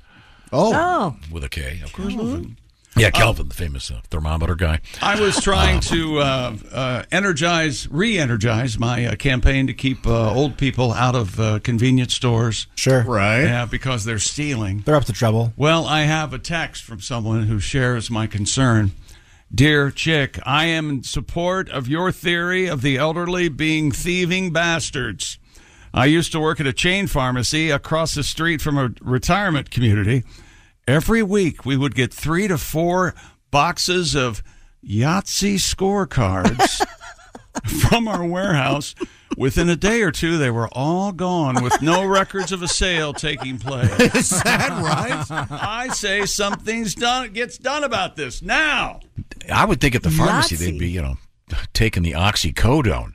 I: Oh.
G: Oh.
F: with a K, of course. Yeah, Calvin, the famous uh, thermometer guy.
E: I was trying to uh, uh, energize, re-energize my uh, campaign to keep uh, old people out of uh, convenience stores.
H: Sure. Right.
E: Yeah, because they're stealing.
H: They're up to trouble.
E: Well, I have a text from someone who shares my concern. Dear Chick, I am in support of your theory of the elderly being thieving bastards. I used to work at a chain pharmacy across the street from a retirement community. Every week, we would get three to four boxes of Yahtzee scorecards from our warehouse. Within a day or two, they were all gone with no records of a sale taking place.
C: Is that right?
E: I say something's done gets done about this now.
F: I would think at the pharmacy they'd be, you know, taking the oxycodone.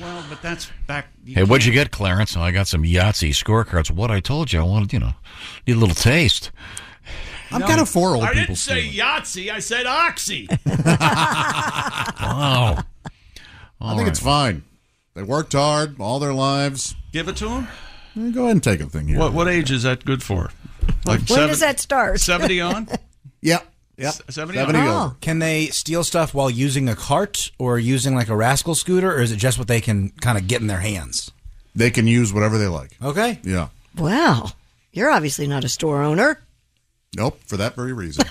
E: Well, but that's back.
F: hey, what'd you get, Clarence? Oh, I got some Yahtzee scorecards. What I told you, I wanted, you know, need a little taste.
I: I'm kind of for old
E: I
I: people.
E: didn't say Yahtzee. I said Oxy.
F: Wow.
I: I think it's fine. They worked hard all their lives. Eh,
E: Give it to them.
I: Go ahead and take a thing here.
E: What what age is that good for? Like
G: When does that start?
E: 70 on?
H: Yeah.
E: Yeah.
H: Yeah.
E: 70 70 over. over.
H: Can they steal stuff while using a cart or using like a rascal scooter, or is it just what they can kind of get in their hands?
I: They can use whatever they like.
H: Okay.
I: Yeah.
G: Wow. You're obviously not a store owner.
I: Nope. For that very reason.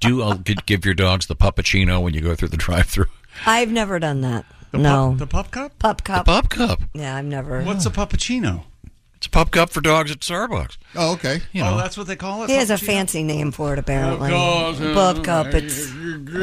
F: Do you uh, g- give your dogs the puppuccino when you go through the drive-through?
G: I've never done that. no.
E: the pup cup?
G: Pup cup.
F: The pup cup.
G: Yeah, I've never.
E: What's a puppuccino?
F: It's a pup cup for dogs at Starbucks.
I: Oh, okay.
F: You
E: Oh,
F: know.
E: that's what they call it.
G: He has a
E: Puppuccino?
G: fancy name for it, apparently.
E: Pup cup.
G: Pup cup. It's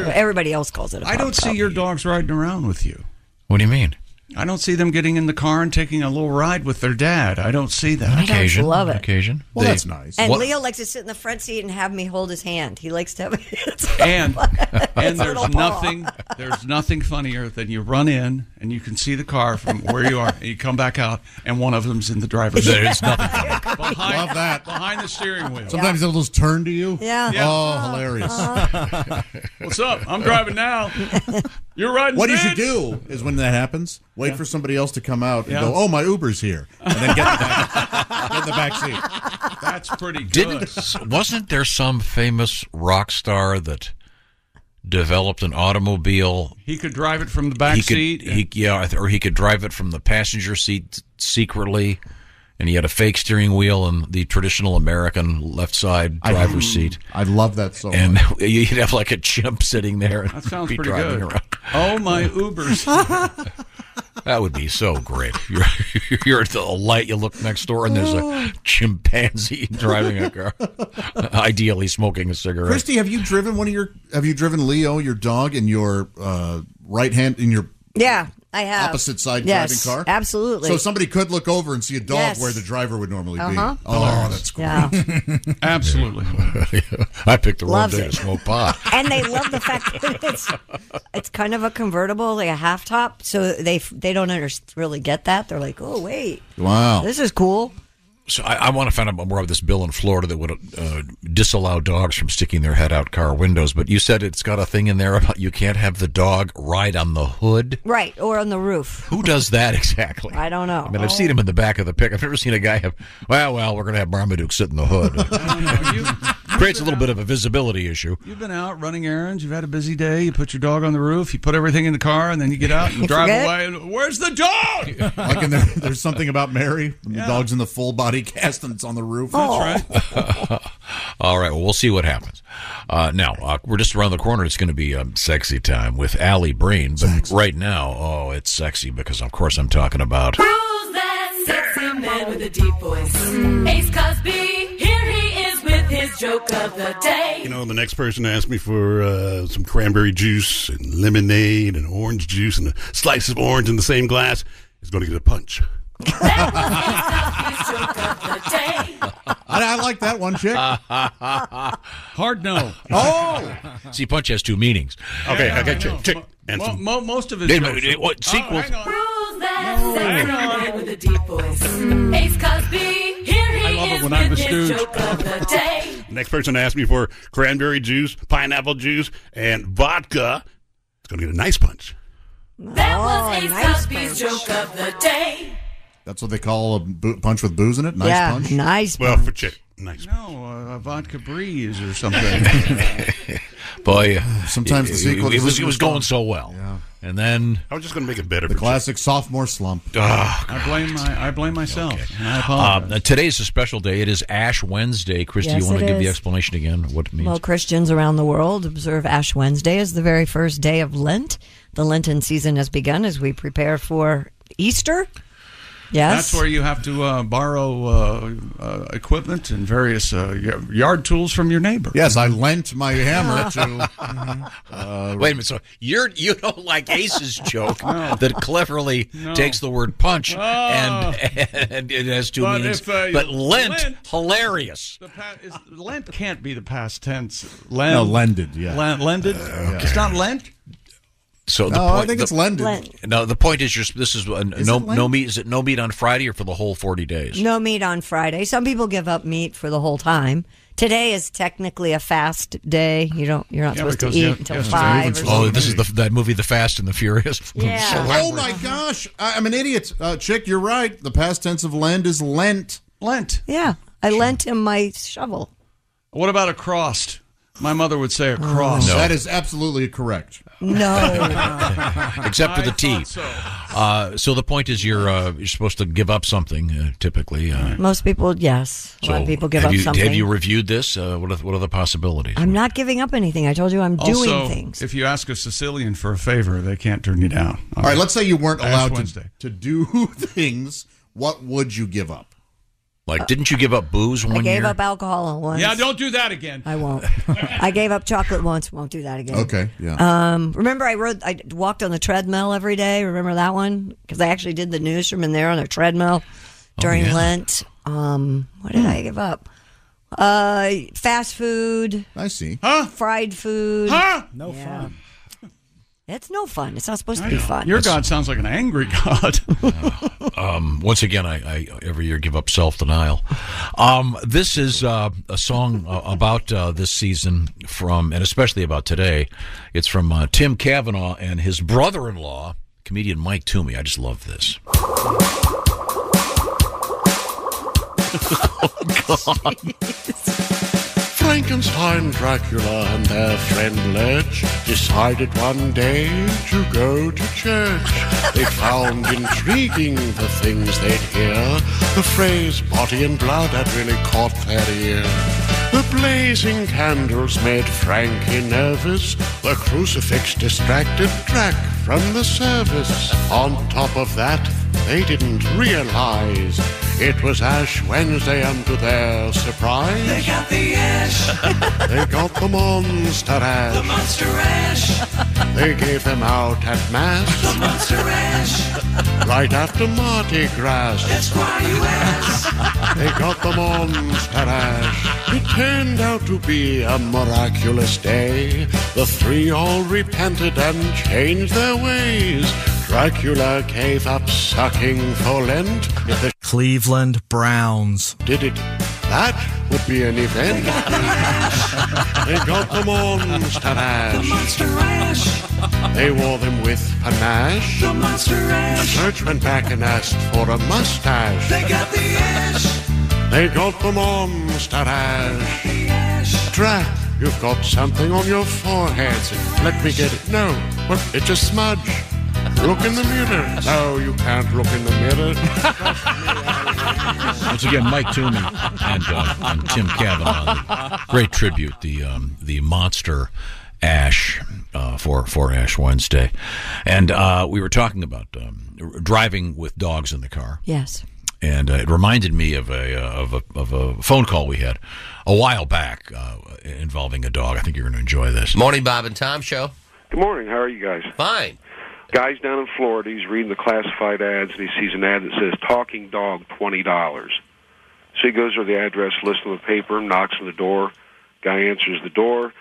G: everybody else calls it. I
E: I don't see your dogs riding around with you.
F: What do you mean?
E: I don't see them getting in the car and taking a little ride with their dad. I don't see that.
G: dogs Occasion. love it.
F: Occasion.
I: Well,
E: They-
I: that's nice.
G: And
E: What-
G: Leo likes to sit in the front seat and have me hold his hand. He likes to have
E: and and there's
G: His little paw.
E: nothing there's nothing funnier than you run in and you can see the car from where you are and you come back out and one of them's in the driver's seat.
F: There's nothing.
E: behind,
I: Love that.
E: behind the steering wheel.
I: Sometimes they'll just turn to you.
G: Yeah. Uh-huh.
E: Yeah.
I: Oh, hilarious.
E: What's up? I'm driving now. You're riding.
I: What you should
E: bitch.
I: do is when that happens, wait for somebody else to come out and
E: Yeah.
I: go, "Oh, my Uber's here," and then get in the back, get in the back seat.
E: That's pretty good.
F: Didn't wasn't there some famous rock star that developed an automobile?
E: He could drive it from the back
F: he could,
E: seat.
F: he, yeah, or he could drive it from the passenger seat secretly, and he had a fake steering wheel and the traditional American left side
I: I-
F: driver's seat,
I: I love that so
F: and
I: much.
F: you'd have like a chimp sitting there. And
E: that sounds
F: be
E: pretty
F: driving
E: good.
F: Around.
E: Oh my Uber's.
F: That would be so great. You're, you're at the light, you look next door, and there's a chimpanzee driving a car, ideally smoking a cigarette.
I: Christy, have you driven one of your? Have you driven Leo, your dog, in your uh, right hand in your
G: Yeah, I have.
I: opposite side
G: yes,
I: driving car?
G: Absolutely.
I: So somebody could look over and see a dog
G: Yes.
I: where the driver would normally
G: Uh-huh.
I: be. Oh, that's cool.
G: yeah.
E: Absolutely.
F: I picked the wrong
G: Loves
F: day
G: it.
F: to smoke pot.
G: and they love the fact that it's it's kind of a convertible, like a half top. So they they don't under, really get that. They're like, oh wait,
I: Wow.
G: this is cool.
F: So I, I want to find out more of this bill in Florida that would uh, disallow dogs from sticking their head out car windows. But you said it's got a thing in there about you can't have the dog ride on the hood.
G: Right, or on the roof.
F: Who does that exactly?
G: I don't know.
F: I mean, I've seen him in the back of the pick. I've never seen a guy have. Well, well, we're going to have Marmaduke sit in the hood. Creates a little bit of a visibility issue.
E: You've been out running errands. You've had a busy day. You put your dog on the roof. You put everything in the car, and then you get out and
G: You
E: drive
G: forget?
E: away. And, Where's the dog? That's
I: Like in there, there's something about Mary when
E: Yeah.
I: the dog's in the full body cast and it's on the roof.
G: Oh.
E: right.
F: All right. Well, we'll see what happens. Uh, now uh, we're just around the corner. It's going to be um, sexy time with Allie Breen. But right now, oh, it's sexy because of course I'm talking about.
C: Who's that sexy man with a deep voice? Ace Cosby, here he is with his joke of the day.
Q: You know, the next person asked me for uh, some cranberry juice and lemonade and orange juice and a slice of orange in the same glass is going to get a punch.
C: His joke of the day.
I: I, I like that one chick.
E: Hard no.
I: oh,
F: See, punch has two meanings. Okay,
E: Yeah,
F: okay,
E: I know.
F: check, check.
Q: And
E: Mo-
Q: some
E: mo- Oh, most of his
F: Wait a
E: jokes
F: minute,
E: are-
F: what,
E: Oh,
F: sequels?
E: hang on.
C: Who's that sexy man with a deep voice? Ace Cosby, here he
E: I love it
C: is
E: when I'm
C: with
E: a
C: his
E: stooge.
C: joke of the day.
Q: next person asked me for cranberry juice, pineapple juice, and vodka. It's going to get a nice punch.
C: That was
G: Oh,
C: Ace
G: nice
C: Cosby's joke of the day.
I: That's what they call a bo- punch with booze in it. Nice
G: yeah,
I: punch.
G: nice.
I: for
Q: chick. Nice.
E: No, uh, a vodka breeze or something.
F: Boy, uh,
I: Sometimes the
F: it-
I: sequel
F: It,
I: to
F: was
I: Sister
F: it was
I: Storm.
F: going so well, and then
Q: I was just going to make it better.
I: The classic sophomore slump.
F: Ah,
E: I blame my I blame myself. And I apologize.
F: Um, uh, today's a special day. It is Ash Wednesday. Christy,
G: Yes,
F: you want to
G: it
F: give the
G: is.
F: explanation again of what it means?
G: Well, Christians around the world observe Ash Wednesday as the very first day of Lent. The Lenten season has begun as we prepare for Easter. Yes.
E: That's where you have to uh, borrow uh, uh, equipment and various uh, y- yard tools from your neighbor.
I: Yes, I lent my hammer to.
G: Mm-hmm.
I: uh,
F: Wait a minute. So you're you don't like Ace's joke that cleverly
E: No.
F: takes the word punch
E: Oh.
F: and, and it has two
E: But
F: meanings.
E: if, uh,
F: but Lent,
E: Lent-
F: hilarious.
E: The pa- is, Lent can't be the past tense. Lent,
F: No,
I: lended, yeah. Uh,
E: Lent, lended. It's not Lent.
F: So the
E: No, I
F: point,
E: think
F: the-
E: it's Lenten. Lent.
F: No, the point is, you're, this is, uh,
G: Is
F: no
G: it Lent?
F: no meat. Is it no meat on Friday or for the whole forty days?
G: No meat on Friday. Some people give up meat for the whole time. Today is technically a fast day. You don't. You're not
F: Yeah,
G: supposed to
F: because
G: eat
F: ye-
G: until
F: yesterday
G: five.
F: was-
G: Or
F: Oh,
G: something.
F: this is the that movie, The Fast and the Furious.
G: Yeah.
I: oh my gosh! I, I'm an idiot, uh, chick. You're right. The past tense of lend is lent.
E: Lent.
G: Yeah, I lent him my shovel.
E: What about a crossed? My mother would say a
G: Oh.
E: crossed.
I: That is absolutely correct.
F: except for
E: I
F: the T.
E: thought so.
F: Uh, so the point is, you're uh, you're supposed to give up something uh, typically. Uh,
G: Most people, yes. A lot
F: so
G: of people give
F: have
G: up
F: you,
G: something.
F: Have you reviewed this? Uh, what are, what are the possibilities?
G: I'm not giving up anything. I told you I'm
E: Also,
G: doing things.
E: if you ask a Sicilian for a favor, they can't turn you down.
I: All right. Let's say you weren't
E: Ash
I: allowed
E: Wednesday.
I: to, to do things. What would you give up?
F: Like, didn't you give up booze
G: I gave up alcohol once.
E: Yeah, don't do that again.
G: I won't. I gave up chocolate once. Won't do that again.
I: Okay, yeah.
G: Um, remember, I rode. I walked on the treadmill every day. Remember that one? Because I actually did the newsroom in there on a treadmill during
A: yeah.
G: Lent. Um, what did I give up? Uh, fast food.
I: I see.
E: Huh?
G: Fried food.
E: Huh?
G: No fun. It's no fun. It's not supposed to
E: I
G: be
E: know.
G: fun.
E: Your God sounds like an angry God.
F: Um, once again, I, I every year give up self denial. Um, this is uh, a song uh, about uh, this season from, and especially about today. It's from uh, Tim Kavanaugh and his brother in law, comedian Mike Toomey. I just love this.
G: oh,
M: Frankenstein, Dracula, and their friend Ledge decided one day to go to church. They found intriguing the things they'd hear. The phrase body and blood had really caught their ear. The blazing candles made Frankie nervous. The crucifix distracted Drac from the service. On top of that, they didn't realize it was Ash Wednesday, and to their surprise,
C: They got the ash.
M: they got the monster ash.
C: The monster ash.
M: They gave them out at mass. The monster ash. Right after Mardi Gras. That's why you ask. They got the monster ash. It turned out to be a miraculous day. The three all repented and changed their ways. Dracula gave up sucking for Lent. The Cleveland Browns did it. That would be an event. They got the monster ash. They wore them with panache. The monster ash. The church went back and asked for a mustache. They got the ash. They got the monster ash. Drac, you've got something on your forehead. Let me get it. No, what? It's a smudge. Look in the mirror. No, you can't look in the mirror.
F: Once again, Mike Toomey and, uh, and Tim Kavanaugh. Great tribute, the um, the monster Ash uh, for for Ash Wednesday, and uh, we were talking about um, r- driving with dogs in the car,
G: Yes.
F: and uh, it reminded me of a, uh, of a of a phone call we had a while back uh, involving a dog. I think you're going to enjoy this.
W: Morning, Bob and Tom show.
L: Good morning. How are you guys?
W: Fine.
L: Guy's down in Florida. He's reading the classified ads, and he sees an ad that says "Talking Dog, twenty dollars." So he goes to the address, lists on the paper, knocks on the door. Guy answers the door.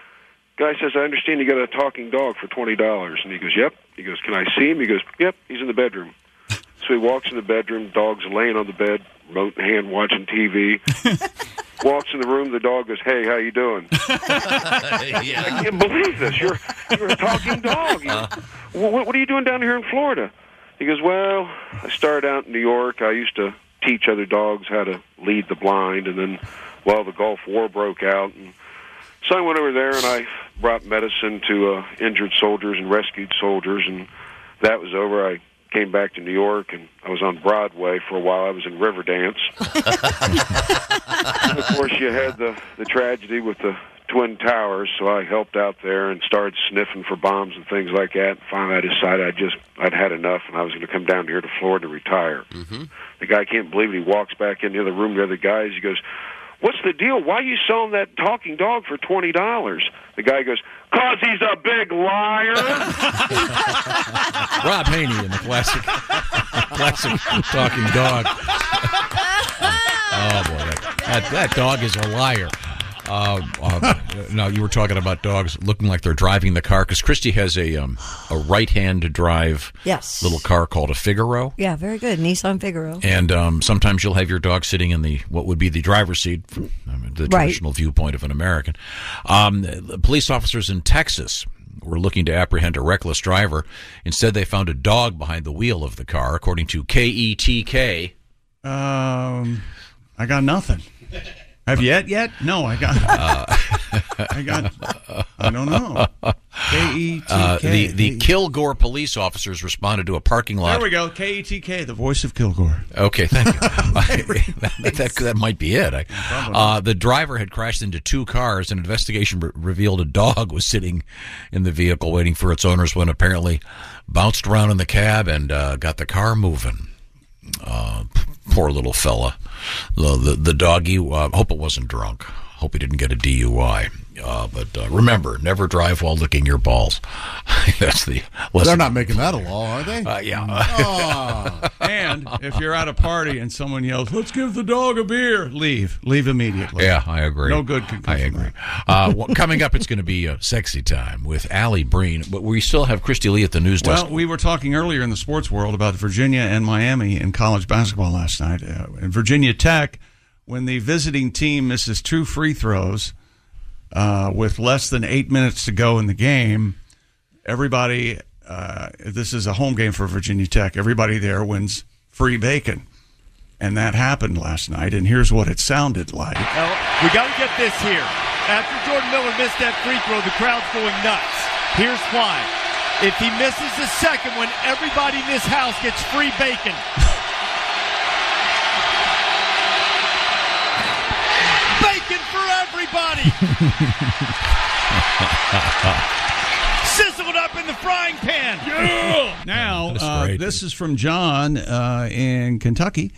L: Guy says, "I understand you got a talking dog for twenty dollars." And he goes, "Yep." He goes, "Can I see him?" He goes, "Yep." He's in the bedroom. So he walks in the bedroom. Dog's laying on the bed, remote in hand, watching TV. walks in the room. The dog goes, "Hey, how you doing?" I can't believe this. You're you're a talking dog. You- wh- what, what are you doing down here in Florida? He goes, Well, I started out in New York. I used to teach other dogs how to lead the blind, and then, well, the Gulf War broke out. And so I went over there and I brought medicine to uh, injured soldiers and rescued soldiers, and that was over. I came back to New York and I was on Broadway for a while. I was in Riverdance. And of course, you had the, the tragedy with the Twin Towers, so I helped out there and started sniffing for bombs and things like that. Finally, I decided I just I'd had enough and I was going to come down here to Florida to retire.
K: Mm-hmm.
L: The guy can't believe it. He walks back in the other room, the other guys. He goes, "What's the deal? Why you selling that talking dog for twenty dollars?" The guy goes, "Cause he's a big liar."
F: Rob Haney in the classic, classic talking dog. Oh boy, that, that, that dog is a liar. Um, uh, no, you were talking about dogs looking like they're driving the car because Christy has a um, a right hand drive
G: Yes.
F: little car called a Figaro.
G: Yeah, very good. Nissan Figaro.
F: And um, sometimes you'll have your dog sitting in the what would be the driver's seat, from I mean, the
G: Right.
F: traditional viewpoint of an American. Um, the police officers in Texas were looking to apprehend a reckless driver. Instead, they found a dog behind the wheel of the car, according to E KETK.
E: Um, I got nothing. Have you yet? Yet? No, I got.
F: Uh.
E: I got. I don't know. K E T
F: Uh, the
E: K.
F: the Kilgore police officers responded to a parking lot.
E: There we go. K E T K, the voice of Kilgore.
F: Okay, thank you. that, that, that might be it. I, uh, the driver had crashed into two cars. An investigation re- revealed a dog was sitting in the vehicle waiting for its owners when apparently bounced around in the cab and uh, got the car moving. Uh, p- poor little fella. The, the, the doggy, uh, hope it wasn't drunk. Hope he didn't get a DUI. Uh, but uh, remember, never drive while licking your balls. That's the lesson.
I: They're not making that a law, are they? Hmm.
F: Uh, yeah.
E: and if you're at a party and someone yells, "Let's give the dog a beer," leave. Leave immediately.
F: Yeah, I agree.
E: No good can
F: I agree. Uh, well, coming up, it's going to be a sexy time with Allie Breen, but we still have Christy Lee at the news desk.
E: Well, we were talking earlier in the sports world about Virginia and Miami in college basketball last night. Uh, in Virginia Tech, when the visiting team misses two free throws uh, with less than eight minutes to go in the game, everybody, uh, this is a home game for Virginia Tech, everybody there wins free bacon. And that happened last night, and here's what it sounded like.
N: Well, we got to get this here. After Jordan Miller missed that free throw, the crowd's going nuts. Here's why. If he misses the second one, everybody in this house gets free bacon. bacon for everybody. Sizzled up in the frying pan.
E: Now,
N: That's
E: uh,
N: right.
E: this is from John uh, in Kentucky.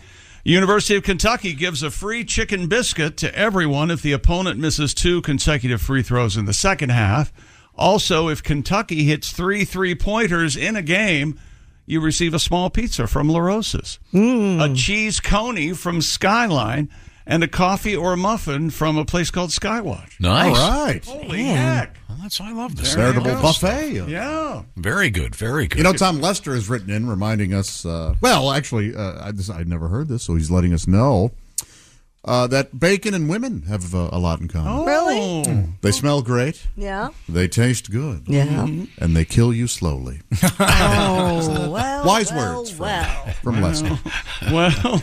E: University of Kentucky gives a free chicken biscuit to everyone if the opponent misses two consecutive free throws in the second half. Also, if Kentucky hits three three pointers in a game, you receive a small pizza from La Rosa's,
I: Hmm.
E: a cheese coney from Skyline, and a coffee or a muffin from a place called Skywatch.
F: Nice.
I: All right. Hmm.
E: Holy
I: Man.
E: heck.
F: that's, I love
I: this. Veritable buffet.
E: Yeah.
F: Very good. Very good.
I: You know, Tom Lester has written in reminding us. Uh, well, actually, uh, I just, I'd never heard this, so he's letting us know uh, that bacon and women have uh, a lot in common.
G: Really?
I: They smell great.
G: Yeah.
I: They taste good. Mm-hmm.
G: Yeah. Mhm.
I: And they kill you slowly.
G: Oh, well.
I: Wise
G: well,
I: words
G: Well.
I: from Lester.
E: Well,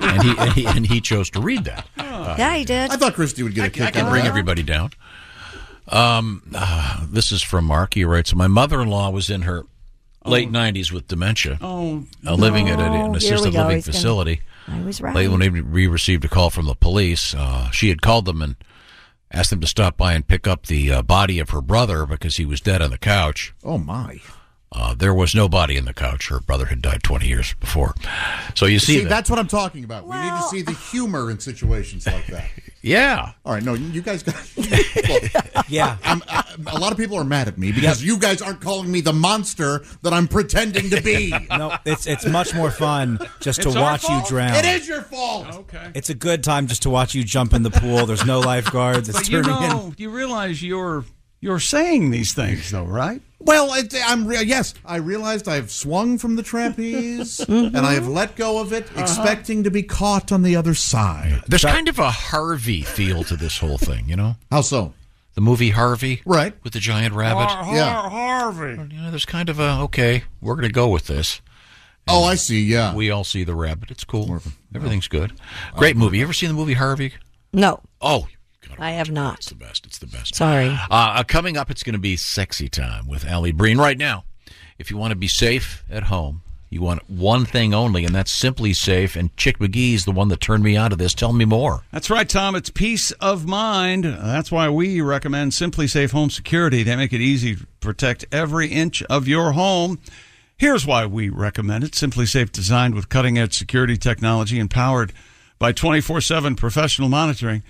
F: and, he, and, he, and he chose to read that. Uh,
G: Yeah, he did.
I: I thought Christy would get a kick
F: I can
I: out of
F: bring
I: that.
F: everybody down. Um, ah, this is from Mark. He writes, "My mother-in-law was in her late nineties with dementia,
E: Oh,
F: uh, living at
G: no.
F: an-
G: Here
F: an
G: we
F: assisted
G: go.
F: living
G: He's gonna-
F: facility.
G: I was
F: Late
G: right.
F: one evening, we received a call from the police. Uh, she had called them and asked them to stop by and pick up the uh, body of her brother because he was dead on the couch.
I: Oh my!
F: Uh, there was no body in the couch. Her brother had died twenty years before. So you see,
I: See,
F: that.
I: that's what I'm talking about. we need to see the humor in situations like that.
F: yeah.
I: All right, no, Oh, you guys got. yeah, I'm, I, a lot of people are mad at me because you guys aren't calling me the monster that I'm pretending to be.
H: no, it's it's much more fun just to
I: It's our
H: watch you
I: fault.
H: drown.
I: It is your fault.
E: Okay.
H: It's a good time just to watch you jump in the pool. There's no lifeguards. It's
E: But you
H: turning
E: know, you realize you're you're saying these things though, right?
I: Well, it, I'm re- yes, I realized I've swung from the trapeze and I have let go of it,
E: Uh-huh.
I: expecting to be caught on the other side.
F: There's kind of a Harvey feel to this whole thing, you know?
I: How so?
F: The movie Harvey?
I: Right.
F: With the giant rabbit?
I: Yeah.
E: Harvey.
F: You know, there's kind of a, okay, we're going to go with this.
I: Oh, I see. Yeah,
F: we all see the rabbit. It's cool. Everything's good. Great movie. You ever seen the movie Harvey?
G: No,
F: Oh,
G: I have not. It's
F: the best. It's the best.
G: Sorry.
F: Uh, coming up, it's going to be sexy time with Ali Breen. Right now, if you want to be safe at home, you want one thing only, and that's simply safe. And Chick McGee's the one that turned me on to this. Tell me more.
E: That's right, Tom. It's peace of mind. That's why we recommend Simply Safe Home Security. They make it easy to protect every inch of your home. Here's why we recommend it Simply Safe, designed with cutting edge security technology and powered by 24 7 professional monitoring.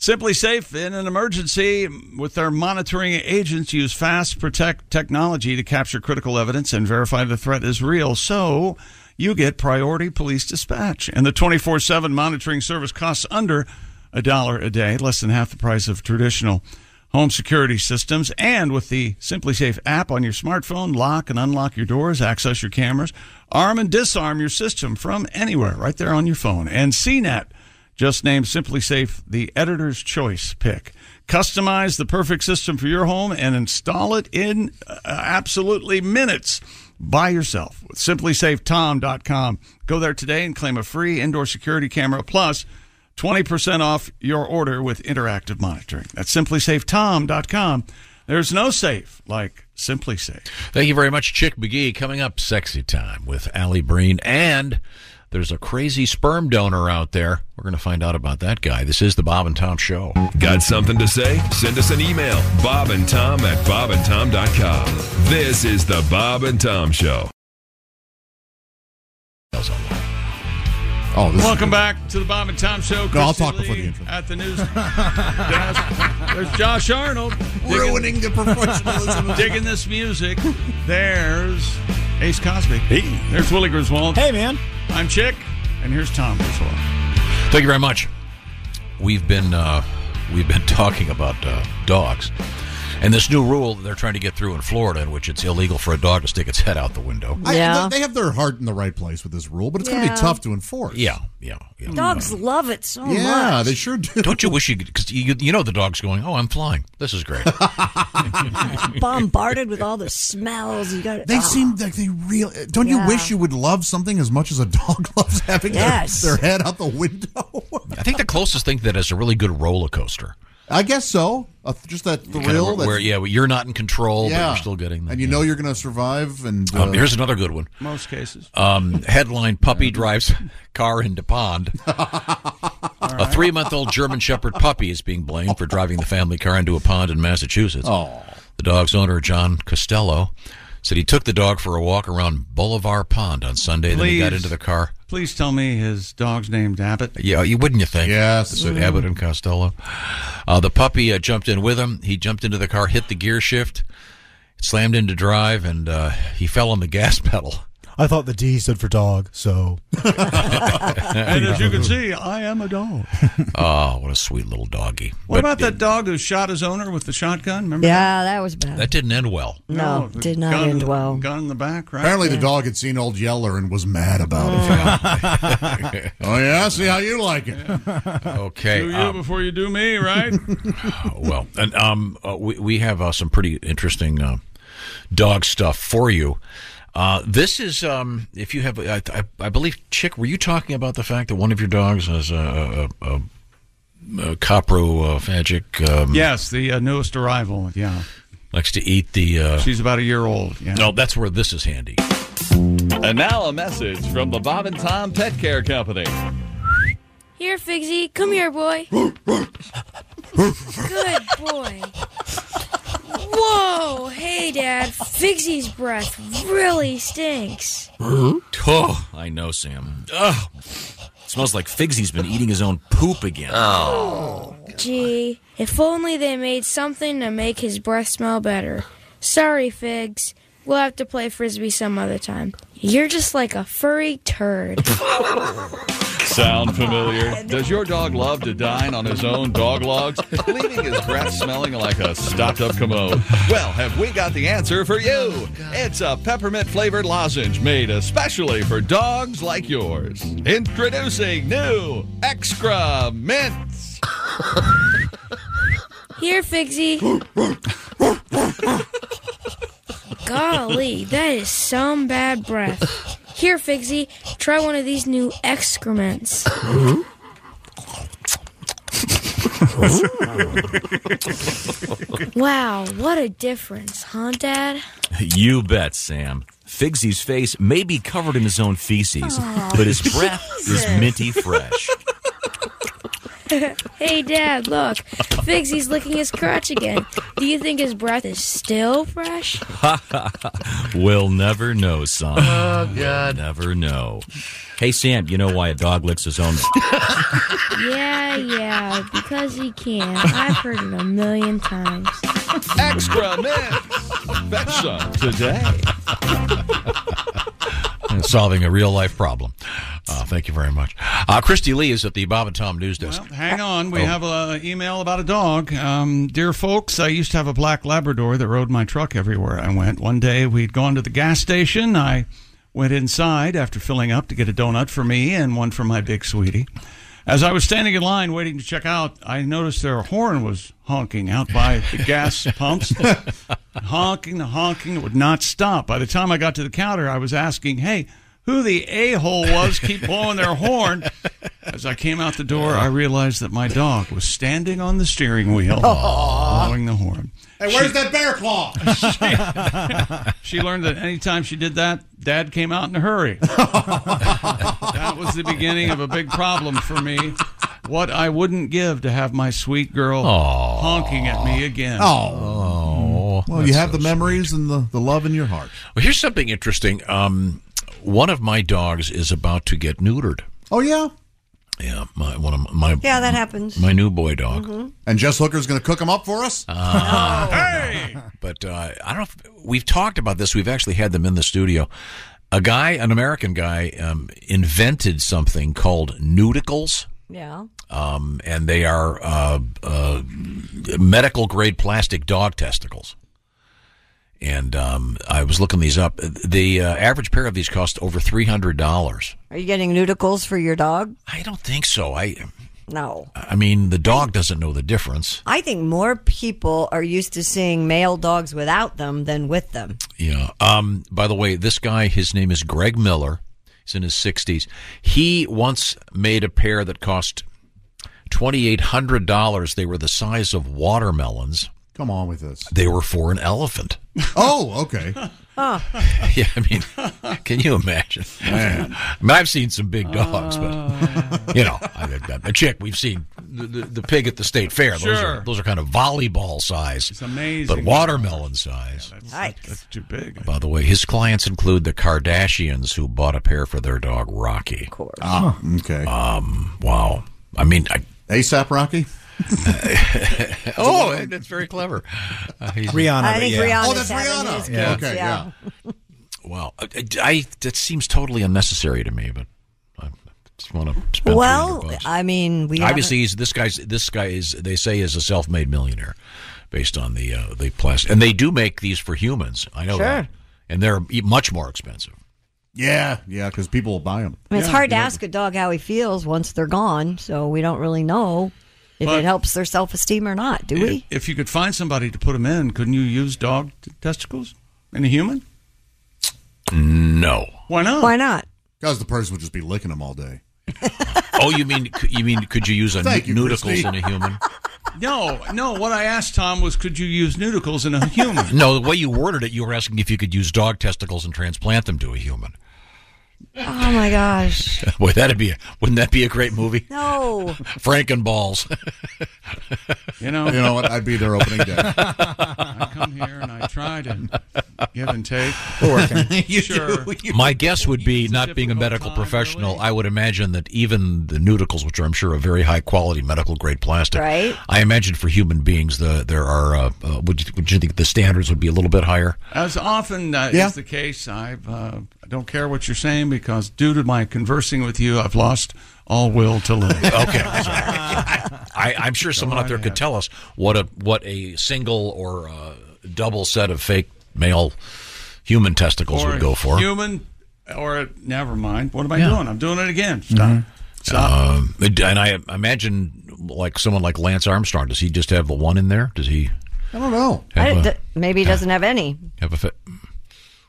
E: Simply Safe in an emergency with their monitoring agents use fast protect technology to capture critical evidence and verify the threat is real. So you get priority police dispatch. And the 24 7 monitoring service costs under a dollar a day, less than half the price of traditional home security systems. And with the Simply Safe app on your smartphone, lock and unlock your doors, access your cameras, arm and disarm your system from anywhere right there on your phone. And E CNET just named Simply Safe the editor's choice pick. Customize the perfect system for your home and install it in uh, absolutely minutes by yourself with simplysafetom.com. Go there today and claim a free indoor security camera plus 20% off your order with interactive monitoring. That's simplysafetom.com. There's no safe like Simply Safe.
F: Thank you very much, Chick McGee. Coming up, sexy time with Ali Breen. And there's a crazy sperm donor out there. We're going to find out about that guy. This is the Bob and Tom Show.
R: Got something to say? Send us an email, Bob and Tom at bobandtom.com. This is the Bob and Tom Show.
I: Oh, this is
E: Welcome back to the Bob and Tom Show.
I: No, I'll
E: Christy
I: talk before
E: Lee
I: the intro.
E: At the news desk. There's Josh Arnold. Ruining the professionalism. digging this music. There's Ace Cosby. Hey. There's Willie Griswold. Hey, man. I'm Chick. And here's Tom Griswold.
F: Thank you very much. We've been uh, we've been talking about uh, dogs, and this new rule that they're trying to get through in Florida, in which it's illegal for a dog to stick its head out the window.
I: I, They have their heart in the right place with this rule, but it's going to
G: Yeah.
I: be tough to enforce.
F: Yeah, yeah.
G: Dogs love it so
I: Mm-hmm. Yeah,
G: much.
I: they sure do.
F: Don't you wish you could? Because you, you know the dog's going. Oh, I'm flying. This is great.
G: Bombarded with all the smells. You got.
I: They seem like they real. Don't
G: Yeah.
I: you wish you would love something as much as a dog loves having their-
G: Yes.
I: their, head out the window?
F: I think the closest thing to that is a really good roller coaster.
I: I guess so. Uh, just that
F: Kind
I: thrill.
F: of where,
I: that's-
F: yeah, where you're not in control, but
I: Yeah.
F: you're still getting that.
I: and you know you're going to survive. And uh,
F: Um, here's another good one.
E: Most cases.
F: Um, headline: Puppy drives car into pond. A three-month-old German Shepherd puppy is being blamed for driving the family car into a pond in Massachusetts. The dog's owner, John Costello, said he took the dog for a walk around Boulevard Pond on Sunday. Then he got
E: Please.
F: into the car.
E: Please tell me his dog's named Abbott.
F: Yeah, you wouldn't you think? Yes,
E: Mm.
F: Abbott and Costello. Uh, the puppy uh, jumped in with him. He jumped into the car, hit the gear shift, slammed into drive, and uh, he fell on the gas pedal.
K: I thought the D stood for dog, so.
E: and as you can see, I am a dog.
F: Oh, what a sweet little doggy.
E: What
F: But
E: about that dog who shot his owner with the shotgun? Remember?
G: Yeah, that was bad.
F: That didn't end well.
G: No,
E: the
G: did not
E: gun-
G: end well.
E: Gun in the back, right?
I: Apparently, the dog had seen old Yeller and was mad about it. oh yeah, see how you like it.
F: Okay.
E: Do you
F: um,
E: before you do me, right?
F: well, and um, uh, we we have uh, some pretty interesting uh, dog stuff for you. Uh, this is um, if you have, I, I, I believe, Chick, were you talking about the fact that one of your dogs has a, a, a, a coprophagic? Um,
E: yes, the uh, newest arrival. Yeah.
F: likes to eat the. Uh,
E: She's about a year old. Yeah.
F: No, that's where this is handy.
W: And now a message from the Bob and Tom Pet Care Company.
O: Here, Figsy. Come here, boy. Good boy. Whoa! Hey, Dad. Figsy's breath really stinks.
T: Oh,
F: I know, Sam.
T: Ugh. Smells like Figsy's been eating his own poop again. Oh.
O: Gee, if only they made something to make his breath smell better. Sorry, Figs. We'll have to play frisbee some other time. You're just like a furry turd.
W: Sound familiar? Does your dog love to dine on his own dog logs, leaving his breath smelling like a stopped up commode? Well, have we got the answer for you? It's a peppermint flavored lozenge made especially for dogs like yours. Introducing new Extra Mints.
O: Here, Figsy. Golly, that is some bad breath. Here, Figsy, try one of these new excrements. wow, what a difference, huh, Dad?
S: You bet, Sam. Figsy's face may be covered in his own feces,
O: Aw.
S: but his breath
O: Jesus.
S: is minty fresh.
O: hey, Dad, look. Figsy's licking his crotch again. Do you think his breath is still fresh?
S: we'll never know, son.
O: Oh, God.
S: We'll never know. Hey, Sam, you know why a dog licks his own.
O: Yeah, yeah, because he can. I've heard it a million times.
W: Extra Fetch some today.
F: and solving a real life problem. Uh, thank you very much. Uh, Christy Lee is at the Bob and Tom News Desk.
E: Hang on, we
F: Oh.
E: have an email about a dog. Um, Dear folks, I used to have a black Labrador that rode my truck everywhere I went. One day we'd gone to the gas station. I went inside after filling up to get a donut for me and one for my big sweetie. As I was standing in line waiting to check out, I noticed their horn was honking out by the gas pumps. honking, honking, it would not stop. By the time I got to the counter, I was asking, hey, who the a hole was keep blowing their horn. As I came out the door, I realized that my dog was standing on the steering wheel, blowing
F: Oh.
E: the horn.
I: Hey, where's that bear claw?
E: She learned that anytime she did that, dad came out in a hurry. that was the beginning of a big problem for me. What I wouldn't give to have my sweet girl honking at me again.
I: Oh. Well, you
F: that's
I: have
F: so
I: the memories and the, the love in your heart.
F: Well, here's something interesting. Um, one of my dogs is about to get neutered.
I: Oh, yeah.
F: Yeah, my one of my
G: Yeah, that happens.
F: my new boy dog.
G: Mhm.
I: And Jess Hooker's going to cook them up for us?
F: Uh, But uh, I don't. know if- We've talked about this. We've actually had them in the studio. A guy, an American guy, um, invented something called nudicles.
G: Yeah.
F: um, and they are uh, uh, medical grade plastic dog testicles. And um, I was looking these up. The uh, average pair of these cost over three hundred dollars.
G: Are you getting nudicles for your dog?
F: I don't think so. I
G: No.
F: I mean, the dog doesn't know the difference.
G: I think more people are used to seeing male dogs without them than with them.
F: Yeah. Um, by the way, this guy, his name is Greg Miller. He's in his 60s. He once made a pair that cost $2,800. They were the size of watermelons.
I: Come on with this.
F: They were for an elephant.
I: Oh, okay.
G: Oh.
F: yeah, I mean, can you imagine? I mean, I've seen some big dogs, but you know, I, I, a chick we've seen the, the, the pig at the state fair. Those
E: Sure.
F: are those are kind of volleyball size. It's
E: amazing.
F: but watermelon size.
G: that's,
E: that's too big.
F: By the way, his clients include the Kardashians, who bought a pair for their dog Rocky. Of
G: course.
I: Ah, okay.
F: Um. Wow. I mean, I,
I: ASAP Rocky?
F: oh, that's very clever. Uh, he's-
I: Rihanna,
G: I think Rihanna.
I: Oh, that's Rihanna.
F: Yeah.
I: Okay, yeah.
F: Wow. I, I- that seems totally unnecessary to me, but I just want to spend
G: Well,
F: 300 bucks.
G: I mean, we
F: obviously he's this guy's this guy is they say is a self-made millionaire based on the uh, the plastic and they do make these for humans i know
G: Sure.
F: that and they're e- much more expensive
I: yeah yeah because people will buy them
G: I mean, it's hard to ask a dog how he feels once they're gone, so we don't really know if
E: But-
G: it helps their self esteem or not, do we?
E: If, if you could find somebody to put them in, couldn't you use dog t- testicles in a human?
F: no
E: Why not?
G: Why not?
I: Because the person would just be licking them all day.
F: oh you mean you mean could you use a
I: Thank you,
F: nudicles
I: Christy.
F: in a human
E: No, no. What I asked Tom was, could you use nudicles in a human?
F: no the way you worded it you were asking if you could use dog testicles and transplant them to a human
G: Oh my gosh.
F: boy that'd be a, wouldn't that be a great movie
G: No.
F: frankenballs
E: You know,
I: You know what? I'd be there opening day.
E: I come here and I try to give and take.
I: You
E: sure.
I: do,
F: My guess would be, not being a medical professional, I would imagine that even the nudicles, which I'm sure are very high quality medical grade plastic,
G: Right.
F: I imagine for human beings, the there are. Uh, uh, would, you, would you think the standards would be a little bit higher?
E: As often uh,
F: Yeah.
E: is the case, I've, uh, I don't care what you're saying because due to my conversing with you, I've lost all will to live.
F: Okay, I, I'm sure someone out there could tell us what a what a single or uh double set of fake male human testicles
E: Or
F: would go for.
E: Human, or never mind. What am I
F: Yeah.
E: doing? I'm doing it again. Stop.
G: Mm-hmm.
E: Stop.
F: Um, and I imagine, like someone like Lance Armstrong, does he just have the one in there? Does he
I: I don't know.
F: have a-
G: maybe he doesn't have any.
F: Have a fa-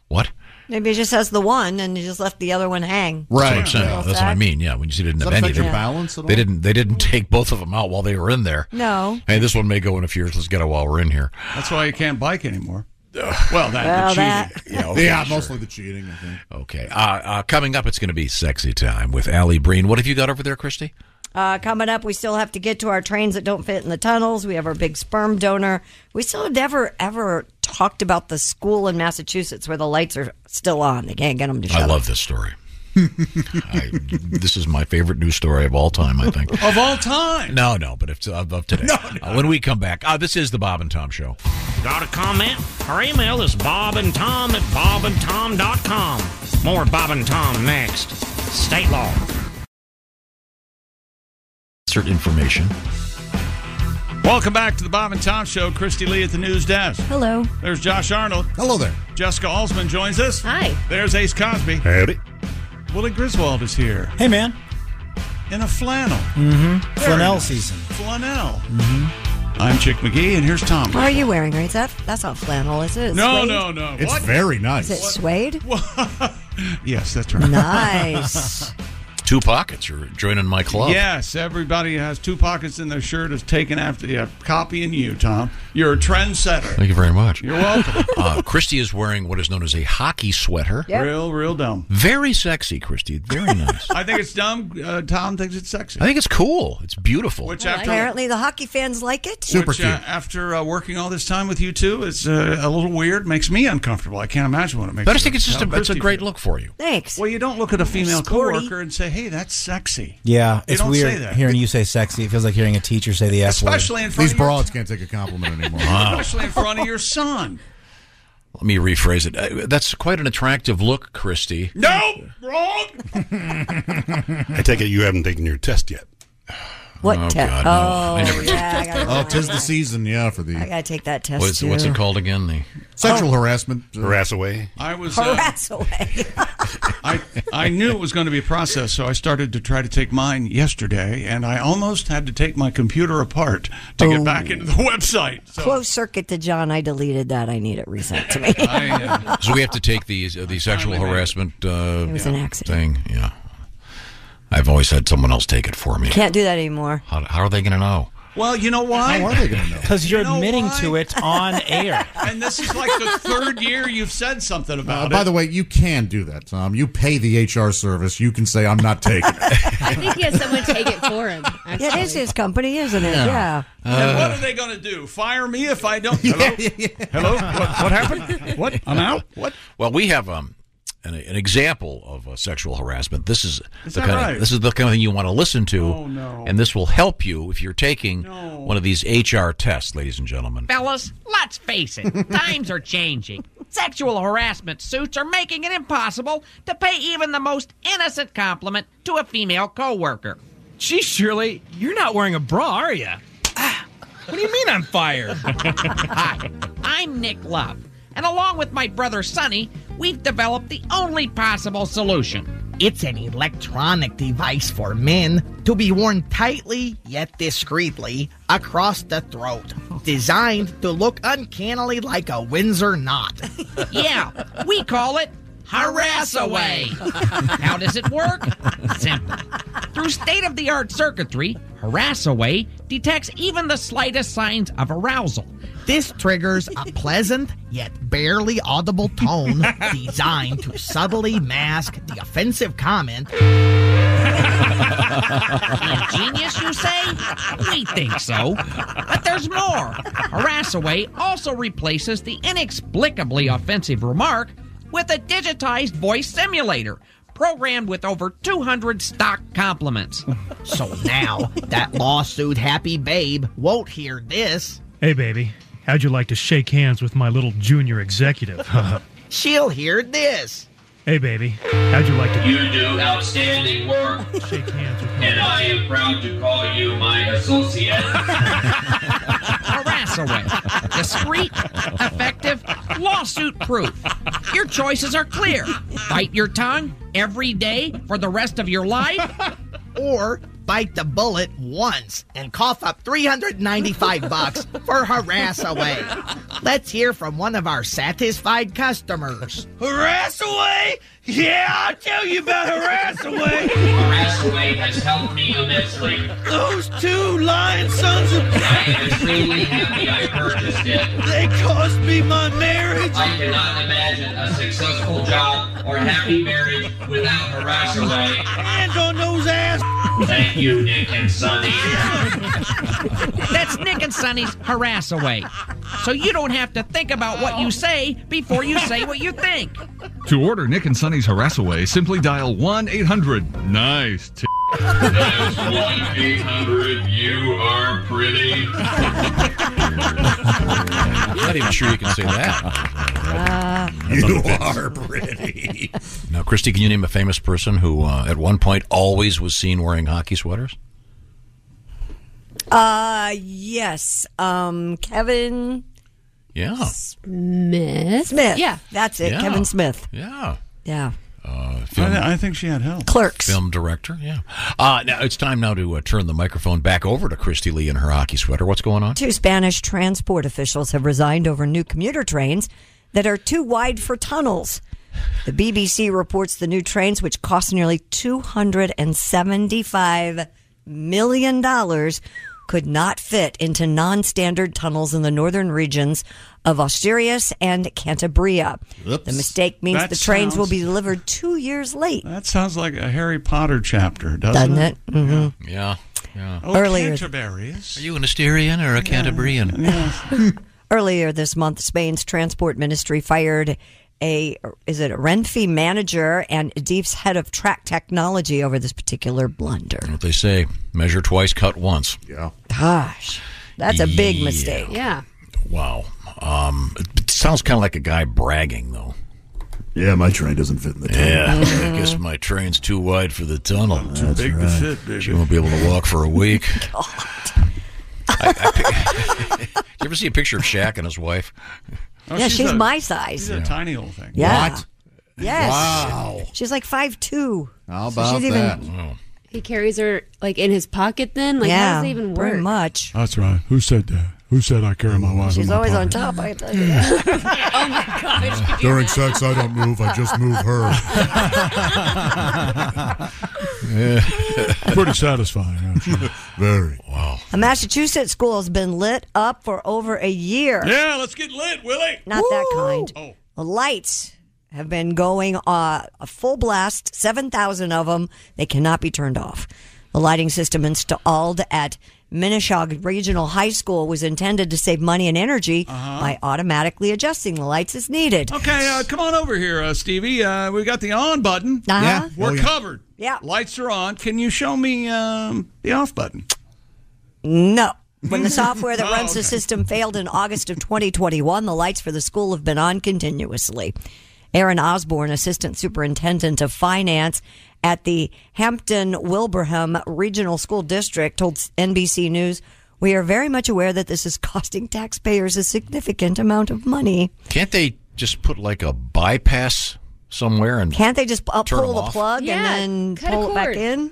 F: what?
G: Maybe it just has the one, and you just left the other one hang.
F: Right. That's what, I'm saying. That's what I mean. Yeah, when you see they didn't
G: Does
F: have
G: that
F: any,
G: affect your
F: they-
G: balance at
F: they
G: all?
F: didn't. They didn't take both of them out while they were in there.
G: No.
F: Hey, this one may go in a few years. Let's get it while we're in here.
E: That's why you can't bike anymore. Well, that, the
G: Well,
E: cheating.
G: that-
E: Yeah,
F: okay,
I: yeah,
F: sure.
I: mostly the cheating. I think.
F: Okay. Uh, uh, coming up, it's going to be sexy time with Allie Breen. What have you got over there, Christy?
G: Uh, coming up, we still have to get to our trains that don't fit in the tunnels. We have our big sperm donor. We still have never ever talked about the school in Massachusetts where the lights are still on. They can't get them to shut
F: I
G: off.
F: love this story. I, this is my favorite news story of all time. I think.
E: Of all time.
F: No, no, but it's of, of today. Uh, when we come back, uh, this is the Bob and Tom Show.
P: Got a comment or email us Bob and Tom at bobandtom.com. More Bob and Tom next. State law.
F: Insert information.
E: Welcome back to the Bob and Tom Show. Christy Lee at the news desk.
G: Hello.
E: There's Josh Arnold. Hello there. Jessica Alsman joins us.
G: Hi.
E: There's Ace Cosby.
Q: Howdy.
E: Willie Griswold is here.
H: Hey, man.
E: In a flannel.
H: Mm-hmm.
E: Very
H: Flannel
E: nice.
H: season.
E: Flannel. Mm-hmm. I'm Chick McGee, and here's Tom.
G: What are you wearing, right? That that's not flannel, is it? It's
E: No,
G: suede?
E: no, no. It's What? very nice.
G: Is it
E: What?
G: suede?
E: Yes, that's right.
G: Nice.
F: Two pockets. You're joining my club.
E: Yes, everybody has two pockets in their shirt. Is taken after you. Copying you, Tom. You're a trendsetter.
F: Thank you very much. You're
E: welcome.
F: Uh, Christy is wearing what is known as a hockey sweater.
E: Yep. Real, real dumb.
F: Very sexy, Christy. Very nice.
E: I think it's dumb. Uh, Tom thinks it's sexy.
F: I think it's cool. It's beautiful.
E: Which
G: Well,
E: after
G: apparently the hockey fans like it.
E: which, uh, after uh, working all this time with you two, it's uh, a little weird. Makes me uncomfortable. I can't imagine what it makes.
F: But I just think it's just a-
E: Tom
F: it's a
E: Christie
F: great
E: feel.
F: look for you.
G: Thanks.
E: Well, you don't look at a female
F: Sporty.
E: coworker and say, "Hey, that's sexy."
H: Yeah,
E: You
H: it's
E: don't
H: weird
E: say that.
H: hearing you say sexy. It feels like hearing a teacher say the F word.
E: Especially in front These of your-
H: broads can't take a compliment anymore.
E: Especially in front of your son.
F: Let me rephrase it. Uh, That's quite an attractive look, Christy.
E: No, wrong.
Q: I take it you haven't taken your test yet.
G: What
F: Oh,
G: test?
F: God, no. I never
G: oh,
F: did.
G: yeah, I gotta go
I: tis the
G: back.
I: season, yeah, for
G: I
I: the
G: gotta take that test
F: What's,
G: too.
F: what's it called again? The
I: sexual harassment.
E: Oh.
Q: Harass away.
E: I was. uh,
G: Harass away.
E: I, I knew it was going to be a process, so I started to try to take mine yesterday, and I almost had to take my computer apart to get back into the
I: Oh.
E: website.
G: Close circuit to John. I deleted that. I need it resent to me.
E: uh,
F: so we have to take the uh, the sexual harassment. Uh,
G: It was an accident.
F: Thing. Yeah. I've always had someone else take it for me.
G: Can't do that anymore.
F: How, how are they going to know?
E: Well, you know why?
H: to know? Because you're admitting to it on air.
E: And this is like the third year you've said something about
I: Uh,
E: it.
I: by the way, you can do that, Tom. You pay the HR service. You can say, "I'm not taking it."
B: I think he has someone take it for him.
G: Yeah, it is his company, isn't it? Yeah.
E: and
I: uh,
E: what are they going to do? Fire me if I don't? Hello? Hello? What, what happened? What? I'm out? What?
F: Well, we have um, an, an example of uh, sexual harassment. This is,
E: Is
F: the
E: that
F: kind
E: right?
F: of this is the kind of thing you want to listen to.
E: Oh, no.
F: And this will help you if you're taking one of these HR tests, ladies and gentlemen.
J: Fellas, let's face it, times are changing. Sexual harassment suits are making it impossible to pay even the most innocent compliment to a female coworker.
U: Gee, Shirley, you're not wearing a bra, are you? What do you mean I'm fired?
J: Ah. Hi, I'm Nick Love, and along with my brother Sonny, we've developed the only possible solution.
X: It's an electronic device for men to be worn tightly yet discreetly across the throat, designed to look uncannily like a Windsor knot.
J: Yeah, we call it Harass Away. How does it work? Simple. Through state of the art circuitry, Harass Away detects even the slightest signs of arousal.
X: This triggers a pleasant yet barely audible tone designed to subtly mask the offensive comment.
J: Ingenious, you say? We think so. But there's more. Harassaway also replaces the inexplicably offensive remark with a digitized voice simulator programmed with over 200 stock compliments.
X: So now that lawsuit happy babe won't hear this.
U: Hey, baby, how'd you like to shake hands with my little junior executive?
X: She'll hear this.
U: hey, baby, how'd you like to?
Y: You do outstanding work. And I am proud to call you my associate.
J: Harassaway. Discreet, effective, lawsuit proof. Your choices are clear. Bite your tongue every day for the rest of your life.
X: Or bite the bullet once and cough up 395 bucks for harass away. Let's hear from one of our satisfied customers.
Y: Harass away?
X: Yeah, I'll tell you about harass away.
Y: Harass away has helped me immensely.
X: Those two lion sons of
Y: I am extremely happy I purchased it.
X: They cost me my marriage.
Y: I cannot imagine a successful job or happy marriage without harass away.
X: Hands on those ass.
Y: Thank you, Nick and Sonny.
J: That's Nick and Sonny's harass away. So you don't have to think about what you say before you say what you think.
W: To order Nick and Sonny's Harass Away, simply dial 1 800 NICE.
Y: That's 1 800 You Are Pretty.
F: I'm not even sure you can say that.
Y: You
F: are pretty. Now, Christy, can you name a famous person who, uh, at one point, always was seen wearing hockey sweaters?
G: Uh, yes. Um, Kevin
F: Yeah.
G: Smith. Smith.
B: Yeah.
G: that's it.
F: Yeah.
G: Kevin Smith.
F: Yeah.
G: Yeah.
F: Uh,
E: I, I think she had help.
G: Clerks.
F: Film director, yeah. Uh, now it's time now to uh, turn the microphone back over to Christy Lee in her hockey sweater. What's going on?
G: Two Spanish transport officials have resigned over new commuter trains that are too wide for tunnels. The BBC reports the new trains, which cost nearly $275 million, could not fit into non standard tunnels in the northern regions of Asturias and Cantabria. The mistake means
E: That
G: the trains will
E: sounds-
G: be delivered two years late.
E: That sounds like a Harry Potter chapter, doesn't,
G: Doesn't it? Mhm.
F: Yeah. yeah.
E: Oh,
G: Earlier-
E: Canterbury's.
F: Are you an Asterian or a Cantabrian?
G: Earlier this month, Spain's transport ministry fired a is it a Renfe manager and Deep's head of track technology over this particular blunder.
F: What they say: measure twice, cut once.
I: Yeah.
G: Gosh, that's a big
F: Yeah.
G: mistake.
E: Oh,
B: Yeah.
F: Wow. Um, it it sounds kind of like a guy bragging, though.
I: Yeah, my train doesn't fit in the tunnel.
F: Yeah,
G: Mm-hmm.
F: I guess my train's too wide for the tunnel. Too
I: big to fit, baby.
F: She won't be able to walk for a week. I- I pic- Did you ever see a picture of Shaq and his wife?
G: yeah, Oh, she's,
F: a-
G: my size.
E: She's a tiny little thing.
G: Yeah.
F: What?
G: Yes.
F: Wow.
G: She's like five two.
I: How
G: she's even-
B: He carries her like in his pocket then? Like
G: yeah,
B: how does it even work?
G: Pretty much.
Q: That's right. Who said that? Who said I carry my wife?
G: She's always on top. I tell you that.
B: oh my gosh.
Q: During sex, I don't move. I just move her. Pretty satisfying, actually. Very. Wow.
G: A Massachusetts school has been lit up for over a year.
E: Yeah, let's get lit, Willie.
G: Not that kind. The lights have been going uh, a full blast, 7,000 of them. They cannot be turned off. The lighting system installed at Minishog Regional High School was intended to save money and energy by automatically adjusting the lights as needed.
E: Okay, uh, come on over here, uh, Stevie. Uh, we got the on button.
G: Uh-huh. Yeah.
E: We're
G: Oh, yeah.
E: covered.
G: Yeah.
E: Lights are on. Can you show me um, the off button?
G: No. When the software that
E: Oh,
G: runs the
E: okay.
G: system failed in August of 2021, the lights for the school have been on continuously. Aaron Osborne, Assistant Superintendent of Finance at the Hampton Wilbraham Regional School District, told NBC News, We are very much aware that this is costing taxpayers a significant amount of money.
F: Can't they just put like a bypass somewhere and
G: Can't they just uh,
F: Turn
G: pull
F: them
G: the
F: off.
G: plug
B: Yeah,
G: and then
B: cut a
G: pull it back
B: cord.
G: in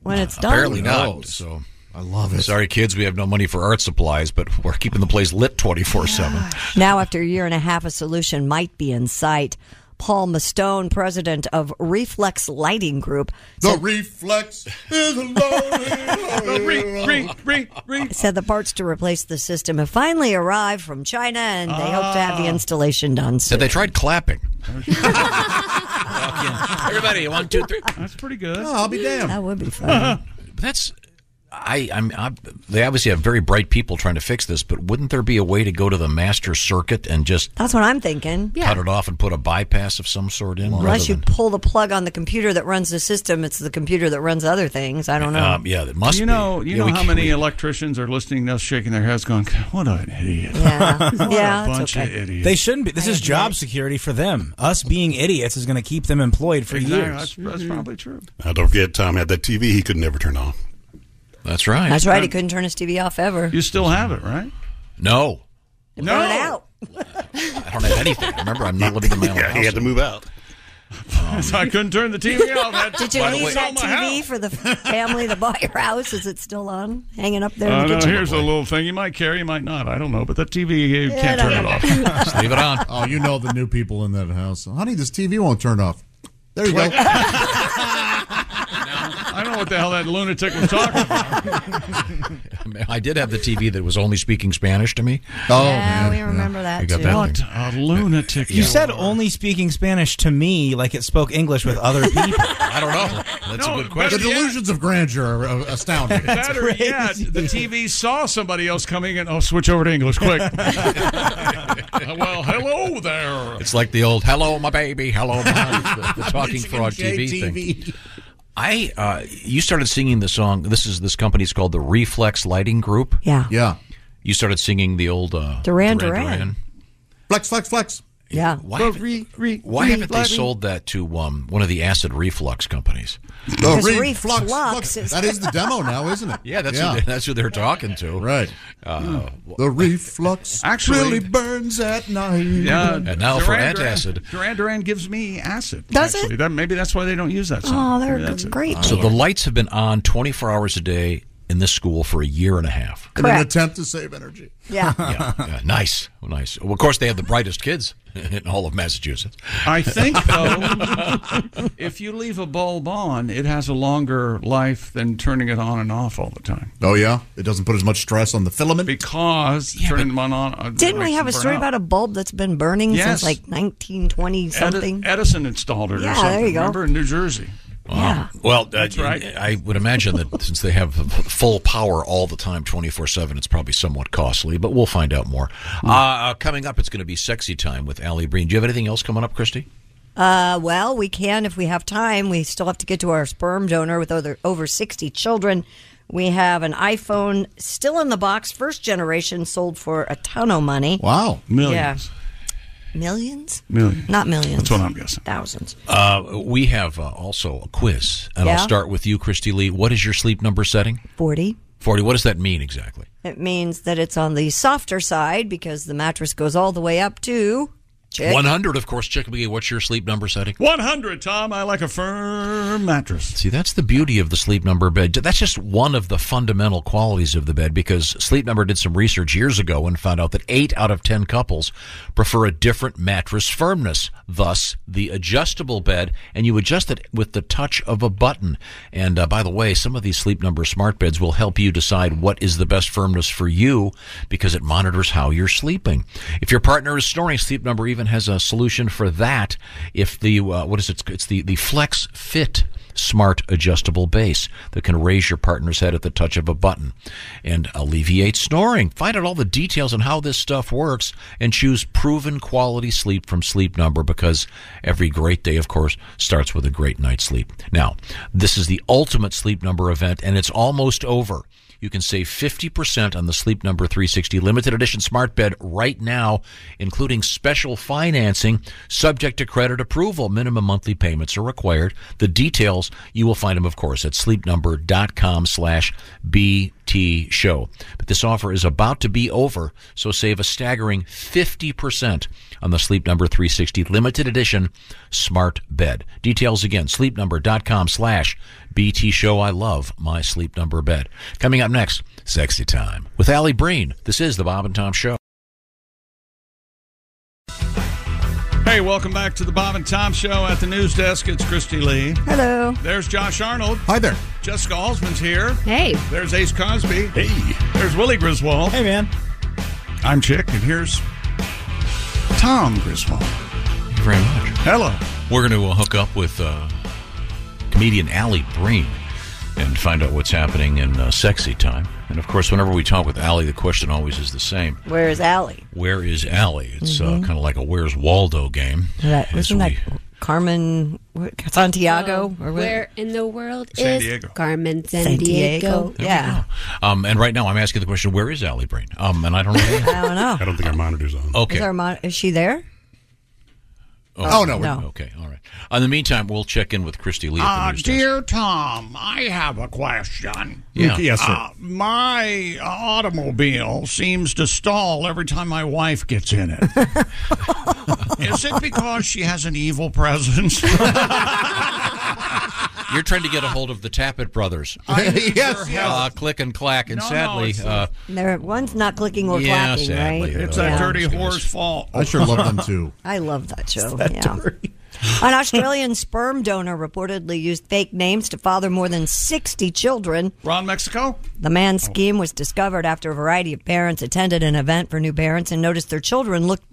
G: when it's done?
F: Apparently not. So I love it. Sorry, kids, we have no money for art supplies, but we're keeping the place lit twenty four seven.
G: Now, after a year and a half, a solution might be in sight. Paul Mastone, president of Reflex Lighting Group,
I: The
G: said,
I: reflex is loaded.
E: re, re, re, re.
G: said the parts to replace the system have finally arrived from China, and they hope to
E: Ah.
G: have the installation done soon.
F: Said they tried clapping. Everybody, one, two, three.
E: That's pretty good.
I: Oh, I'll be damned.
G: That would be fun.
F: That's I. I'm, I'm. They obviously have very bright people trying to fix this, but wouldn't there be a way to go to the master circuit and just
G: That's what I'm thinking.
F: cut it off and put a bypass of some sort in? rather
G: Unless you
F: than-
G: pull the plug on the computer that runs the system, it's the computer that runs other things. I don't know.
F: Um, yeah, that must.
E: you know,
F: be.
E: you
F: Yeah,
E: know
F: we
E: how
F: can-
E: many
F: we-
E: electricians are listening to us shaking their heads, going, "What an idiot!
G: Yeah.
E: what
G: Yeah,
E: a
G: it's
E: bunch
G: okay.
E: of idiots."
H: They shouldn't be. This
G: I
H: is
G: agree.
H: job security for them. Us being idiots is going to keep them employed for
E: Exactly.
H: years.
E: That's, that's
G: Mm-hmm.
E: probably true.
Q: Now, don't forget, Tom had that TV he could never turn off.
F: That's right.
G: That's right. He couldn't turn his TV off ever.
E: Uh, You still have it, right?
F: No,
G: It burned out.
F: I don't have anything. Remember, I'm not living in my own
Q: Yeah,
F: house.
Q: he had to move out.
E: so I couldn't turn the TV off. I had-
G: Did you
E: By the
G: leave
E: way-
G: that TV for the family to buy your house? Is it still on, hanging up there?
E: Uh,
G: in the
E: no,
G: kitchen?
E: here's a little thing. You might care, you might not. I don't know, Oh, but that TV you
G: Yeah,
E: can't
G: I
E: turn
G: don't
E: it off. Just leave it on.
I: Oh, you know the new people in that house. Honey, this TV won't turn off. There you go.
E: I don't know what the hell that lunatic was talking
F: I did have the TV that was only speaking Spanish to me.
I: Oh,
G: yeah, we remember that
F: I got
G: too.
F: that
E: What a lunatic!
H: You said only speaking Spanish to me, like it spoke English with other people.
F: I don't know.
E: That's a good
I: The delusions of grandeur are uh, astounding.
E: Better yet, the TV saw somebody else coming in. Oh, switch over to English quick. well,
F: Oh,
E: hello there.
F: It's like the old "Hello, my baby, hello, my," the, the talking
E: Michigan
F: frog TV
E: JTV.
F: thing. I, uh, you started singing the song. This is this company's called the Reflex Lighting Group.
G: Yeah,
I: yeah.
F: You started singing the old uh,
G: Duran Duran.
I: Flex, flex, flex.
G: Yeah.
F: Why, haven't- why haven't they sold that to um, one of the acid reflux companies?
I: Oh,
G: Because
I: re-
G: reflux
I: flux, flux.
G: is-
I: That is the demo now, isn't it?
F: Yeah, that's Who they, that's who they're talking to.
I: Right.
F: Uh,
I: The reflux
E: Actually-
I: really burns at night.
E: Yeah,
F: And now for
E: Duran Duran-
F: antacid.
E: Duran Duran gives me acid.
G: Does it?
E: actually. That, maybe that's why they don't use that
G: Oh,
E: song.
G: they're
E: Maybe that's it.
G: great.
F: So the lights have been on 24 hours a day in this school for a year and a half.
I: In an attempt to save energy.
G: Yeah.
F: Yeah, yeah, nice, Oh, nice. Well, of course, they have the brightest kids in all of Massachusetts.
E: I think though, if you leave a bulb on, it has a longer life than turning it on and off all the time.
I: Oh, yeah? It doesn't put as much stress on the filament?
E: Because turning them on, on uh,
G: Didn't we
E: makes
G: have
E: them
G: a
E: burn
G: story
E: out.
G: about a bulb that's been burning
E: Yes.
G: since like 1920
E: Edi-
G: something?
E: Edison installed it or
G: Yeah, there
E: something.
G: you go.
E: Remember in New Jersey?
F: Wow. Well, uh,
E: That's right.
F: I would imagine that since they have full power all the time, 24 7, it's probably somewhat costly, but we'll find out more. Uh, uh, coming up, it's going to be sexy time with Allie Breen. Do you have anything else coming up, Christy?
G: Uh, well, we can if we have time. We still have to get to our sperm donor with other over 60 children. We have an iPhone still in the box, first generation, sold for a ton of money.
I: Wow.
E: Millions.
G: Yeah. Millions?
E: Millions.
G: Not millions.
E: That's what I'm guessing.
G: Thousands.
F: Uh, we have uh, also a quiz, and I'll
G: Yeah.
F: start with you, Christy Lee. What is your sleep number setting?
G: 40.
F: 40. What does that mean exactly?
G: It means that it's on the softer side because the mattress goes all the way up to. Chick.
F: 100, of course. Chick McGee, what's your sleep number setting?
E: 100, Tom. I like a firm mattress.
F: See, that's the beauty of the sleep number bed. That's just one of the fundamental qualities of the bed because sleep number did some research years ago and found out that 8 out of 10 couples prefer a different mattress firmness, thus the adjustable bed and you adjust it with the touch of a button. And uh, by the way, some of these sleep number smart beds will help you decide what is the best firmness for you because it monitors how you're sleeping. If your partner is snoring, sleep number even has a solution for that. If the uh, what is it? It's the the Flex Fit smart adjustable base that can raise your partner's head at the touch of a button and alleviate snoring. Find out all the details on how this stuff works and choose proven quality sleep from Sleep Number because every great day, of course, starts with a great night's sleep. Now, this is the ultimate Sleep Number event and it's almost over. You can save 50% on the Sleep Number 360 limited edition smart bed right now, including special financing subject to credit approval. Minimum monthly payments are required. The details, you will find them, of course, at sleepnumber.com slash BT show. But this offer is about to be over, so save a staggering 50% on the Sleep Number 360 limited edition smart bed. Details again, sleepnumber.com slash BT show. I love my Sleep Number bed. Coming up next, Sexy Time with Allie Breen. This is the Bob and Tom Show.
E: Hey, welcome back to the Bob and Tom Show at the news desk. It's Christy Lee.
G: Hello.
E: There's Josh Arnold.
I: Hi there.
E: Jessica Alsman's here.
B: Hey.
E: There's Ace Cosby. Hey. There's Willie Griswold. Hey,
H: man.
E: I'm Chick, and here's Tom Griswold.
F: Thank you very much.
E: Hello.
F: We're going to uh, hook up with uh, comedian Allie Breen and find out what's happening in uh, Sexy Time. And of course, whenever we talk with Allie, the question always is the same
G: Where is Allie?
F: Where is Allie? It's
G: Mhm.
F: uh, kind of like a Where's Waldo game.
G: That,
F: As
G: wasn't
F: we-
G: that Carmen what, Santiago? or what?
B: Oh, Where in the world
F: San
B: is
F: Diego.
B: Carmen San,
G: San
B: Diego?
G: Diego. Yeah.
F: Um, and right now, I'm asking the question, where is Allie Breen? Um, and I don't know.
G: I don't know.
Q: I don't think our monitor's on.
F: Okay.
G: Is, our mon- is she there? Oh, no, Um, we're- No.
F: Okay, all right. In the meantime, we'll check in with Christy Lee. At the
N: Uh,
F: news desk.
N: dear Tom, I have a question.
F: Yeah. Yes, sir.
N: Uh, my automobile seems to stall every time my wife gets in it.
E: Is it because she has an evil presence?
F: You're trying to get a hold of the Tappet brothers.
E: I need
G: Yes,
E: your
G: yes.
F: Uh, click and clack, and
G: No, no,
F: sadly,
G: it's,
F: uh,
G: There, one's not clicking or
F: Yeah,
G: clacking,
F: sadly,
G: right?
F: It's that
E: dirty whore's fault.
I: I sure love them too.
G: I love that show. yeah. An Australian sperm donor reportedly used fake names to father more than 60 children.
E: Ron Mexico?
G: The man's scheme was discovered after a variety of parents attended an event for new parents and noticed their children looked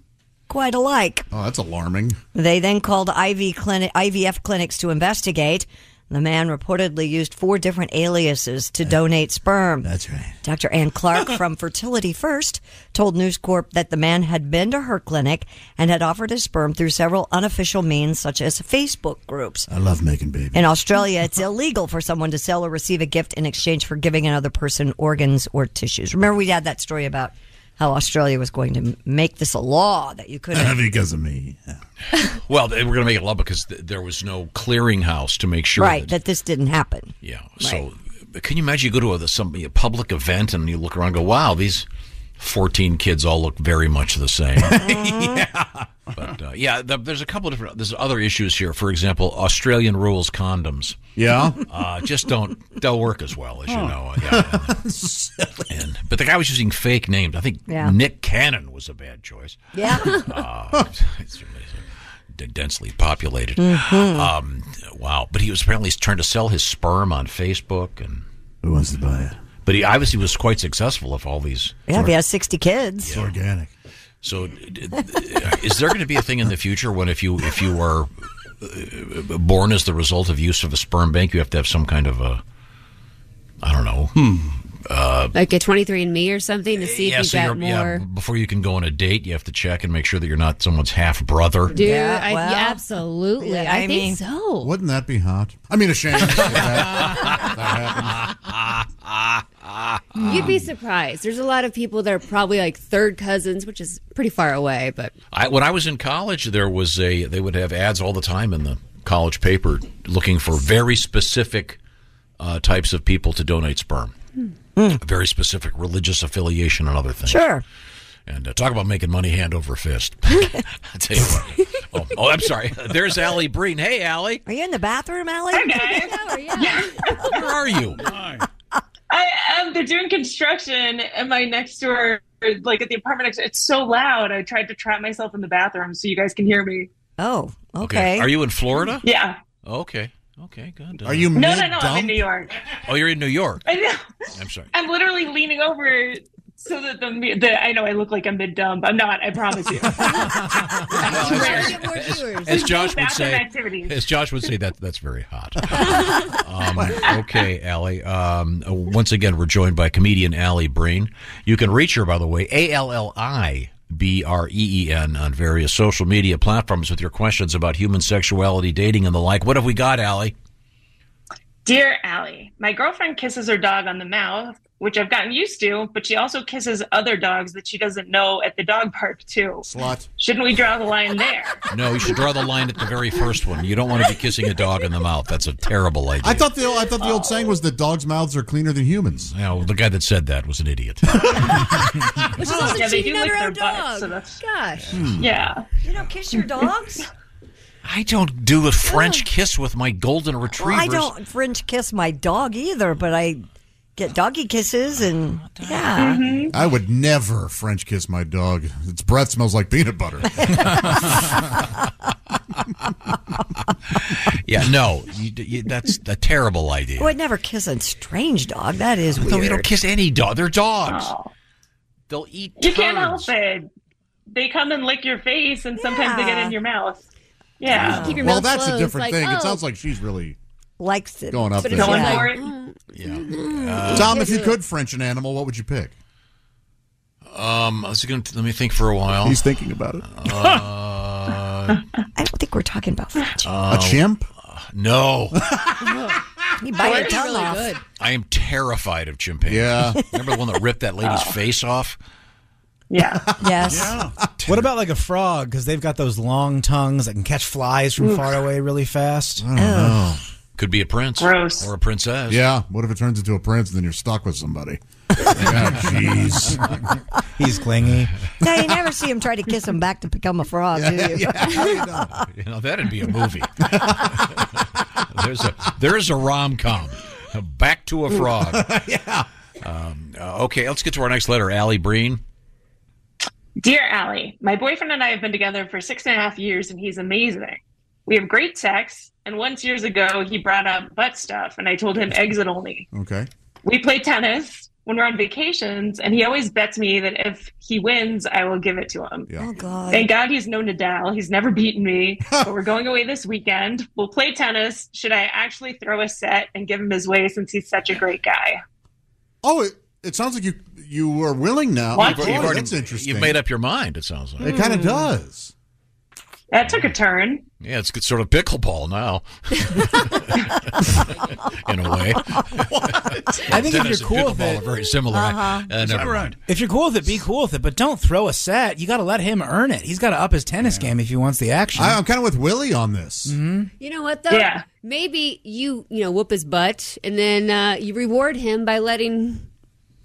G: quite alike.
I: Oh, that's alarming.
G: They then called IV clinic, IVF clinics to investigate. The man reportedly used four different aliases to donate sperm. That's right. Dr. Ann Clark from Fertility First told News Corp that the man had been to her clinic and had offered his sperm through several unofficial means, such as Facebook groups.
I: I love making babies.
G: In Australia, it's illegal for someone to sell or receive a gift in exchange for giving another person organs or tissues. Remember, we had that story about how Australia was going to m- make this a law that you couldn't.
I: because of me.
F: well, they were going to make it law because th- there was no clearinghouse to make sure.
G: right, that this didn't happen.
F: That, yeah. So, but can you imagine you go to a, some a public event and you look around, and go, "Wow, these 14 kids all look very much the same."
E: yeah.
F: But uh, yeah, th there's a couple of different. There's other issues here. For example, Australian rules condoms.
I: Yeah.
F: uh, just don't don't work as well as you
I: Huh.
F: know. Yeah. and, but the guy was using fake names. I think
I: Yeah.
F: Nick Cannon was a bad choice.
G: Yeah.
F: uh, it's really d- densely populated.
I: Mhm.
F: Um, wow. But he was apparently trying to sell his sperm on Facebook, and
I: Who wants to buy it?
F: but he obviously was quite successful. If all these
G: Yeah, if he has 60 kids.
I: It's organic.
F: so, d- d- is there going to be a thing in the future when if you if you are uh, born as the result of use of a sperm bank, you have to have some kind of a I don't know.
I: Hmm.
F: Uh,
B: Like a 23andMe or something to see if you got
F: you're- yeah,
B: more.
F: b- before you can go on a date, you have to check and make sure that you're not someone's half brother.
B: Dude,
I: Yeah,
B: I,
I: well.
B: yeah, absolutely.
I: Yeah,
B: I,
I: I
B: think
I: mean-
B: so.
I: Wouldn't that be hot? I mean, a shame.
B: You'd
F: um,
B: be surprised. There's a lot of people that are probably like third cousins, which is pretty far away, but
F: I, when I was in college, there was a they would have ads all the time in the college paper looking for very specific uh, types of people to donate sperm,
G: Hmm.
J: Hmm.
F: very specific religious affiliation and other things.
G: Sure.
F: And uh, talk about making money hand over fist. I tell you what. Oh, oh, I'm sorry. There's Allie Breen. Hey, Allie,
G: Are you in the bathroom, Allie?
F: where are you?
A: I am. They're doing construction, and my next door, like at the apartment next, it's so loud. I tried to trap myself in the bathroom so you guys can hear me.
G: Oh,
F: Are you in Florida?
A: Yeah.
F: Okay. Okay. Good. Uh,
A: Are you No, no, no, I'm mid-dump? in New York.
F: Oh, you're in New York.
A: I know.
F: I'm sorry.
A: I'm literally leaning over so that the, the I know I look like a mid dump. I'm not. I promise you.
F: As Josh would
A: Bathroom
F: say,
A: activities.
F: as Josh would say, that that's very hot. Um, okay, Allie. Um, uh, once again, we're joined by comedian Allie Breen. You can reach her, by the way, A L L I B R E E N on various social media platforms with your questions about human sexuality, dating, and the like. What have we got, Allie?
A: Dear Allie, my girlfriend kisses her dog on the mouth, which I've gotten used to, but she also kisses other dogs that she doesn't know at the dog park too.
F: Slut.
A: Shouldn't we draw the line there?
F: No, you should draw the line at the very first one. You don't want to be kissing a dog in the mouth. That's a terrible idea.
I: I
F: Uh,
I: thought the I thought the old saying was that dogs' mouths are cleaner than humans.
F: Oh. Yeah, well, the guy that said that was an idiot.
A: Which
G: is also
A: yeah, they
G: cheating
A: do
G: on
A: lick
G: her
A: their
G: own
A: butts, so
G: dog.
A: that's-
G: Gosh.
F: Hmm.
A: Yeah.
G: You don't kiss your dogs?
F: I don't do a French kiss with my golden
G: well,
F: retrievers.
G: I don't French kiss my dog either, but I get doggy kisses and yeah.
I: I would never French kiss my dog. Its breath smells like peanut butter.
F: Yeah, no, you, you, that's a terrible idea.
G: I would Oh, never kiss a strange dog. That is
F: No,
G: weird.
F: you don't kiss any dog. They're dogs.
G: Oh.
F: They'll eat.
A: You can't
F: turds.
A: help it. They come and lick your face, and sometimes they get in your mouth. Yeah.
I: well, that's a different thing. It sounds like she's really
G: likes it.
I: going up there.
G: mm,
F: Uh,
I: Tom, if you could French an animal, what would you pick?
F: Um, I was going to let me think for a while.
I: He's thinking about it.
F: Uh,
G: I don't think we're talking about French. Oh.
F: uh, uh, no,
G: you bite your
A: French is
G: tongue
A: really
G: off.
A: good.
F: I am terrified of chimpanzees.
I: Yeah.
F: remember the one that ripped that lady's
A: Oh.
F: face off?
A: Yeah.
G: Yes.
H: What about like a frog? Because they've got those long tongues that can catch flies from
G: Oof.
I: Oh.
H: far away really fast. I
G: don't know.
F: Could be a prince.
I: Gross.
F: Or a princess.
I: Yeah. What if it turns into a prince and then you're stuck with somebody? Yeah, jeez.
H: He's clingy.
G: No, you never see him try to kiss him back to become a frog, do you?
F: You know, that'd be a movie. there's a there's a rom com. Back to a frog.
A: Yeah.
F: Um, uh, okay, let's get to our next letter. Allie Breen.
A: Dear Allie, my boyfriend and I have been together for six and a half years, and he's amazing. We have great sex, and once years ago, he brought up butt stuff, and I told him exit only.
I: Okay.
A: We play tennis when we're on vacations, and he always bets me that if he wins, I will give it to him.
G: Oh, God.
A: Thank God he's no Nadal. He's never beaten me. but we're going away this weekend. We'll play tennis. Should I actually throw a set and give him his way since he's such a great guy?
I: Oh, it, it sounds like you you are willing now.
A: What?
I: Boy,
A: You've already-
I: that's interesting.
F: Uh, You've made up your mind. It sounds like
I: It kind of does.
A: That took a turn.
F: Yeah, it's good- sort of pickleball now, in a way.
H: I think if
F: Oh, Tennis
H: you're
F: and
H: cool with
F: pickleball
H: it-
F: are very similar.
H: Uh-huh.
F: Uh, never mind.
H: If you're cool with it, be cool with it, but don't throw a set. You got to let him earn it. He's got to up his tennis game if he wants the action.
I: I, I'm kind of with Willie on this. Mm-hmm.
B: You know what though?
I: Yeah.
B: Maybe you you know whoop his butt and then uh, you reward him by letting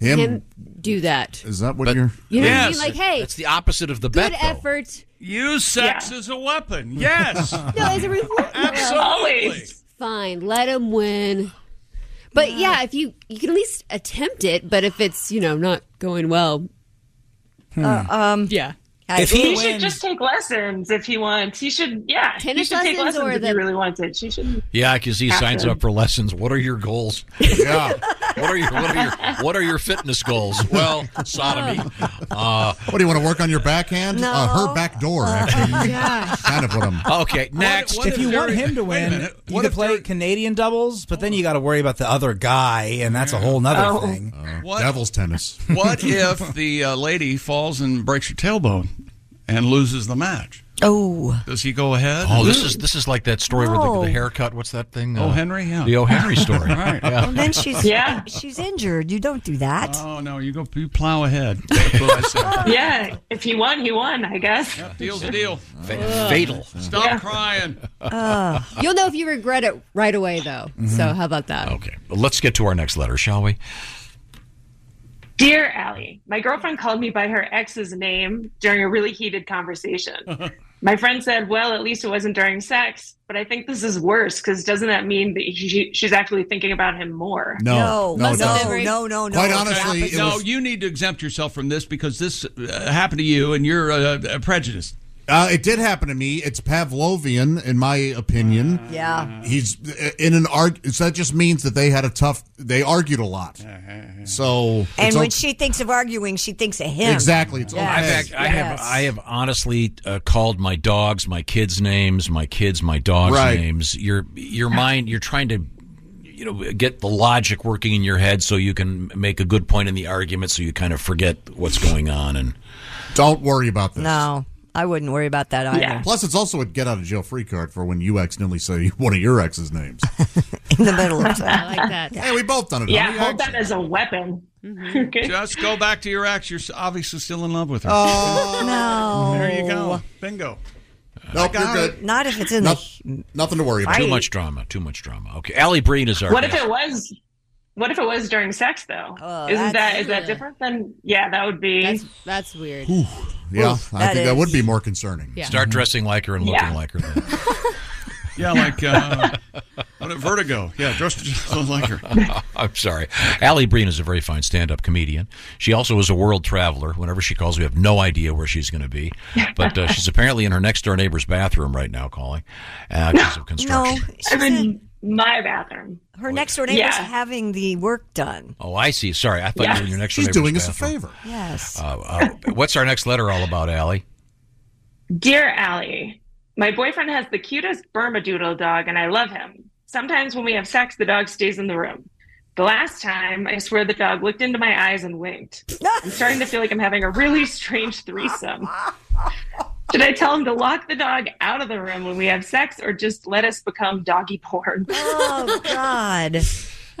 B: him,
I: Him-
B: do that.
I: Is that what you're?
B: You know what I mean? Like, hey,
F: it's the opposite of the
B: good
F: bet. though.
B: effort.
E: Use sex as a weapon. Yes.
B: No, as a reward.
E: Absolutely.
B: Fine, let him win. But yeah, if you you can at least attempt it, but if it's you know not going well,
G: Uh, um,
B: yeah.
G: If
A: he
G: he
A: should just take lessons if he wants. He should, yeah. he
B: Tennis
A: should take
B: lessons
A: lessons
B: or
A: if he
B: the-
A: really wants it. She should.
F: Yeah, because he signs
A: After.
F: up for lessons. What are your goals? Yeah. what are your What are your What are your fitness goals? Well, sodomy. Uh,
I: What do you want to work on your backhand?
F: No.
I: Uh, her back door, actually. kind of what I'm.
F: Um, Okay,
I: next.
H: if you want him to
I: Wait a
H: win,
I: minute.
H: you could play Canadian doubles, but then you got to worry about the other guy, and that's a whole nother
E: Oh.
H: thing.
E: What?
I: Devil's tennis.
E: What if the uh, lady falls and breaks her tailbone and loses the match?
G: Oh.
E: Does he go ahead?
F: Oh, this is this is like that story with the, the haircut. What's that thing? Uh,
E: Oh, Henry, yeah.
F: The O. Henry story.
E: Right.
F: Yeah.
G: And then she's
E: Yeah.
G: she's injured. You don't do that.
E: Oh no, you go you plow ahead. That's what I said.
A: Yeah, if he won, he won, I guess.
E: Deal's a deal.
F: Fa- fatal.
E: Stop crying.
B: Uh, you'll know if you regret it right away though. So
F: Mhm.
B: how about that?
F: Okay, let's get to our next letter, shall we?
A: Dear Allie, my girlfriend called me by her ex's name during a really heated conversation. my friend said, Well, at least it wasn't during sex, but I think this is worse because doesn't that mean that she, she's actually thinking about him more?
G: No, no,
I: it doesn't.
G: no, no, no.
I: Quite
G: it's
I: honestly,
G: opposite.
I: it
E: no,
I: was-
E: you need to exempt yourself from this because this uh, happened to you and you're uh, prejudiced.
I: Uh, it did happen to me. It's Pavlovian, in my opinion.
G: Yeah.
I: He's uh, in an arg. So that just means that they had a tough. They argued a lot. So
G: And
I: it's
G: when
I: o-
G: she thinks of arguing, she thinks of him.
I: Exactly, it's
G: Yes.
I: okay.
F: I've act- I have I have honestly uh, called my dogs my kids' names, my kids, my dogs'
I: Right.
F: names. Your your mind, you're trying to you know get the logic working in your head so you can make a good point in the argument, so you kind of forget what's going on. And
I: don't worry about this.
G: No, I wouldn't worry about that either.
I: Plus, it's also a get out of jail free card for when you accidentally say one of your ex's names.
G: In the middle of
A: I like that.
I: Hey, we both Mm-hmm. done it.
A: Yeah,
I: Honey,
A: hold that as a weapon. Okay.
E: Just go back to your ex. You're s- obviously still in love with her.
I: Oh,
G: no.
E: There you go. Bingo.
I: Nope,
E: you're
I: good.
G: Not if it's in the.
I: Nothing to worry
G: about.
F: Too
G: Right.
F: much drama. Too much drama. Okay, Allie Breen is our.
A: What if
F: guest.
A: it was? What if it was during sex though?
I: Oh,
A: Isn't
B: that's-
A: that is that different than? Yeah, that would be. That's,
B: that's weird.
I: Yeah, I
A: that
I: think that
A: is-
I: would be more concerning.
B: Yeah.
F: Start dressing like her and looking
A: Yeah.
F: like her. Then.
E: Yeah, like uh, what a Vertigo. Yeah, dressed just like her.
F: I'm sorry. Allie Breen is a very fine stand up comedian. She also is a world traveler. Whenever she calls, we have no idea where she's going to be. But uh, she's apparently in her next door neighbor's bathroom right now calling uh, because of construction.
A: I'm in my bathroom.
G: Her next door neighbor's
A: Yeah.
G: having the work done.
F: Oh, I see. Sorry. I thought you were in your next door
I: She's
F: neighbor's
I: doing us a
F: bathroom.
I: favor.
G: Yes.
F: Uh, uh, what's our next letter all about, Allie?
A: Dear Allie, my boyfriend has the cutest Burma Doodle dog, and I love him. Sometimes when we have sex, the dog stays in the room. The last time, I swear the dog looked into my eyes and winked. I'm starting to feel like I'm having a really strange threesome. Should I tell him to lock the dog out of the room when we have sex, or just let us become doggy porn?
G: Oh God.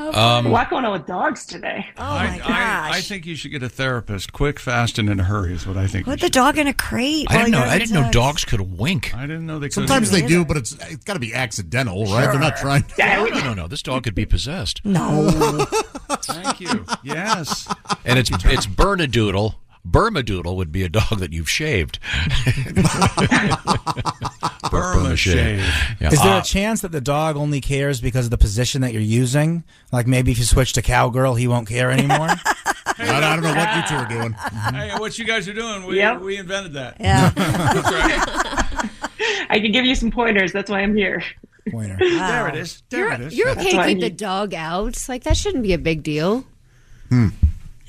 A: a
E: Um,
A: lot going on with dogs today. Oh
E: I, I, I think you should get a therapist quick, fast, and in a hurry. Is what I think.
G: Put the dog in a crate.
E: I didn't
G: while
E: know-
G: you're
E: I didn't know
G: outside.
E: dogs could wink. I didn't know they.
I: Sometimes
E: could
I: they do, but it's it's got to be accidental, right? They're not trying.
F: No, no, no, no. This dog could be possessed.
G: No.
E: Thank you. Yes.
F: And it's it's Bernadoodle. Bermadoodle would be a dog that you've shaved. Burma shave. Yeah.
H: Is there
I: Uh,
F: Ah,
H: a chance that the dog only cares because of the position that you're using? Like maybe if you switch to cowgirl, he won't care anymore.
I: I, I don't know what you two are doing.
E: Hey, what you guys are doing? We
A: Yep.
E: we invented that.
G: Yeah.
E: That's right.
A: I can give you some pointers. That's why I'm here.
H: Pointer.
E: There it is. There
B: You're,
E: it is.
B: you're
A: That's
B: okay to
A: what I
B: keep the
A: need.
B: dog out. Like that shouldn't be a big deal.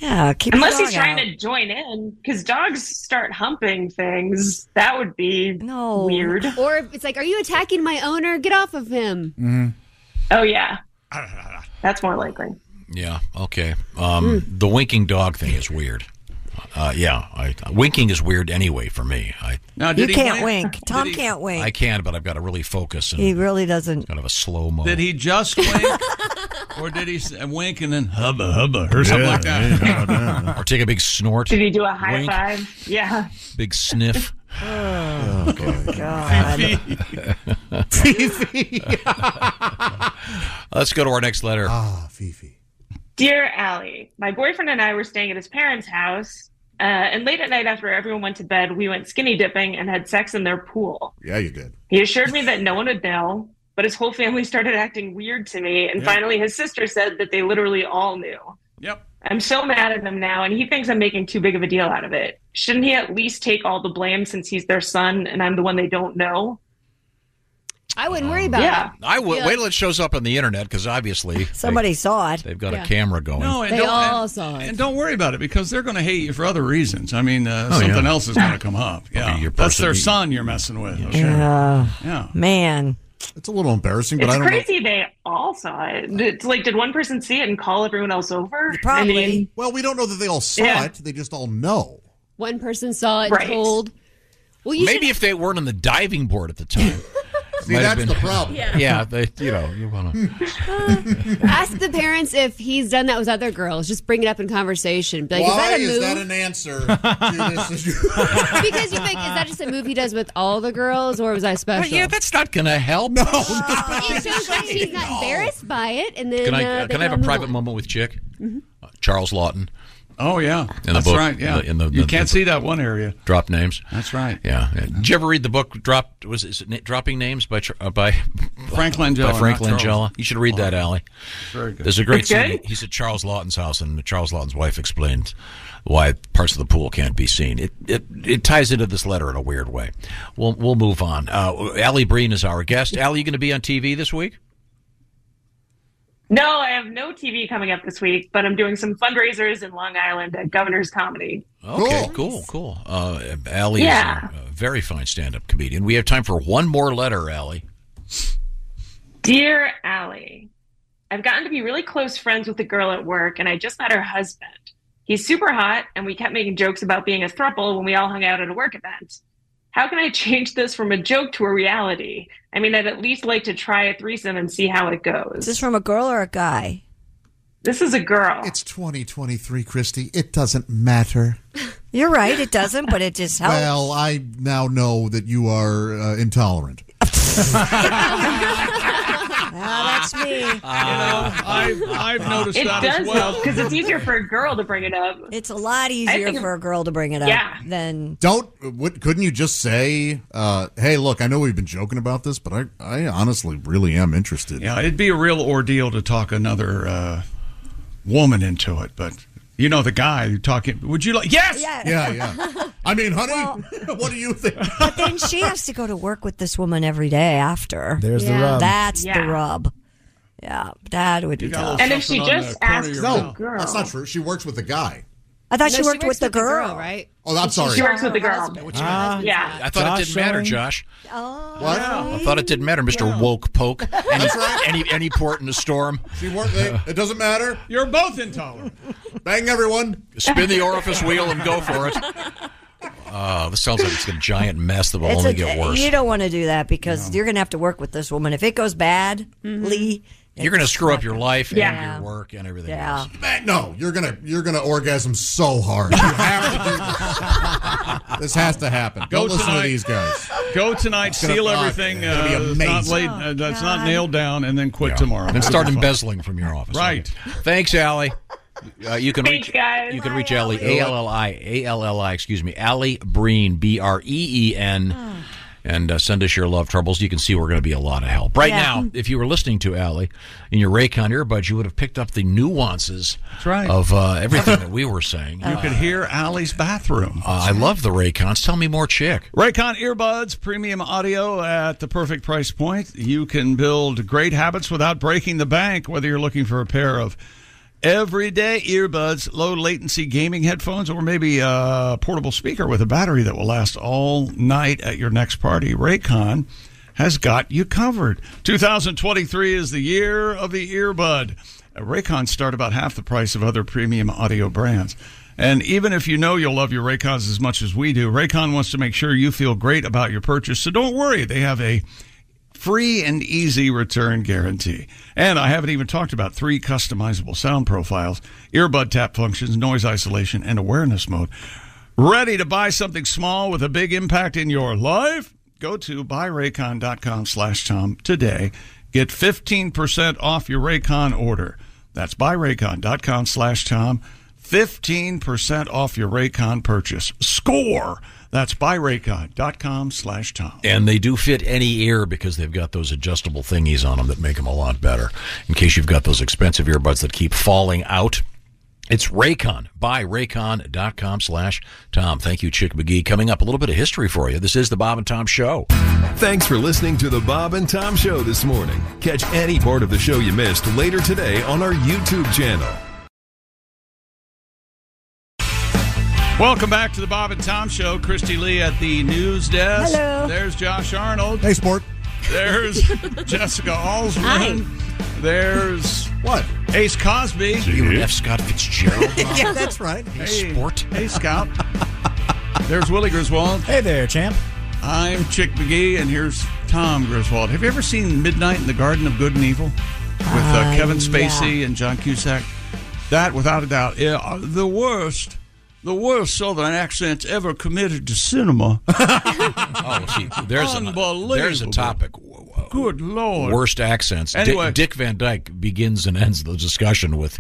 G: Yeah, keep
A: Unless he's trying to join in, because dogs start humping things. That would be no. weird.
B: Or if it's like, are you attacking my owner? Get off of him.
G: Mm-hmm.
A: Oh yeah, that's more likely.
F: yeah. Okay. Um, The winking dog thing is weird. Uh, yeah. I, winking is weird anyway for me. I
E: Now,
G: You
E: did he
G: can't
E: wink?
G: wink. Tom can't wink.
F: I can, but I've got to really focus and
G: He really doesn't.
F: kind of a slow mo.
E: Did he just wink, or did he s- wink and then hubba hubba or something
F: Yeah,
E: like that?
F: or take a big snort.
A: Did he do a high
F: Wink.
A: five? Yeah.
F: Big sniff.
G: Oh,
F: God.
I: Fifi.
F: Let's go to our next letter.
E: Ah,
A: Dear Allie, my boyfriend and I were staying at his parents' house, uh, and late at night after everyone went to bed, we went skinny dipping and had sex in their pool.
I: Yeah, you did.
A: He assured me that no one would know, but his whole family started acting weird to me, and
E: Yeah.
A: finally his sister said that they literally all knew.
E: Yep.
A: I'm so mad at him now, and he thinks I'm making too big of a deal out of it. Shouldn't he at least take all the blame since he's their son and I'm the one they don't know?
B: I wouldn't worry about
A: Yeah.
B: it.
F: I w-
B: Yeah.
F: wait till it shows up on the internet because obviously
G: Somebody
F: they,
G: saw it.
F: They've got
G: Yeah.
F: a camera going.
E: No, and
G: They
E: don't,
G: all
E: and,
G: saw it.
E: and don't worry about it because they're going to hate you for other reasons. I mean, uh,
F: Oh, yeah.
E: something else is going to come up. Yeah,
F: your
E: that's
F: person-
E: their son you're messing with. okay?
G: Yeah.
E: Yeah.
G: Man.
I: It's a little embarrassing, but
A: it's
I: I don't. know.
A: crazy they all saw it. It's like, did one person see it and call everyone else over?
G: Probably.
A: I mean,
I: Well, we don't know that they all saw
A: Yeah.
I: it. They just all know.
B: One person saw it
A: Right.
B: told. Well, you
F: Maybe
B: should-
F: if they weren't on the diving board at the time.
I: See,
F: Might have
I: that's the problem.
F: Yeah, they, you know, you want
E: Mm,
F: to.
B: ask the parents if he's done that with other girls. Just bring it up in conversation. Be like,
I: Why
B: is that a move?
I: an answer to this issue?
B: because you think is that just a move he does with all the girls, or was I special?
F: yeah, that's not going to help.
I: No.
B: it shows that she's not embarrassed by it, and then
F: Can I
B: uh,
F: uh,
B: they
F: can I have
B: all
F: a
B: move
F: private
B: on.
F: moment with Chick?
G: Mm-hmm.
F: Uh, Charles Lawton.
E: Oh yeah.
F: the
E: that's
F: book,
E: right. Yeah.
F: in the- in the-
E: you
F: the-
E: can't
F: the-
E: see that Mm-hmm. one area.
F: Drop names.
E: That's right.
F: Yeah. Uh, Did you ever read the book? Dropped was is it na- dropping names by Char- uh, by
E: Frank Langella.
F: by Frank
E: not Charles.
F: Langella? You should read that, Allie.
E: Very good.
F: There's a great
A: It's
F: scene.
A: good?
F: He's at Charles Lawton's house, and Charles Lawton's wife explained why parts of the pool can't be seen. It it, it ties into this letter in a weird way. We'll we'll move on. Uh, Allie Breen is our guest. Allie, you going to be on TV this week?
A: No, I have no TV coming up this week, but I'm doing some fundraisers in Long Island at Governor's Comedy.
F: Okay, cool, cool. Uh, Allie
A: Yeah.
F: is a, a very fine stand-up comedian. We have time for one more letter, Allie.
A: Dear Allie, I've gotten to be really close friends with a girl at work, and I just met her husband. He's super hot, and we kept making jokes about being a thruple when we all hung out at a work event. How can I change this from a joke to a reality? I mean, I'd at least like to try a threesome and see how it goes.
G: Is this from a girl or a guy?
A: This is a girl.
I: It's 2023, Christy. It doesn't matter.
G: You're right. It doesn't, but it just helps.
I: Well, I now know that you are uh, intolerant.
G: Ah, that's me.
E: I've, I've noticed
A: it
E: that
A: does
E: as well.
A: help because it's easier for a girl to bring it up.
G: It's a lot easier
A: think-
G: for a girl to bring it up
A: Yeah.
G: than
I: Don't would, couldn't you just say, uh, "Hey, look, I know we've been joking about this, but I, I honestly really am interested."
E: Yeah, it'd be a real ordeal to talk another uh, woman into it, but you know the guy who talking. Would you like? Yes.
G: Yeah.
I: yeah, yeah. I mean, honey, what do you think?
G: But then she has to go to work with this woman every day after.
H: There's the
B: Yeah.
H: rub.
G: That's
A: Yeah.
G: the rub. Yeah, that would be
E: got a
G: tough.
E: little
A: And if she
E: something on
A: just
E: the corner of
A: asks
E: your
A: the
I: No,
E: mouth.
A: girl,
I: that's not true. She works with the guy.
G: I
B: No,
G: thought
B: she
G: she worked
B: works
G: with the girl.
B: right?
I: Oh, I'm sorry.
A: She works with the girl.
E: Ah.
A: Yeah.
F: I thought it
H: Josh
F: didn't matter,
H: Schilling?
F: Josh.
G: Oh,
I: What?
F: I thought it didn't matter, Mister Woke Poke. Any, any any port in a storm.
I: She works. It doesn't matter.
E: You're both intolerant.
I: Bang everyone.
F: Spin the orifice wheel and go for it. Oh, this sounds like it's a giant mess that will
G: It's
F: only
G: a-
F: get worse.
A: Mm-hmm.
G: You don't want to do that because you're going to have to work with this woman. If it goes badly,
F: You're going to screw up your life and
I: Yeah.
F: your work and everything.
I: Yeah. no, you're gonna you're gonna orgasm so hard. You have to do this. This has to happen.
E: Go
I: Don't listen
E: tonight.
I: to these guys.
E: Go tonight,
I: It's gonna-
E: seal
I: oh,
E: everything.
I: it's gonna be
E: uh, it's not
I: amazing.
E: laid- uh, that's not nailed down, and then quit tomorrow.
F: And start embezzling from your office.
E: Right.
F: Thanks, Allie. Uh, you can
A: Thanks,
F: reach
A: guys.
F: you can
A: Bye,
F: reach Allie
A: Allie.
F: A L L I A L L I excuse me Allie Breen B R E E
A: Oh.
F: N and uh, send us your love troubles. You can see we're going to be a lot of help. Right
A: Yeah.
F: now, if you were listening to Allie in your Raycon earbuds, you would have picked up the nuances
E: right.
F: of uh, everything that we were saying.
E: You could hear Allie's bathroom.
F: Uh, I love the Raycons. Tell me more, chick.
E: Raycon earbuds, premium audio at the perfect price point. You can build great habits without breaking the bank, whether you're looking for a pair of everyday earbuds, low latency gaming headphones, or maybe a portable speaker with a battery that will last all night at your next party. Raycon has got you covered. 2023 is the year of the earbud. Raycons start about half the price of other premium audio brands. And even if you know you'll love your Raycons as much as we do, Raycon wants to make sure you feel great about your purchase. So don't worry, they have a free and easy return guarantee. And I haven't even talked about three customizable sound profiles, earbud tap functions, noise isolation, and awareness mode. Ready to buy something small with a big impact in your life? Go to buyraycon.com slash Tom today. Get 15% off your Raycon order. That's buyraycon.com slash Tom. 15% off your Raycon purchase. Score! That's buyraycon.com slash Tom.
F: And they do fit any ear because they've got those adjustable thingies on them that make them a lot better. In case you've got those expensive earbuds that keep falling out, it's Raycon. Buy raycon.com slash Tom. Thank you, Chick McGee. Coming up, a little bit of history for you. This is the Bob and Tom Show.
R: Thanks for listening to the Bob and Tom Show this morning. Catch any part of the show you missed later today on our YouTube channel.
E: Welcome back to the Bob and Tom Show. Christy Lee at the news desk.
I: Hello.
E: There's Josh Arnold.
I: Hey, sport.
E: There's Jessica Alsman. There's what? Ace Cosby.
F: You and F. Scott Fitzgerald.
I: Yeah, that's right.
E: Hey, sport. Hey, Scout. There's Willie Griswold.
H: Hey there, champ.
E: I'm Chick McGee, and here's Tom Griswold. Have you ever seen Midnight in the Garden of Good and Evil with uh,
I: Uh,
E: Kevin
I: yeah.
E: Spacey and John Cusack? That, without a doubt, yeah, uh, the worst, the worst Southern accents ever committed to cinema.
F: oh, see, there's, a, there's a topic.
E: Good lord.
F: Worst accents. Di-
E: Anyway.
F: Dick Van Dyke begins and ends the discussion with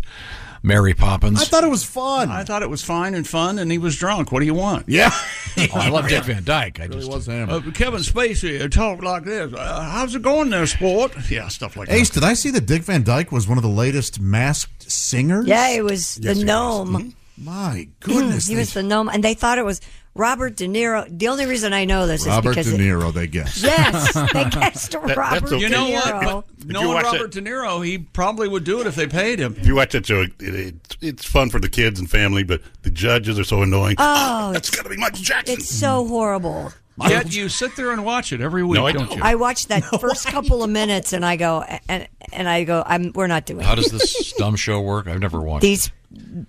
F: Mary Poppins.
E: it was fun. I thought it was fine and fun, and he was drunk. What do you want?
F: Yeah. Oh, I love Dick Van Dyke. I
E: Really
F: just
E: was Uh, Kevin Spacey uh, talked like this. Uh, how's it going there, sport? Yeah, stuff like
I: Ace,
E: that.
I: did I see that Dick Van Dyke was one of the latest masked singers?
G: Yeah, it was
I: Yes,
G: the
I: he
G: gnome.
E: Mm-hmm.
I: My goodness,
G: he
I: they-
G: was the gnome, and they thought it was Robert De Niro. The only reason I know this
I: Robert
G: is because
I: De
G: it-
I: Niro, they guessed.
G: Yes, they guessed
I: That-
G: Robert
I: that's okay.
G: De
E: You know
G: Niro.
E: what? But
Q: If you
E: knowing
Q: watch
E: Robert De Niro, he probably would do it if they paid him.
Q: If you watch that show, it, it, it's fun for the kids and family, but the judges are so annoying.
G: Oh,
Q: that's got to be Michael Jackson.
G: It's so horrible.
E: Yet you sit there and watch it every week,
Q: No, I
E: don't,
Q: don't.
E: you?
G: I watched that first couple of minutes, and I go, and and I go, I'm we're not doing.
F: How does
G: it."
F: this dumb show work? I've never watched.
G: These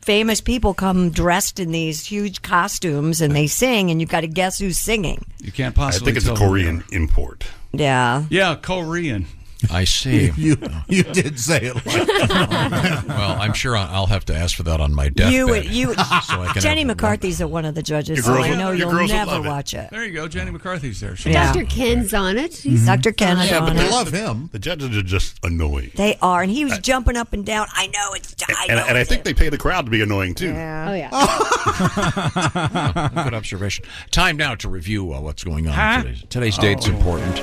G: famous people come dressed in these huge costumes, and they sing, and you've got to guess who's singing.
E: you can't
Q: I
E: possibly.
Q: think it's a
E: tell them.
Q: Korean import.
G: Yeah.
E: Yeah, Korean.
F: I see.
I: You, you did say it like
F: well, I'm sure I- I'll have to ask for that on my deathbed.
G: you would, you
F: So I can
G: Jenny
F: have-
G: McCarthy's at one of the judges, so I know you'll never watch it.
E: There you go. Jenny McCarthy's there. She
G: Yeah.
B: Dr. Ken's on it. He's
F: Mm-hmm.
G: Dr. Ken
B: on
G: is
B: it.
G: on it.
Q: The judges are just annoying,
G: They are, and he was jumping up and down. I know it's. I
Q: and,
G: know
Q: and I think they pay the crowd to be annoying too.
G: Yeah.
B: Oh yeah. Oh,
F: Good observation. Time now to review uh, what's going on
E: Huh?
F: today. Today's date's
E: Oh.
F: important.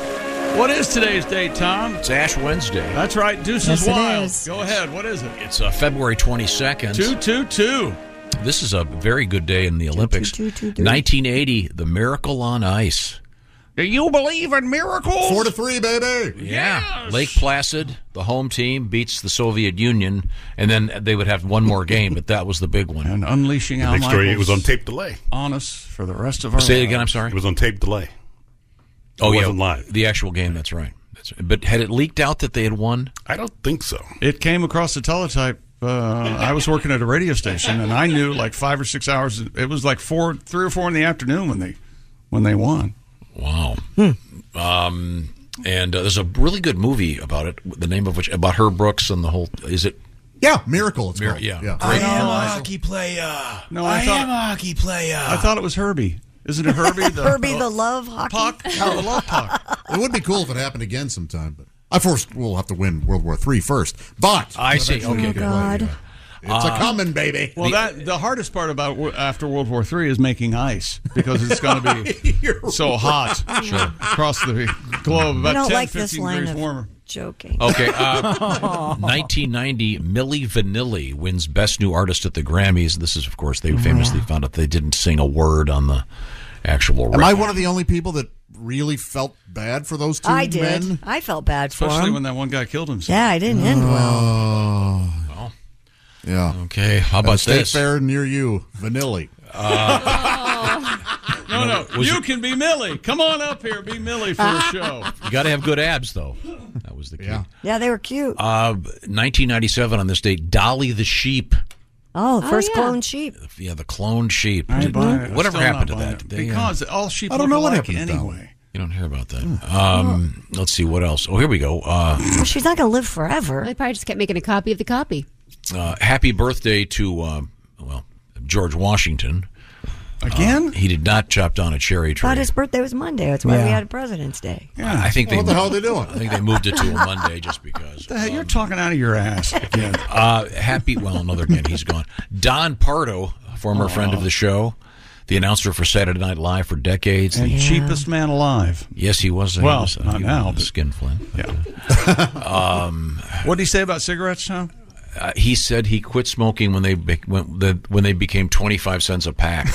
E: What is today's date, Tom?
F: It's Ash Wednesday.
E: That's right. Deuces
F: Yes, it
E: Wild.
F: is.
E: Go ahead. What is it?
F: It's uh, February 22nd.
E: 222.
F: This is a very good day in the Olympics. 1980, the Miracle on Ice.
E: Do you believe in miracles?
I: Four to three, baby.
F: Yeah. Lake Placid, the home team, beats the Soviet Union, and then they would have one more game, but that was the big one.
E: And unleashing
Q: The
E: Al
Q: big story. It
E: Michaels
Q: was on tape delay.
E: on us for the rest of our
F: Say it
E: lives.
F: again. I'm sorry.
Q: It was on tape delay.
F: Oh,
Q: It
F: yeah,
Q: wasn't live.
F: The actual game. That's right. That's right. But had it leaked out that they had won?
Q: I don't think so.
E: It came across the teletype. Uh, I was working at a radio station, and I knew like five or six hours. It was like four, three or four in the afternoon when they when they won.
F: Wow. Um, and uh, there's a really good movie about it. The name of which about her Brooks and the whole is it?
I: Yeah, Miracle. It's
F: Miracle. Yeah,
I: Yeah.
F: Great.
I: am
H: a hockey player.
E: No, I, thought, am a hockey player. I thought it was Herbie. Isn't it Herbie? The,
G: Herbie the love hockey.
I: the love puck. It would be cool if it happened again sometime, but of course we'll have to win World War III first. But
E: I see.
I: Eventually
E: Okay,
I: we'll
E: good.
I: get
E: God.
G: Oh,
I: one, yeah. It's
E: Uh,
I: a coming, baby.
E: Well, that the hardest part about wo- after World War III is making ice because it's going to be so hot
G: Sure.
E: across the globe,
G: I
E: about
G: don't
E: 10,
G: like this
E: 15
G: line
E: degrees
G: of
E: warmer.
G: joking.
F: Okay, uh, 1990, Millie Vanilli wins Best New Artist at the Grammys. This is, of course, they famously found out they didn't sing a word on the actual
I: Am
F: record.
I: I one of the only people that really felt bad for those two
G: I did.
I: men?
G: I felt bad for
E: Especially
G: him.
E: when that one guy killed himself.
G: yeah, I didn't end well.
Q: Uh,
I: Oh. Yeah.
F: Okay. How about
I: State
F: this?
I: Fair near you, Vanilli.
E: Uh, No, no,
F: Was
E: you
F: it-
E: can be Millie. Come on up here, be Millie for the show.
F: You got to have good abs, though. That was the key.
G: Yeah, they were cute.
F: Uh, 1997 on this date, Dolly the sheep.
G: Oh,
F: Oh,
G: first
F: yeah.
G: clone sheep.
F: Yeah, the cloned sheep.
E: I ain't
F: Did-
E: buying it. I'm
F: Whatever
E: still
F: happened to
E: not
F: that?
E: buying it.
F: They, uh,
E: because all sheep
F: I don't
E: look
F: know what
E: alike
F: happened to that
E: anyway.
F: you don't hear about that. Um, let's see what else. Oh, here we go. Uh,
G: She's not going to live forever.
B: They probably just kept making a copy of the copy.
F: uh, happy birthday to um, well George Washington. Uh,
E: Again,
F: he did not chop down a cherry tree.
G: Thought his birthday was Monday. That's why
F: Yeah.
G: we had President's Day.
F: I I think they
E: What the hell are they
I: doing?
F: I think they moved it to a Monday just because. um,
E: The hell, you're talking out of your ass again.
F: Uh, happy. Well, another again, he's gone. Don Pardo, former
E: Oh.
F: friend of the show, the announcer for Saturday Night Live for decades,
E: and
F: the
E: cheapest man alive.
F: Yes, he was.
E: Well,
F: he was, uh,
E: not
F: he
E: now,
F: was a
E: but-
F: skin flint. um,
E: What did he say about cigarettes, Tom?
F: uh, he said he quit smoking when they be- when, the, when they became twenty five cents a pack.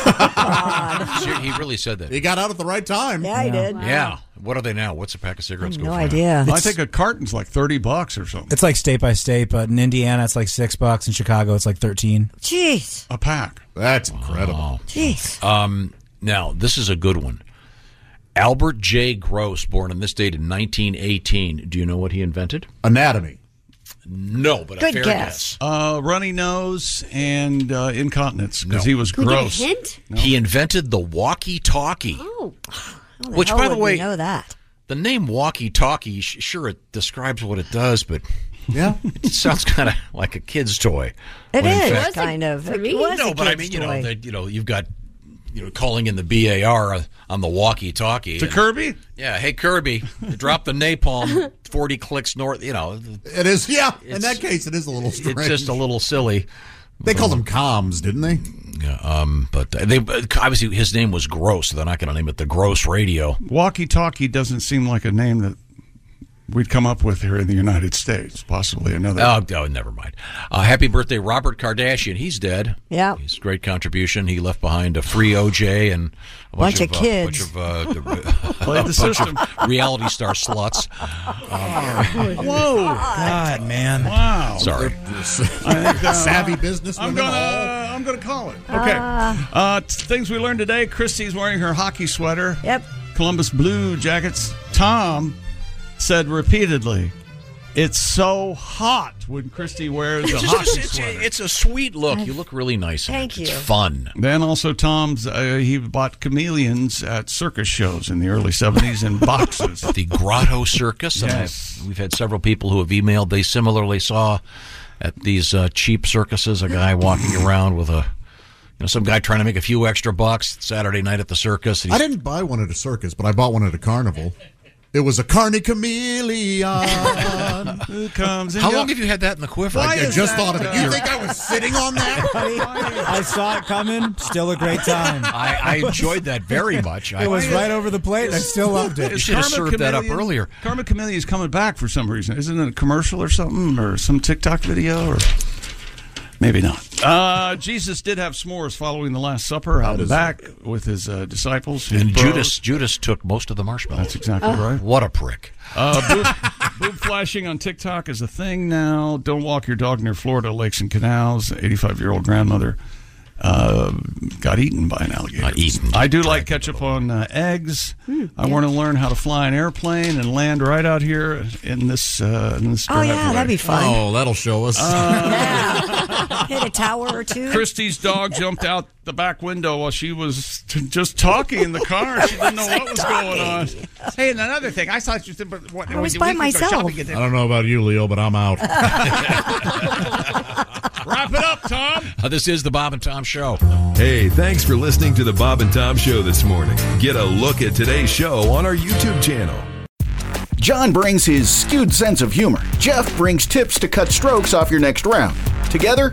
F: Ser- he really said that.
I: He got out at the right time.
G: Yeah, he did.
F: Yeah. What are they now? What's a pack of cigarettes? go for now?
E: I think a carton's like thirty bucks or something.
H: It's like state by state, but in Indiana it's like six bucks. In Chicago it's like thirteen.
G: Jeez.
E: A pack.
I: That's incredible.
G: Jeez.
F: Um, now, this is a good one. Albert J. Gross, born on this date in 1918. Do you know what he invented?
I: Anatomy.
F: No, but a fair guess.
E: Uh, runny nose and uh, incontinence because
F: No.
E: he was
F: Can we get a
E: gross.
F: hint? He invented the walkie-talkie.
B: Oh.
F: Which, by the way,
G: know that.
F: the name walkie-talkie, sh- sure, it describes what it does, but
I: yeah,
F: it sounds kind of like a kid's toy.
G: It
F: when in
G: is
F: fact-
G: kind of.
B: for
G: It
B: me.
G: was
F: no,
G: a
F: but I
G: kid's
F: mean, you know,
G: toy.
F: that you know, you've got you know calling in the BAR on the walkie-talkie
E: To
F: and-
E: Kirby,
F: Yeah, hey Kirby, drop the napalm forty clicks north. You know,
I: It is, yeah. In
F: It's-
I: that case, it is a little strange.
F: it's just a little silly.
I: they called them comms, didn't they?
F: Yeah, um, but they obviously his name was Gross. So they're not going to name it the Gross Radio.
E: walkie-talkie doesn't seem like a name that we'd come up with here in the United States. Possibly another.
F: Oh, oh never mind. Uh, happy birthday, Robert Kardashian. He's dead.
G: Yeah.
F: His great contribution. He left behind a free OJ and a
G: Bunch of kids.
F: Uh, bunch of, uh, the-
E: Played the
F: a bunch
E: system.
F: of reality star sluts.
E: Whoa!
H: God, man.
E: Wow. uh,
F: Sorry.
I: Savvy businessman.
E: I'm
I: and
E: gonna uh,
I: all.
E: I'm gonna call it.
G: Ah.
E: Okay. Uh, t- things we learned today: Christy's wearing her hockey sweater.
G: Yep.
E: Columbus Blue Jackets. Tom said repeatedly, "It's so hot when Christy wears a
F: It's,
E: hockey
F: just- it's-
E: sweater."
F: it's a sweet look. You look really nice. in it.
G: Thank
F: It's
G: you.
F: fun.
E: Then also Tom's uh, he bought chameleons at circus shows in the early '70s in boxes.
F: the Grotto Circus. And
E: Yes.
F: I've- we've had several people who have emailed. They similarly saw at these uh, cheap circuses a guy walking around with a, you know, some guy trying to make a few extra bucks Saturday night at the circus. And
I: I
F: he's-
I: didn't buy one at a circus, but I bought one at a carnival. It was a carny chameleon.
E: Who comes? and
F: How
E: go-
F: long have you had that in the quiver?
E: Why
I: I
E: is
I: just
E: that,
I: thought of it. You
E: uh,
I: think I was sitting on that?
H: I saw it coming. Still a great time.
F: I, I enjoyed that very much. I,
H: It was right over the plate. and I still loved
F: You
H: it.
F: should have
E: Karma
F: served that up
E: Chameleon-
F: earlier.
E: Karma Chameleon is coming back for some reason. Isn't it a commercial or something, or some TikTok video, or maybe not? Uh, Jesus did have s'mores following the Last Supper out
I: That is
E: back with his uh, disciples. his
F: And
E: bros.
F: Judas, Judas took most of the marshmallows.
E: That's exactly
G: Oh.
E: right.
F: What a prick!
E: Uh, boob, boob flashing on TikTok is a thing now. Don't walk your dog near Florida lakes and canals. 85 year old grandmother uh, got eaten by an alligator.
F: Not eaten.
E: I do like ketchup on uh, eggs.
G: Hmm,
E: I want to learn how to fly an airplane and land right out here in this uh, in this
G: Oh,
E: driveway. Uh,
G: yeah, that'd be fun.
I: that'll show us.
G: hit a tower or two.
E: Christy's dog jumped out the back window while she was t- just talking in the car. She didn't know what was going on. Hey, and another thing, I thought you said, but what,
G: I was by myself.
I: I don't know about you, Leo, but I'm out.
E: Wrap it up, Tom.
F: Uh, this is the Bob and Tom Show.
R: Hey, thanks for listening to the Bob and Tom Show this morning. Get a look at today's show on our YouTube channel.
T: John brings his skewed sense of humor. Jeff brings tips to cut strokes off your next round. Together,